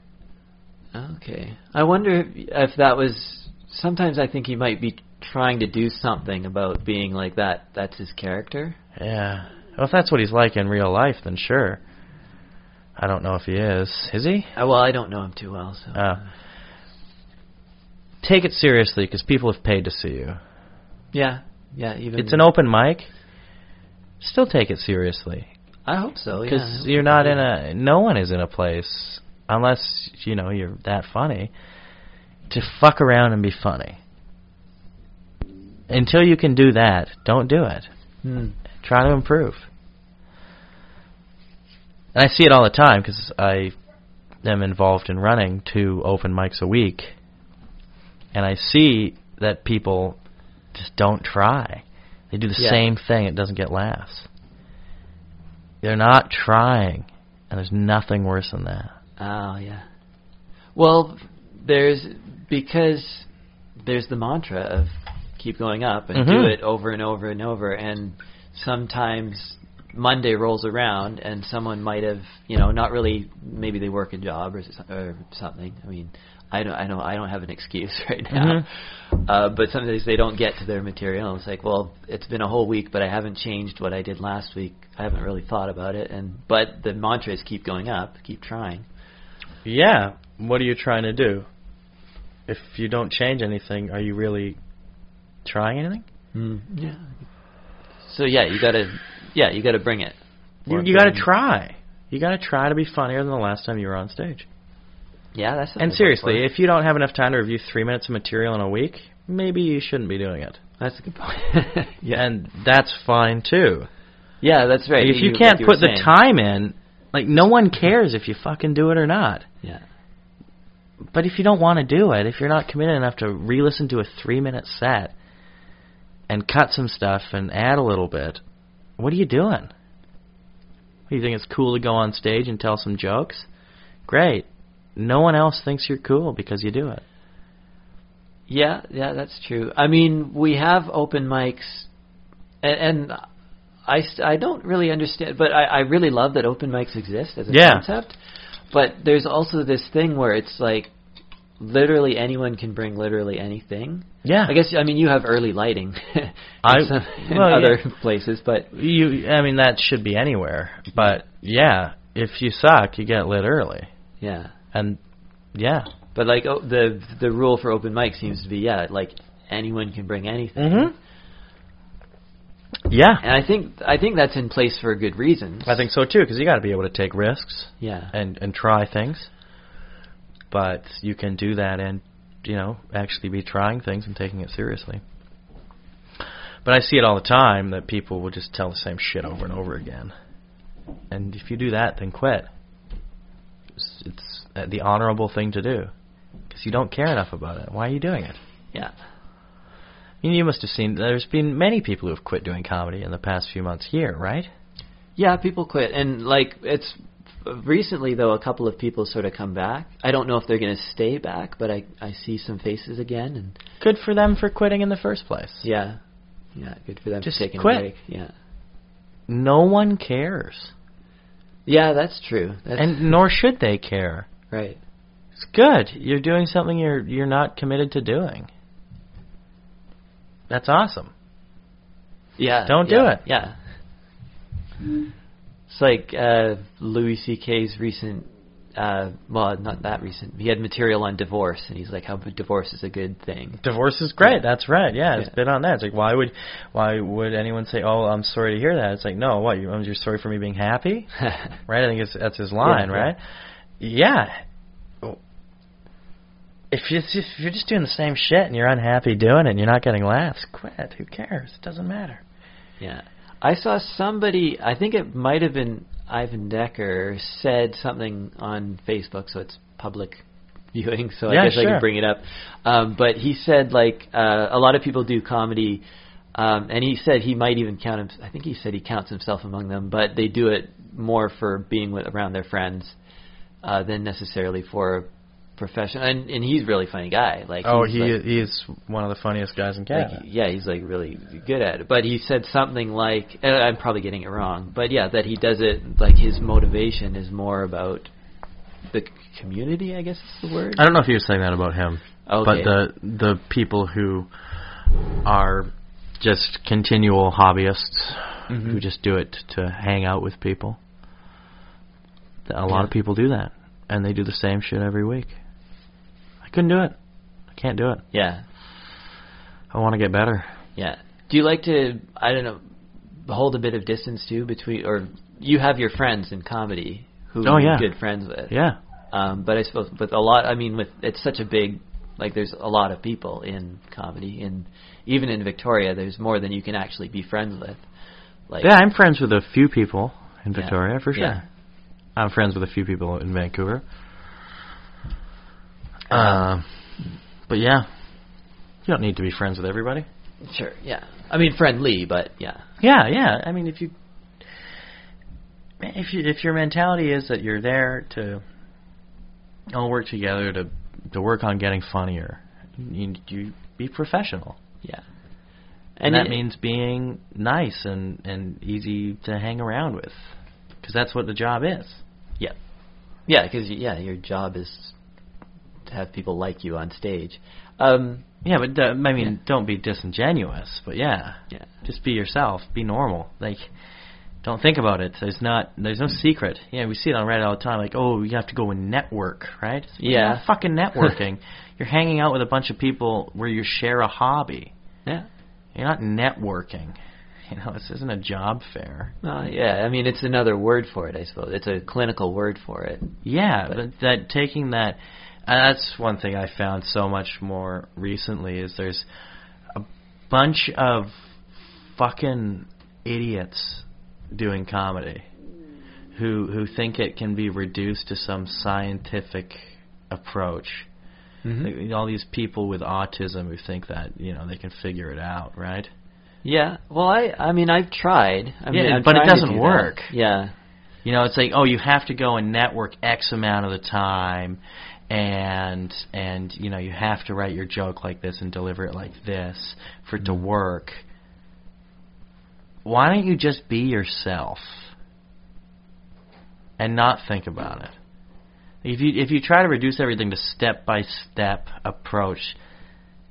A: Okay. I wonder if, if that was. Sometimes I think he might be trying to do something about being like that. That's his character.
B: Yeah. Well, if that's what he's like in real life, then sure. I don't know if he is. Is he?
A: Uh, well, I don't know him too well, so.
B: Uh, take it seriously because people have paid to see you.
A: yeah. Yeah. Even.
B: It's an open mic. Still take it seriously
A: I hope so. yeah.
B: because you're not in a. No one is in a place unless you know you're that funny to fuck around and be funny. Until you can do that, don't do it.
A: Hmm.
B: Try to improve. And I see it all the time because I am involved in running two open mics a week, and I see that people just don't try. They do the
A: Yeah.
B: same thing. It doesn't get laughs. They're not trying, and there's nothing worse than that.
A: Oh yeah. Well, there's because there's the mantra of keep going up and do
B: Mhm.
A: it over and over and over, and sometimes Monday rolls around and someone might have you know not really maybe they work a job or s- or something. I mean. I don't, I don't, I don't have an excuse (laughs) right now. Uh, but sometimes they don't get to their material. And it's like, well, it's been a whole week, but I haven't changed what I did last week. I haven't really thought about it. And but the mantra is keep going up, keep trying.
B: Yeah. What are you trying to do? If you don't change anything, are you really trying anything?
A: Mm. Yeah. So yeah, you gotta, yeah, you gotta bring it.
B: You,
A: Or
B: you got to
A: bring-
B: try. You got to try to be funnier than the last time you were on stage.
A: Yeah, that's. something
B: And
A: to
B: seriously,
A: look
B: if you don't have enough time to review three minutes of material in a week, maybe you shouldn't be doing it.
A: for. that's a good point. yeah,
B: And that's fine too.
A: (laughs) yeah, that's right.
B: if you,
A: like
B: can't
A: you were
B: put the
A: saying.
B: time in, like no one cares if you fucking do it or not.
A: Yeah.
B: But if you don't want to do it, if you're not committed enough to re-listen to a three-minute set and cut some stuff and add a little bit, what are you doing? You think it's cool to go on stage and tell some jokes? Great. No one else thinks you're cool because you do it.
A: Yeah, yeah, that's true. I mean, we have open mics, and, and I, st- I don't really understand, but I, I really love that open mics exist as a
B: Yeah.
A: concept. But there's also this thing where it's like literally anyone can bring literally anything.
B: Yeah.
A: (laughs) I guess I mean you have early lighting (laughs) in,
B: I-
A: some, in
B: well, yeah.
A: other (laughs) places, but
B: you I mean that should be anywhere, but yeah, if you suck, you get lit early.
A: yeah.
B: And yeah.
A: But like oh, the the rule for open mic seems to be yeah, like anyone can bring anything.
B: Mhm. Yeah.
A: And I think I think that's in place for a good reason.
B: I think so too cuz you got to be able to take risks.
A: yeah.
B: and and try things. But you can do that and you know actually be trying things and taking it seriously. But I see it all the time that people will just tell the same shit over and over again. And if you do that, then quit. It's, it's uh, the honorable thing to do because you don't care enough about it. Why are you doing it?
A: Yeah.
B: You, you must have seen there's been many people who have quit doing comedy in the past few months here, right?
A: Yeah, people quit, and like it's recently though, a couple of people sort of come back. I don't know if they're going to stay back, but I I see some faces again, and
B: Good for them for quitting in the first place.
A: yeah, yeah, good for them
B: Just
A: for taking
B: quit.
A: a break. Yeah,
B: No one cares.
A: yeah, that's true. That's
B: and nor should they care.
A: right.
B: It's good. You're doing something you're you're not committed to doing. That's awesome.
A: Yeah,
B: Don't do
A: yeah,
B: it.
A: Yeah, it's like uh, Louis C.K.'s recent. Uh, well, not that recent. He had material on divorce, and he's like, "How divorce is a good thing." (laughs)
B: Divorce is great. That's right. Yeah, it's
A: Yeah.
B: been on that. It's like why would why would anyone say, "Oh, I'm sorry to hear that." It's like, "No, what? You, you're sorry for me being happy?" Right? I think it's, that's his line,
A: yeah.
B: right? Yeah. If you if you're just doing the same shit and you're unhappy doing it and you're not getting laughs, quit. Who cares? It doesn't matter.
A: Yeah. I saw somebody, I think it might have been Ivan Decker, said something on Facebook, so it's public (laughs) viewing, so
B: Yeah,
A: I guess I
B: sure.
A: can bring it up. Um, but he said, like, uh, a lot of people do comedy, um, and he said he might even count him, I think he said he counts himself among them, but they do it more for being with, around their friends uh, than necessarily for profession. And, and he's a really funny guy. Like,
B: Oh,
A: he's
B: he
A: like-
B: he's one of the funniest guys in Canada.
A: like, yeah, he's like really good at it. But he said something like, and I'm probably getting it wrong, but yeah, that he does it like his motivation is more about the c- community, I guess is the word.
B: I don't know if he was saying that about him, but
A: Okay.
B: the the people who are just continual hobbyists
A: Mm-hmm.
B: who just do it to hang out with people. Th- A lot of
A: Yeah.
B: people do that, and they do the same shit every week. I couldn't do it. I can't do it.
A: Yeah,
B: I want to get better.
A: yeah. Do you like to? I don't know. Hold a bit of distance too between, or you have your friends in comedy who
B: Oh,
A: you're
B: yeah.
A: good friends with.
B: Yeah.
A: Um, but I suppose with a lot, I mean, with it's such a big, like there's a lot of people in comedy, and even in Victoria, there's more than you can actually be friends with. Like,
B: Yeah, I'm friends with a few people in
A: Yeah.
B: Victoria for sure.
A: Yeah.
B: I'm friends with a few people in Vancouver.
A: Um,
B: Uh, but yeah, You don't need to be friends with everybody.
A: Sure. Yeah. I mean, friendly, but yeah.
B: Yeah, yeah. I mean, if you if you if your mentality is that you're there to all work together to to work on getting funnier, you, you be professional.
A: Yeah.
B: And, that
A: it-
B: means being nice and and easy to hang around with, because that's what the job is.
A: Yeah. Yeah, because yeah, your job is to have people like you on stage. Um,
B: Yeah, but uh, I mean, don't be disingenuous. But yeah,
A: yeah.
B: just be yourself. Be normal. Like, don't think about it. There's not. There's no secret. Yeah, we see it on Reddit all the time. Like, oh, you have to go and network, right? It's like, you're
A: Yeah.
B: not fucking networking. you're hanging out with a bunch of people where you share a hobby.
A: Yeah.
B: You're not networking. (laughs) You know, this isn't a job fair.
A: Well, yeah. I mean, it's another word for it, I suppose. It's a clinical word for it.
B: Yeah,
A: But-
B: but that taking that and that's one thing I found so much more recently is there's a bunch of fucking idiots doing comedy who who think it can be reduced to some scientific approach.
A: Mm-hmm.
B: Like, all these people with autism who think that, you know, they can figure it out, right?
A: Yeah. Well, I I mean, I've tried. I mean,
B: Yeah,
A: I'm
B: but it
A: trying to
B: doesn't
A: do that.
B: work.
A: Yeah.
B: You know, it's like, oh, you have to go and network X amount of the time, and and you know, you have to write your joke like this and deliver it like this for it to work. Why don't you just be yourself and not think about it? If you if you try to reduce everything to step by step approach,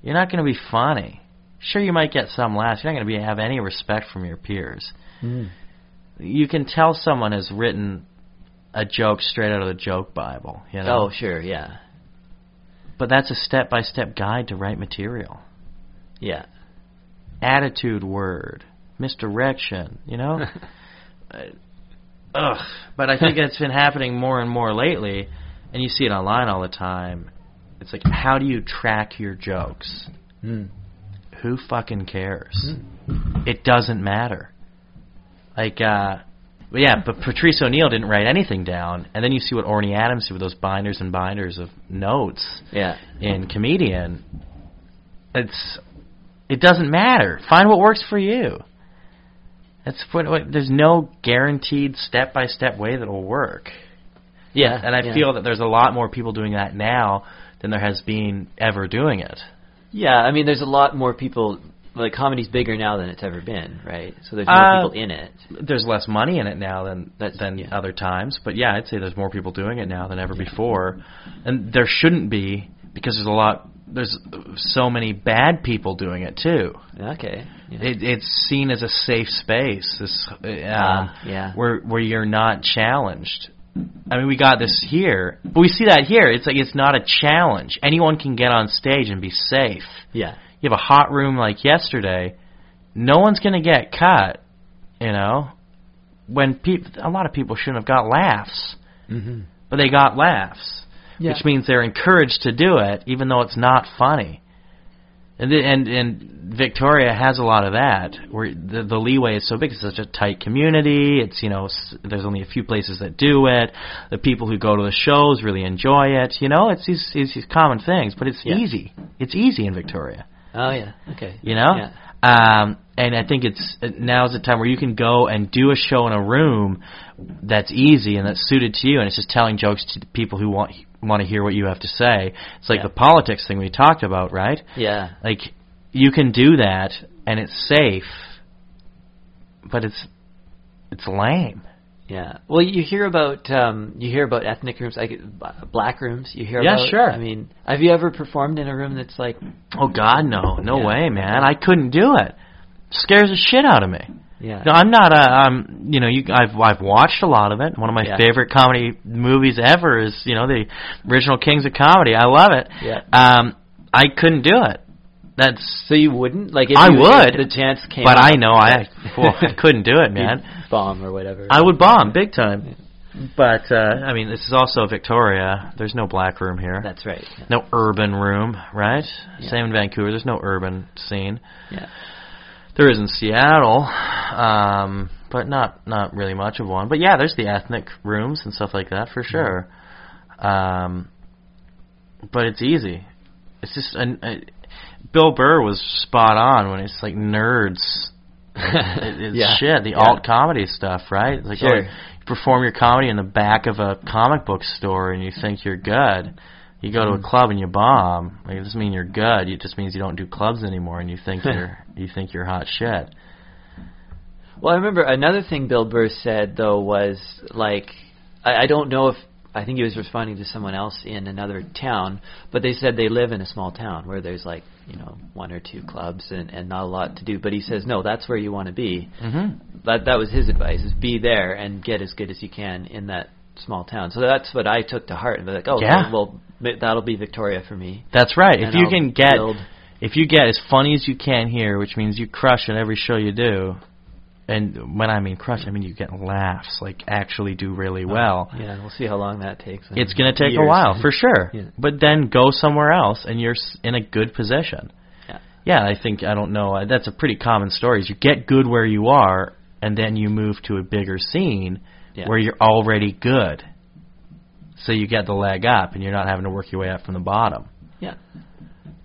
B: you're not going to be funny. Sure, you might get some laughs. You're not going to be have any respect from your peers Hmm. you can tell someone has written a joke straight out of the joke bible, you know.
A: Oh, sure. Yeah.
B: But that's a step-by-step guide to write material. (laughs)
A: Yeah.
B: Attitude word, misdirection, you
A: (laughs)
B: know? Uh, Ugh, but I think it's been happening more and more lately, and you see it online all the time. It's like how do you track your jokes?
A: Mm.
B: Who fucking
A: Hmm.
B: cares? It doesn't matter. Like, uh, but yeah, but Patrice O'Neill didn't write anything down, and then you see what Orny Adams did with those binders and binders of notes
A: Yeah.
B: in Comedian. It's, it doesn't matter. Find what works for you. That's what, what there's no guaranteed step by step way that'll work.
A: Yeah.
B: And I
A: yeah.
B: feel that there's a lot more people doing that now than there has been ever doing it.
A: Yeah, I mean, there's a lot more people. Like comedy's bigger now than it's ever been, right? So there's more
B: Uh,
A: people in it.
B: there's less money in it now than
A: That's-
B: than
A: yeah.
B: other times. But yeah, I'd say there's more people doing it now than ever before, and there shouldn't be because there's a lot. There's so many bad people doing it too.
A: Okay. Yeah.
B: It, it's seen as a safe space, this, uh, um,
A: Ah, yeah.
B: where where you're not challenged. I mean, we got this here, but we see that here. It's like it's not a challenge. Anyone can get on stage and be safe
A: yeah.
B: you have a hot room like yesterday, no one's going to get cut, you know, when peop a lot of people shouldn't have got laughs,
A: Mm-hmm.
B: but they got laughs,
A: Yeah.
B: which means they're encouraged to do it even though it's not funny. And the, and and Victoria has a lot of that where the the leeway is so big. It's such a tight community. It's you know s- there's only a few places that do it. The people who go to the shows really enjoy it. You know it's these it's these common things, but it's
A: Yeah.
B: easy. It's easy in Victoria
A: Oh yeah. Okay.
B: you know
A: Yeah.
B: um and i think it's now's the time where you can go and do a show in a room that's easy and that's suited to you and it's just telling jokes to the people who want want to hear what you have to say it's like
A: Yeah.
B: the politics thing we talked about right
A: Yeah.
B: like you can do that and it's safe but it's it's lame
A: Yeah. Well, you hear about um, you hear about ethnic rooms, like b- black rooms. You hear
B: Yeah,
A: about.
B: sure.
A: I mean, have you ever performed in a room that's like?
B: oh god no no
A: Yeah.
B: way man i couldn't do it scares the shit out of me
A: Yeah.
B: No, I'm not. A, I'm you know you I've I've watched a lot of it. One of my
A: Yeah.
B: favorite comedy movies ever is you know the original Kings of Comedy. I love it.
A: Yeah.
B: Um, I couldn't do it. That's
A: so you wouldn't like. If
B: I
A: you,
B: would,
A: If the chance came.
B: but
A: up,
B: I know I (laughs) well, I couldn't do it,
A: you'd
B: (laughs) man.
A: Bomb or whatever.
B: I would bomb big time. But uh, I mean, this is also Victoria. There's no black room here.
A: That's right. Yeah.
B: no urban room, right?
A: Yeah.
B: Same in Vancouver. There's no urban scene.
A: Yeah. (laughs)
B: There is in Seattle, um, but not not really much of one. But yeah, there's the ethnic rooms and stuff like that for
A: Mm-hmm.
B: sure. Um, but it's easy. It's just an, uh, Bill Burr was spot on when it's like nerds. It- (laughs) it's
A: Yeah.
B: shit. The
A: Yeah.
B: alt comedy stuff, right? It's Like, oh,
A: Sure.
B: you perform your comedy in the back of a comic book store and you think you're good. You go to
A: Mm-hmm.
B: a club and you bomb. Like, it doesn't mean you're good. It just means you don't do clubs anymore and you
A: (laughs)
B: think you're you think you're hot shit.
A: Well, I remember another thing Bill Burr said though was like, I, I don't know if I think he was responding to someone else in another town, but they said they live in a small town where there's like you know one or two clubs and and not a lot to do. But he says no, that's where you want to be.
B: Mm-hmm.
A: That that was his advice: is be there and get as good as you can in that small town. So that's what I took to heart and be like, oh
B: Yeah.
A: well, well, that'll be Victoria for me.
B: That's right. If
A: And
B: you
A: I'll
B: can get
A: build-
B: if you get as funny as you can here, which means you crush at every show you do, and when I mean crush, I mean you get laughs, like actually do really well.
A: Oh, Yeah, we'll see how long that takes.
B: It's going to take a
A: Years.
B: while
A: (laughs)
B: for sure.
A: Yeah.
B: But then go somewhere else and you're s in a good position.
A: Yeah.
B: Yeah, I think I don't know. uh, That's a pretty common story. Is you get good where you are and then you move to a bigger scene
A: Yeah.
B: where you're already good. So you get the leg up and you're not having to work your way up from the bottom,
A: Yeah.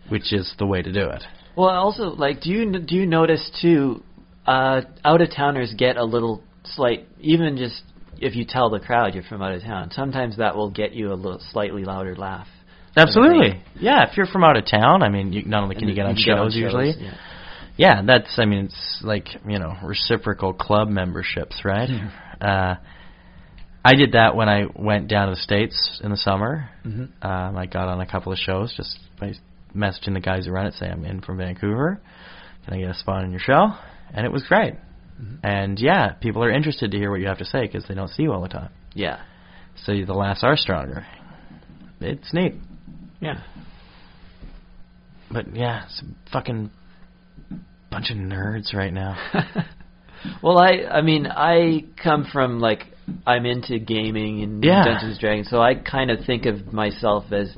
B: which is the way to do it.
A: Well, also, like, do you do you notice too? Uh, out of towners get a little slight, even just if you tell the crowd you're from out of town. Sometimes that will get you a little slightly louder laugh.
B: Absolutely. Yeah, if you're from out of town, I mean, you, not only can
A: And
B: you get on
A: you
B: shows usually.
A: yeah.
B: Yeah, that's I mean it's like, you know, reciprocal club memberships, right? Uh I did that when I went down to the states in the summer.
A: Mhm.
B: Um I got on a couple of shows just by messaging the guys who run it say I'm in from Vancouver. Can I get a spot on your show? And it was great. Mm-hmm. And yeah, people are interested to hear what you have to say because they don't see you all the time.
A: Yeah.
B: So the laughs are stronger. It's neat.
A: Yeah.
B: But yeah, it's a fucking bunch of nerds right now.
A: (laughs) Well, I I mean I come from like I'm into gaming and
B: Yeah.
A: Dungeons and Dragons, so I kind of think of myself as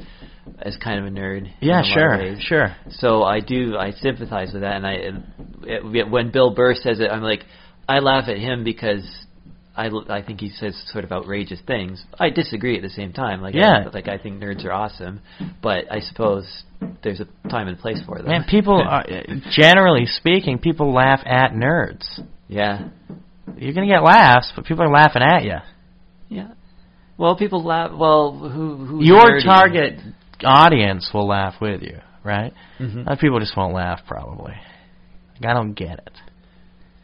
A: as kind of a nerd.
B: yeah,
A: in a lot of
B: sure,
A: ways.
B: sure.
A: So I do I sympathize with that, and I it, when Bill Burr says it, I'm like I laugh at him because I l- I think he says sort of outrageous things. I disagree at the same time. Like I-
B: Yeah.
A: like I think nerds are awesome, but I suppose there's a time and place for them.
B: Man,
A: (laughs)
B: people are generally speaking, people laugh at nerds.
A: yeah,
B: You're gonna get laughs, but people are laughing at you.
A: yeah. Well, people laugh. Well, who who
B: Your target audience will laugh with you, right?
A: hmm
B: Other people just won't laugh, probably. Like, I don't get it.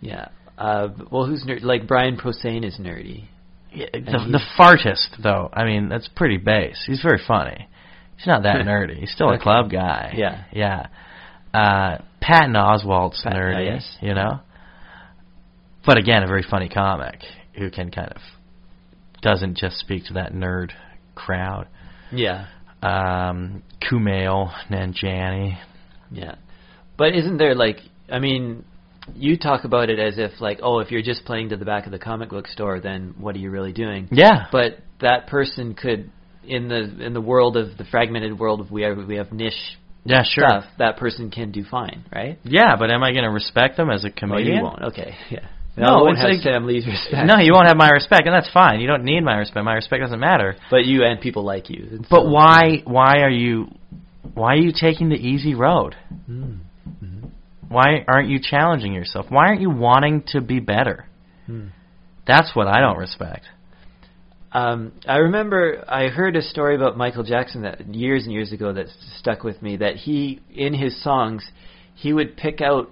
A: Yeah. Uh, well, who's nerd? Like Brian Posehn is nerdy.
B: Yeah,
A: And
B: The, the fartist, though, I mean, that's pretty base. He's very funny. He's not
A: (laughs)
B: that nerdy. He's still a
A: Okay.
B: club guy.
A: Yeah.
B: yeah. Uh, Patton Oswalt's
A: Patton,
B: nerdy,
A: uh, yes.
B: you know. But again, a very funny comic who can kind of doesn't just speak to that nerd crowd.
A: Yeah.
B: Um, Kumail Nanjiani.
A: Yeah. But isn't there like I mean, you talk about it as if like, oh, if you're just playing to the back of the comic book store, then what are you really doing?
B: Yeah,
A: But that person could in the in the world of the fragmented world of we have we have niche
B: yeah, sure.
A: stuff, that person can do fine, right?
B: Yeah, but am I going to respect them as a
A: Oh, you
B: comedian?
A: won't. Okay. (laughs) Yeah.
B: No,
A: I won't
B: it's
A: have
B: like-
A: Sam Lee's respect.
B: (laughs) No, you won't have my respect, and that's fine. You don't need my respect. My respect doesn't matter.
A: But you and people like you. It's
B: But
A: so-
B: why why are you why are you taking the easy road?
A: Mm.
B: Why aren't you challenging yourself? Why aren't you wanting to be better?
A: Mm.
B: That's what I don't respect.
A: Um, I remember I heard a story about Michael Jackson that years and years ago that s- stuck with me. That he, in his songs, he would pick out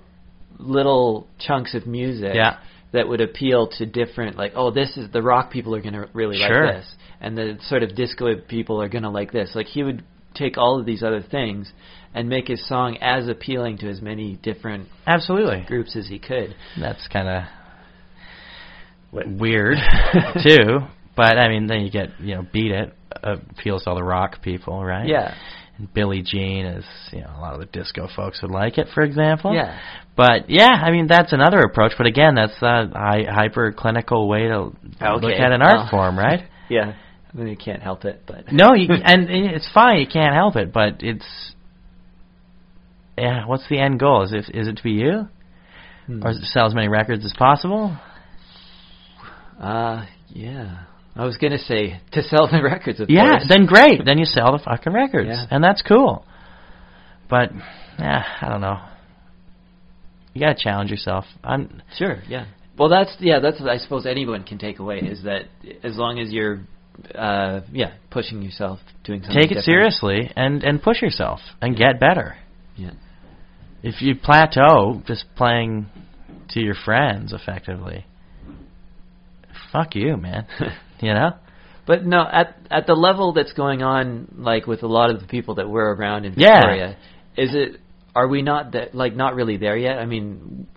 A: little chunks of music
B: Yeah.
A: that would appeal to different, like, oh, this is the rock people are going to really
B: Sure.
A: like this, and the sort of disco people are going to like this. Like he would take all of these other things and make his song as appealing to as many different
B: Absolutely.
A: groups as he could.
B: That's kind of weird (laughs) too. But I mean, then you get you know, beat it uh, appeals to all the rock people, right?
A: Yeah.
B: And Billie Jean is you know a lot of the disco folks would like it, for example.
A: Yeah.
B: But yeah, I mean that's another approach. But again, that's a hy- hyper clinical way to look
A: Okay.
B: at an
A: Oh.
B: art form, right?
A: (laughs) Yeah. I mean, you can't help it, but (laughs)
B: No, you, and and it's fine. You can't help it, but it's yeah. What's the end goal? Is it is it to be you,
A: Hmm.
B: or is it to sell as many records as possible?
A: Uh, yeah. I was gonna say to sell the (laughs) records. Of
B: Yeah,
A: course.
B: then great. Then you sell the fucking records,
A: Yeah.
B: and that's cool. But Nah, I don't know. You gotta challenge yourself. I'm,
A: Sure. Yeah. Well, that's yeah. That's what I suppose anyone can take away is that as long as you're, uh, yeah, pushing yourself, doing something.
B: take it
A: different.
B: seriously and and push yourself and get better.
A: Yeah.
B: If you plateau just playing to your friends effectively, fuck you, man. (laughs)
A: (laughs)
B: you know.
A: But no, at at the level that's going on, like with a lot of the people that we're around in
B: Yeah.
A: Victoria, is it? Are we not that like not really there yet? I mean,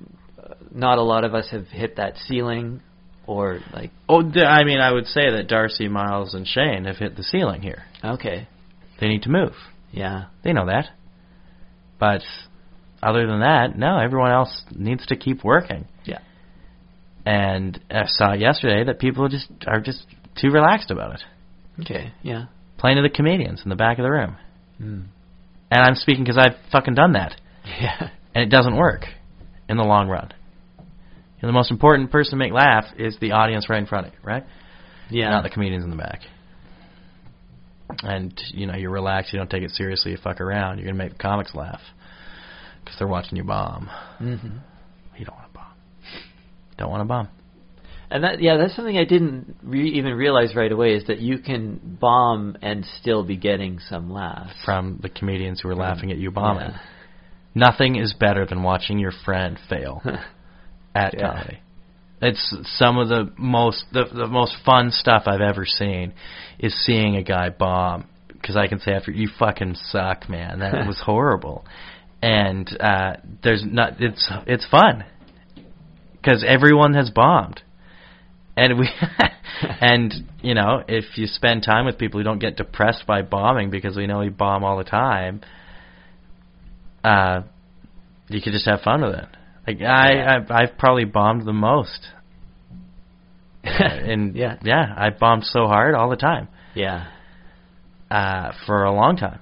A: uh, not a lot of us have hit that ceiling, or like
B: Oh, th- I mean, I would say that Darcy, Miles, and Shane have hit the ceiling here.
A: okay,
B: They need to move.
A: yeah,
B: They know that. But other than that, no, everyone else needs to keep working.
A: yeah,
B: And I saw yesterday that people just are just too relaxed about it.
A: okay, yeah,
B: Playing to the comedians in the back of the room. Hmm.
A: mm.
B: And I'm speaking because I've fucking done that.
A: (laughs) yeah,
B: And it doesn't work in the long run. And the most important person to make laugh is the audience right in front of you, right?
A: yeah,
B: not the comedians in the back. And you know, you're relaxed. You don't take it seriously. You fuck around. You're gonna make the comics laugh because they're watching you bomb.
A: hmm
B: You don't want to bomb. Don't want to bomb.
A: And that yeah, that's something I didn't re- even realize right away is that you can bomb and still be getting some laughs.
B: From the comedians who are laughing at you bombing.
A: Yeah.
B: Nothing is better than watching your friend (laughs) fail
A: (laughs)
B: at
A: Yeah.
B: comedy. It's some of the most the, the most fun stuff I've ever seen is seeing a guy bomb because I can say after you fucking suck, man, that was horrible, and uh, there's not it's it's fun because everyone has bombed, and we (laughs) and you know if you spend time with people who don't get depressed by bombing because we know we bomb all the time, uh, you could just have fun with it. Like I,
A: Yeah.
B: I I've probably bombed the most. (laughs) and
A: Yeah.
B: yeah, I bombed so hard all the time
A: yeah,
B: uh, for a long time,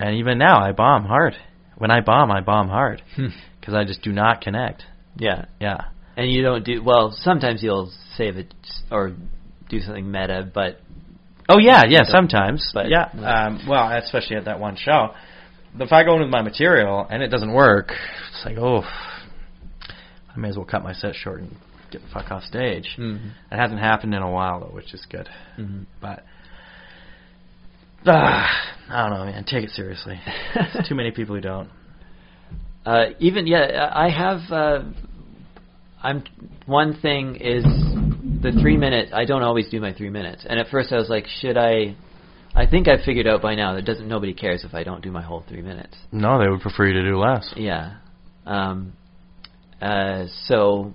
B: and even now I bomb hard. When I bomb, I bomb hard because I just do not connect.
A: yeah.
B: Yeah,
A: And you don't do well. Sometimes you'll save it s- or do something meta, but
B: Oh yeah, yeah.
A: But-
B: Sometimes,
A: but-
B: yeah. Um, well, especially at that one show. If I go in with my material and it doesn't work, it's like, oh, I may as well cut my set short and get the fuck off stage.
A: Mhm.
B: It hasn't happened in a while though, which is good.
A: Mhm.
B: But ah, I don't know, man. Take it seriously. There's too many people who don't.
A: uh, even yeah, I I have. Uh, I'm one thing is the three minute. I don't always do my three minutes, and at first I was like, should I? I think I figured out by now that doesn't nobody cares if I don't do my whole three minutes.
B: (laughs) No, they would prefer you to do less.
A: Yeah. Um, uh, so,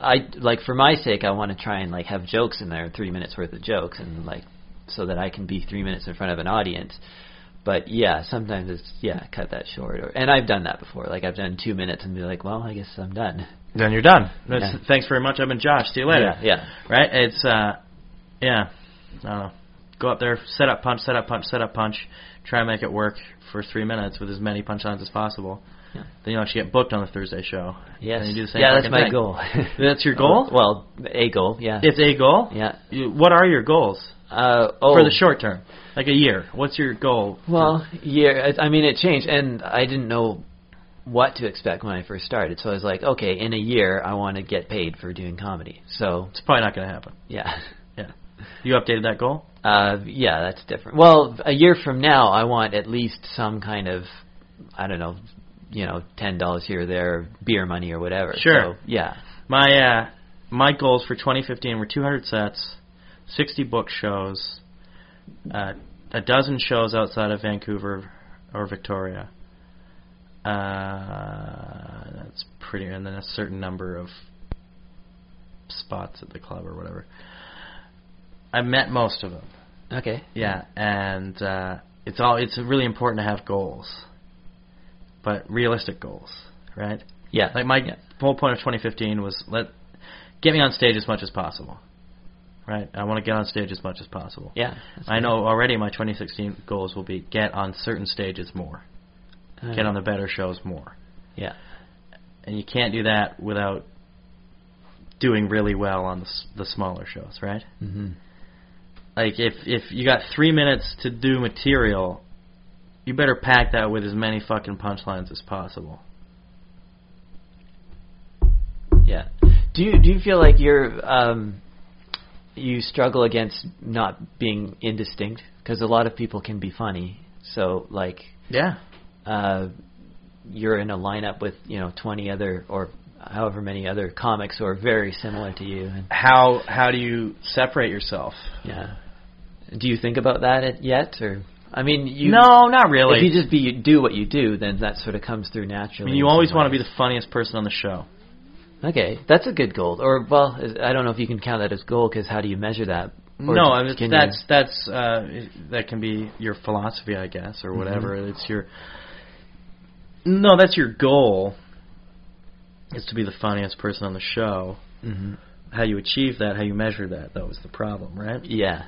A: I like for my sake, I want to try and like have jokes in there, three minutes worth of jokes, and like so that I can be three minutes in front of an audience. But yeah, sometimes it's yeah, cut that short. Or and I've done that before. Like I've done two minutes and be like, well, I guess I'm done.
B: Then you're done. That's-
A: Yeah.
B: Thanks very much. I've been Josh. See you later.
A: Yeah, yeah.
B: Right? It's uh yeah. I don't know. Go up there, set up punch, set up punch, set up punch, try and make it work for three minutes with as many punchlines as possible.
A: Yeah.
B: Then you'll actually get booked on the Thursday show.
A: Yes.
B: And you do the same
A: yeah, that's
B: fucking
A: my
B: thing.
A: goal.
B: (laughs)
A: (laughs)
B: That's your goal?
A: Well, a goal. Yeah.
B: It's a goal?
A: Yeah.
B: You, what are your goals?
A: uh, oh,
B: For the short term. Like a year. What's your goal?
A: Well, yeah, I I mean, it changed, and I didn't know what to expect when I first started. So I was like, okay, in a year, I want to get paid for doing comedy. So
B: It's probably not gonna happen.
A: yeah, (laughs)
B: Yeah. You updated that goal?
A: uh, yeah, that's different. Well, a year from now, I want at least some kind of, I don't know, you know, ten dollars here or there, beer money or whatever. So,
B: Sure.
A: yeah.
B: My uh, my goals for 2015 were 200 sets, 60 book shows, uh, a dozen shows outside of Vancouver or Victoria. Uh, that's pretty, and then a certain number of spots at the club or whatever. I met most of them.
A: Okay.
B: Yeah, and uh, it's all it's really important to have goals, but realistic goals, right?
A: Yeah.
B: Like my
A: Yeah.
B: whole point of 2015 was let get me on stage as much as possible. Right? I want to get on stage as much as possible.
A: Yeah.
B: I know already my 2016 goals will be get on certain stages more,
A: Uh,
B: get on the better shows more.
A: Yeah.
B: And you can't do that without doing really well on the, s- the smaller shows, right?
A: hmm
B: Like if if you got 3 minutes to do material You better pack that with as many fucking punchlines as possible.
A: Yeah. Do you do you feel like you're um, you struggle against not being indistinct? Because a lot of people can be funny. So like
B: Yeah.
A: uh, you're in a lineup with you know 20 other or however many other comics who are very similar to you. And,
B: How how do you separate yourself?
A: yeah. Do you think about that at, yet or? I mean, you
B: no, not really.
A: If you just be you do what you do, then that sort of comes through
B: I
A: naturally.
B: mean, you always want to be the funniest person on the show.
A: the okay. That's a good goal, or well, is- I don't know if you can count that as goal because how do you measure that? Or
B: no, I mean,
A: can you-
B: that's that's uh, it- that can be your philosophy, I guess, or whatever.
A: Mm-hmm.
B: It's your no, that's your goal is to be the funniest person on the show. Mm-hmm.
A: Mhm.
B: How you achieve that, how you measure that, though, is the problem, right?
A: yeah,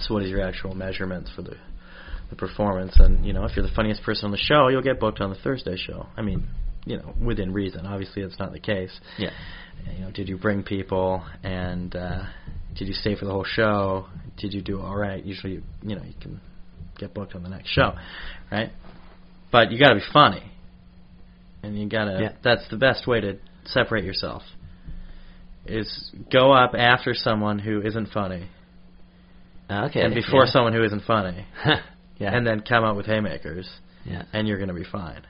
B: So, what is your actual measurements for the the performance? And you know, if you're the funniest person on the show, you'll get booked on the Thursday show. I mean, you know, within reason. Obviously, that's not the case.
A: yeah,
B: you know, did you bring people and uh, did you stay for the whole show? Did you do all right? Usually, you, you know, you can get booked on the next show, right? But you got to be funny, and you got to.
A: Yeah.
B: That's the best way to separate yourself. Is go up after someone who isn't funny
A: Uh, okay,
B: and before
A: yeah.
B: someone who isn't funny,
A: (laughs) yeah,
B: (laughs) and then come out with haymakers,
A: yeah,
B: and you're gonna be fine.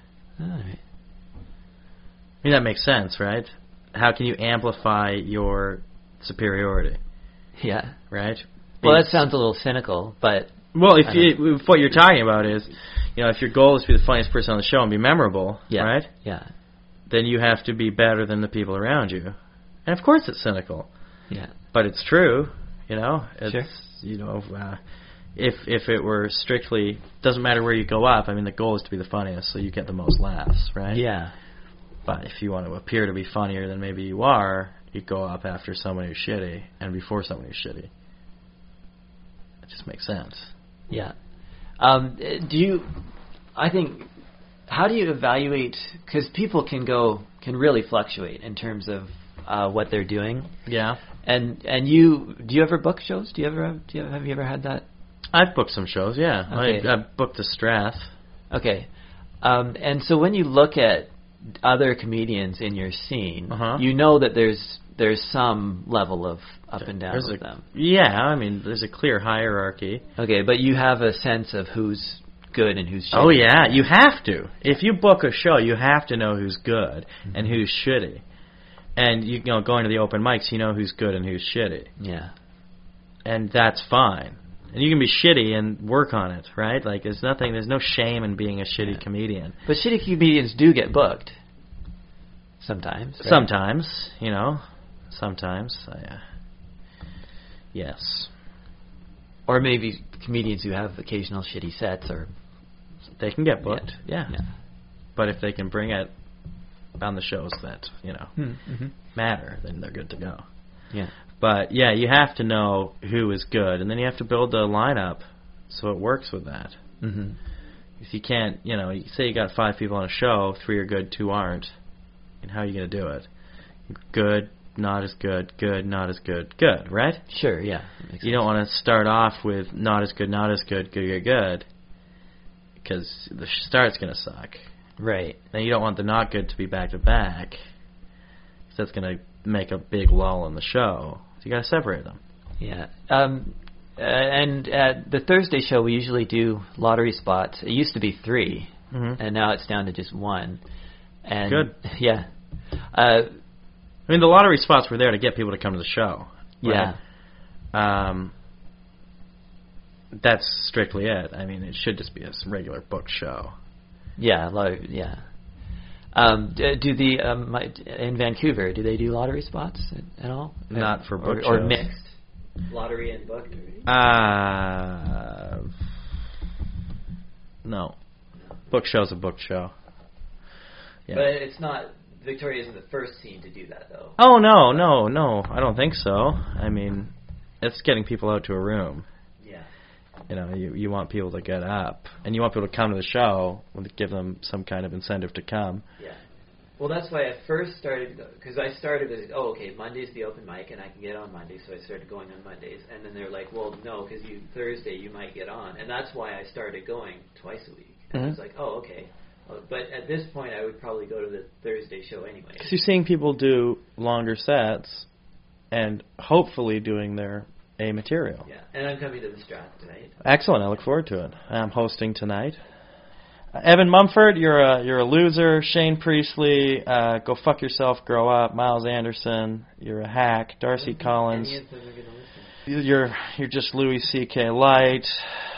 A: all right,
B: I mean, that makes sense, right? How can you amplify your superiority,
A: yeah.
B: right?
A: Well,
B: Being
A: that sounds a little cynical, but
B: Well, if
A: I
B: you, if what you're talking about is, you know, if your goal is to be the funniest person on the show and be memorable,
A: yeah,
B: right?
A: yeah,
B: Then you have to be better than the people around you. And of course, it's cynical,
A: yeah,
B: but it's true. You know, it's
A: Sure.
B: you know, uh, if if it were strictly doesn't matter where you go up. I mean, the goal is to be the funniest, so you get the most laughs, right?
A: yeah,
B: But if you want to appear to be funnier than maybe you are, you go up after someone who's shitty and before someone who's shitty. It just makes sense.
A: yeah. Um, uh, do you? I think. How do you evaluate? Because people can go can really fluctuate in terms of uh, what they're doing.
B: Yeah.
A: And and you do you ever book shows? Do you ever do you have you ever had that?
B: I've booked some shows, yeah.
A: Okay.
B: I, I booked a Strath.
A: Okay, um, and so when you look at other comedians in your scene,
B: Uh-huh.
A: you know that there's there's some level of up and down
B: There's
A: with
B: a-
A: them.
B: Yeah, I mean, there's a clear hierarchy.
A: Okay, but you have a sense of who's good and who's shitty.
B: Oh, yeah, you have to. If you book a show, you have to know who's good
A: Mm-hmm.
B: and who's shitty. And, you know, going to the open mics, you know who's good and who's shitty.
A: yeah,
B: And that's fine. And you can be shitty and work on it, right? Like, there's nothing, there's no shame in being a shitty
A: Yeah.
B: comedian.
A: but shitty comedians do get booked sometimes. right?
B: Sometimes, you know, sometimes. I, uh, yes.
A: or maybe comedians who have occasional shitty sets or
B: They can get booked. Yeah.
A: yeah.
B: But if they can bring it on the shows that, you know,
A: Mm-hmm.
B: matter, then they're good to go.
A: yeah.
B: But yeah, you have to know who is good and then you have to build the lineup so it works with that.
A: hmm
B: Mm-hmm. If you can't, you know, you say you got five people on a show, three are good, two aren't, and how are you going to do it? Good, not as good, good, not as good, good, right?
A: Sure. Yeah. That makes
B: You don't want to start off with not as good, not as good, good, good, good, because the start's going to suck.
A: sense. right.
B: Now you don't want the not good to be back to back, 'cause that's going to make a big lull in the show. So you got to separate them.
A: Yeah. Um, uh, and at the Thursday show, we usually do lottery spots. It used to be 3
B: Mhm.
A: and now it's down to just one. And
B: Good.
A: (laughs) Yeah. Uh,
B: I mean, the lottery spots were there to get people to come to the show.
A: yeah.
B: Right? Um, that's strictly it. I mean, it should just be a s- regular book show.
A: Yeah. Lottery, yeah. Um, d- do the um, my, in Vancouver? Do they do lottery spots at, at all?
B: Not for book
A: or, or
B: shows.
A: mixed lottery and booked.
B: Uh, no. Book show's a book show. Yeah.
A: But it's not. Victoria isn't the first scene to do that though.
B: Oh no, no, no! I don't think so. I mean, it's getting people out to a room.
A: Yeah.
B: You know, you you want people to get up, and you want people to come to the show, and give them some kind of incentive to come.
A: Yeah. Well, that's why I first started because I started as oh okay Monday's the open mic and I can get on Monday, so I started going on Mondays. And then they're like, well, no, because you Thursday you might get on, and that's why I started going twice a week. And I was
B: Mhm.
A: like, oh okay. Uh, But at this point, I would probably go to the Thursday show anyway.
B: Because you're seeing people do longer sets and hopefully doing their A material.
A: Yeah, and I'm coming to the Strat tonight.
B: Excellent. I look forward to it. I'm hosting tonight. Uh, Evan Mumford, you're a you're a loser. Shane Priestley, uh, go fuck yourself, grow up. Miles Anderson, you're a hack. Darcy Collins,
A: Any of them are going to listen.
B: you're you're just Louis C.K. Light.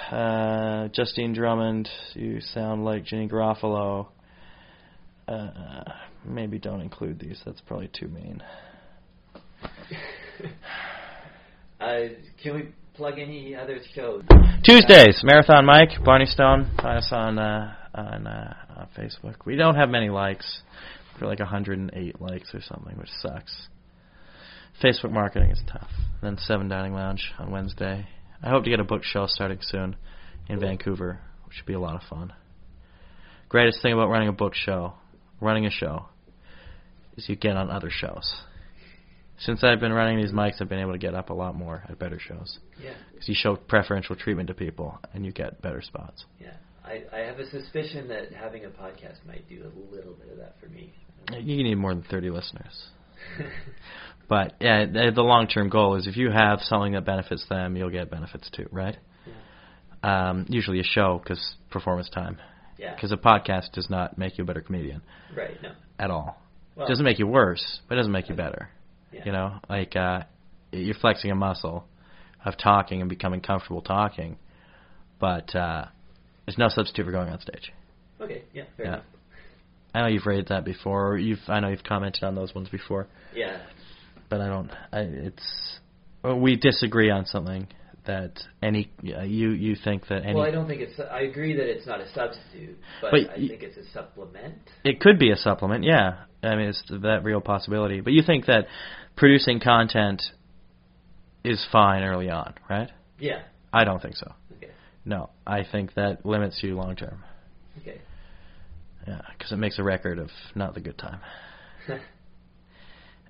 B: Uh, Justine Drummond, you sound like Ginny Garofalo. Uh, maybe don't include these. That's probably too mean.
A: (laughs) Uh, can we plug any other shows?
B: Tuesdays, Marathon Mike, Barney Stone. Find us on uh, on, uh, on Facebook. We don't have many likes. We're like 108 likes or something, which sucks. Facebook marketing is tough. Then Seven Dining Lounge on Wednesday. I hope to get a book show starting soon in Vancouver, which should be a lot of fun. Greatest thing about running a book show, running a show, is you get on other shows. Since I've been running these mics, I've been able to get up a lot more at better shows
A: Yeah,
B: because you show preferential treatment to people and you get better spots.
A: yeah. I, I have a suspicion that having a podcast might do a little bit of that for me.
B: You need more than 30 listeners. But yeah, the the long-term goal is if you have something that benefits them, you'll get benefits too, right?
A: yeah.
B: Um, usually a show because performance time.
A: (laughs) Yeah.
B: Because a podcast does not make you a better comedian
A: Right. No.
B: at all.
A: Well,
B: it doesn't make you worse, but it doesn't make you better.
A: yeah.
B: You know, like uh, you're flexing a muscle of talking and becoming comfortable talking, but uh, there's no substitute for going on stage.
A: Okay. Yeah. Fair
B: Yeah.
A: enough.
B: I know you've rated that before. Or you've I know you've commented on those ones before,
A: Yeah.
B: but I don't. I, it's well, we disagree on something that any uh, you you think that any
A: well, I don't think it's. I agree that it's not a substitute, but,
B: But
A: I
B: y-
A: think it's a supplement.
B: it could be a supplement. Yeah, I mean it's that real possibility. But you think that producing content is fine early on, right?
A: Yeah.
B: I don't think so.
A: Okay.
B: No, I think that limits you long term.
A: Okay. (laughs)
B: Yeah, because it makes a record of not the good
A: (laughs)
B: time.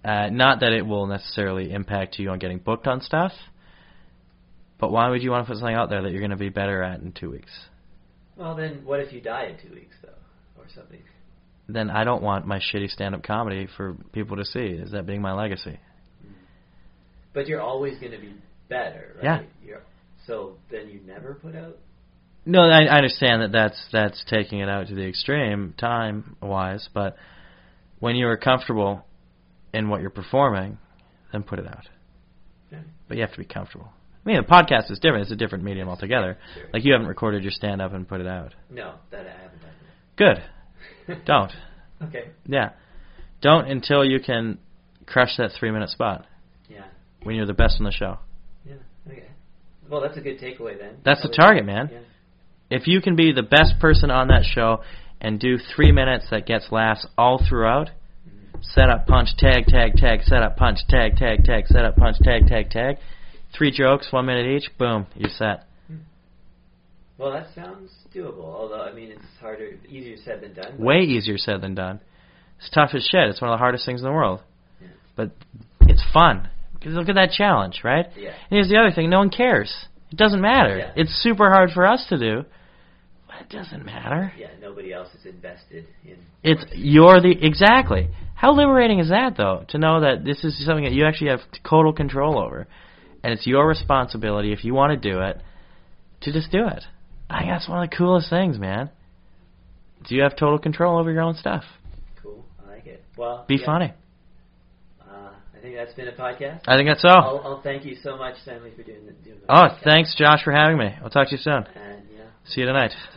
B: Uh, not that it will necessarily impact you on getting booked on stuff, but why would you want to put something out there that you're going to be better at in two weeks?
A: well, then, what if you die in two weeks though, or something?
B: Then I don't want my shitty stand up comedy for people to see. Is that being my legacy? Hmm.
A: But you're always going to be better,
B: Yeah.
A: right? You're, so then you never put out.
B: No, I, I understand that that's that's taking it out to the extreme time wise, but when you are comfortable in what you're performing, then put it out.
A: Yeah.
B: But you have to be comfortable. I mean, a podcast is different. It's a different medium altogether.
A: Sure.
B: Like you haven't recorded your stand up and put it out.
A: No, that I haven't done.
B: Good.
A: That.
B: (laughs) Don't.
A: okay.
B: Yeah. Don't until you can crush that three minute spot
A: Yeah.
B: when you're the best on the show.
A: Yeah. Okay. Well, that's a good takeaway then.
B: That's the
A: Probably-
B: target, man.
A: Yeah.
B: If you can be the best person on that show and do three minutes that gets laughs all throughout,
A: Mhm.
B: set up, punch, tag, tag, tag, set up, punch, tag, tag, tag, set up, punch, tag, tag, tag. Three jokes, one minute each, boom, you're set.
A: Hmm. Well, that sounds doable. Although, I mean, it's harder, easier said than done. but-
B: Way easier said than done. It's tough as shit. It's one of the hardest things in the world.
A: Yeah.
B: But it's fun. 'Cause Look at that challenge, right?
A: Yeah.
B: And here's the other thing: no one cares. It doesn't matter.
A: Yeah.
B: It's super hard for us to do, but it doesn't matter.
A: Yeah. Nobody else is invested in.
B: It's you're the exactly. How liberating is that though? To know that this is something that you actually have total control over, and it's your responsibility if you want to do it, to just do it. I think that's one of the coolest things, man. Do you have total control over your own stuff?
A: Cool. I like it. Well.
B: Be
A: yeah.
B: funny.
A: Uh, I think that's been a podcast.
B: I think that's
A: I'll,
B: all.
A: I'll thank you so much, Stanley, for doing the, doing the
B: Oh,
A: podcast.
B: thanks, Josh, for having me. I'll talk to you soon.
A: And yeah.
B: See you tonight.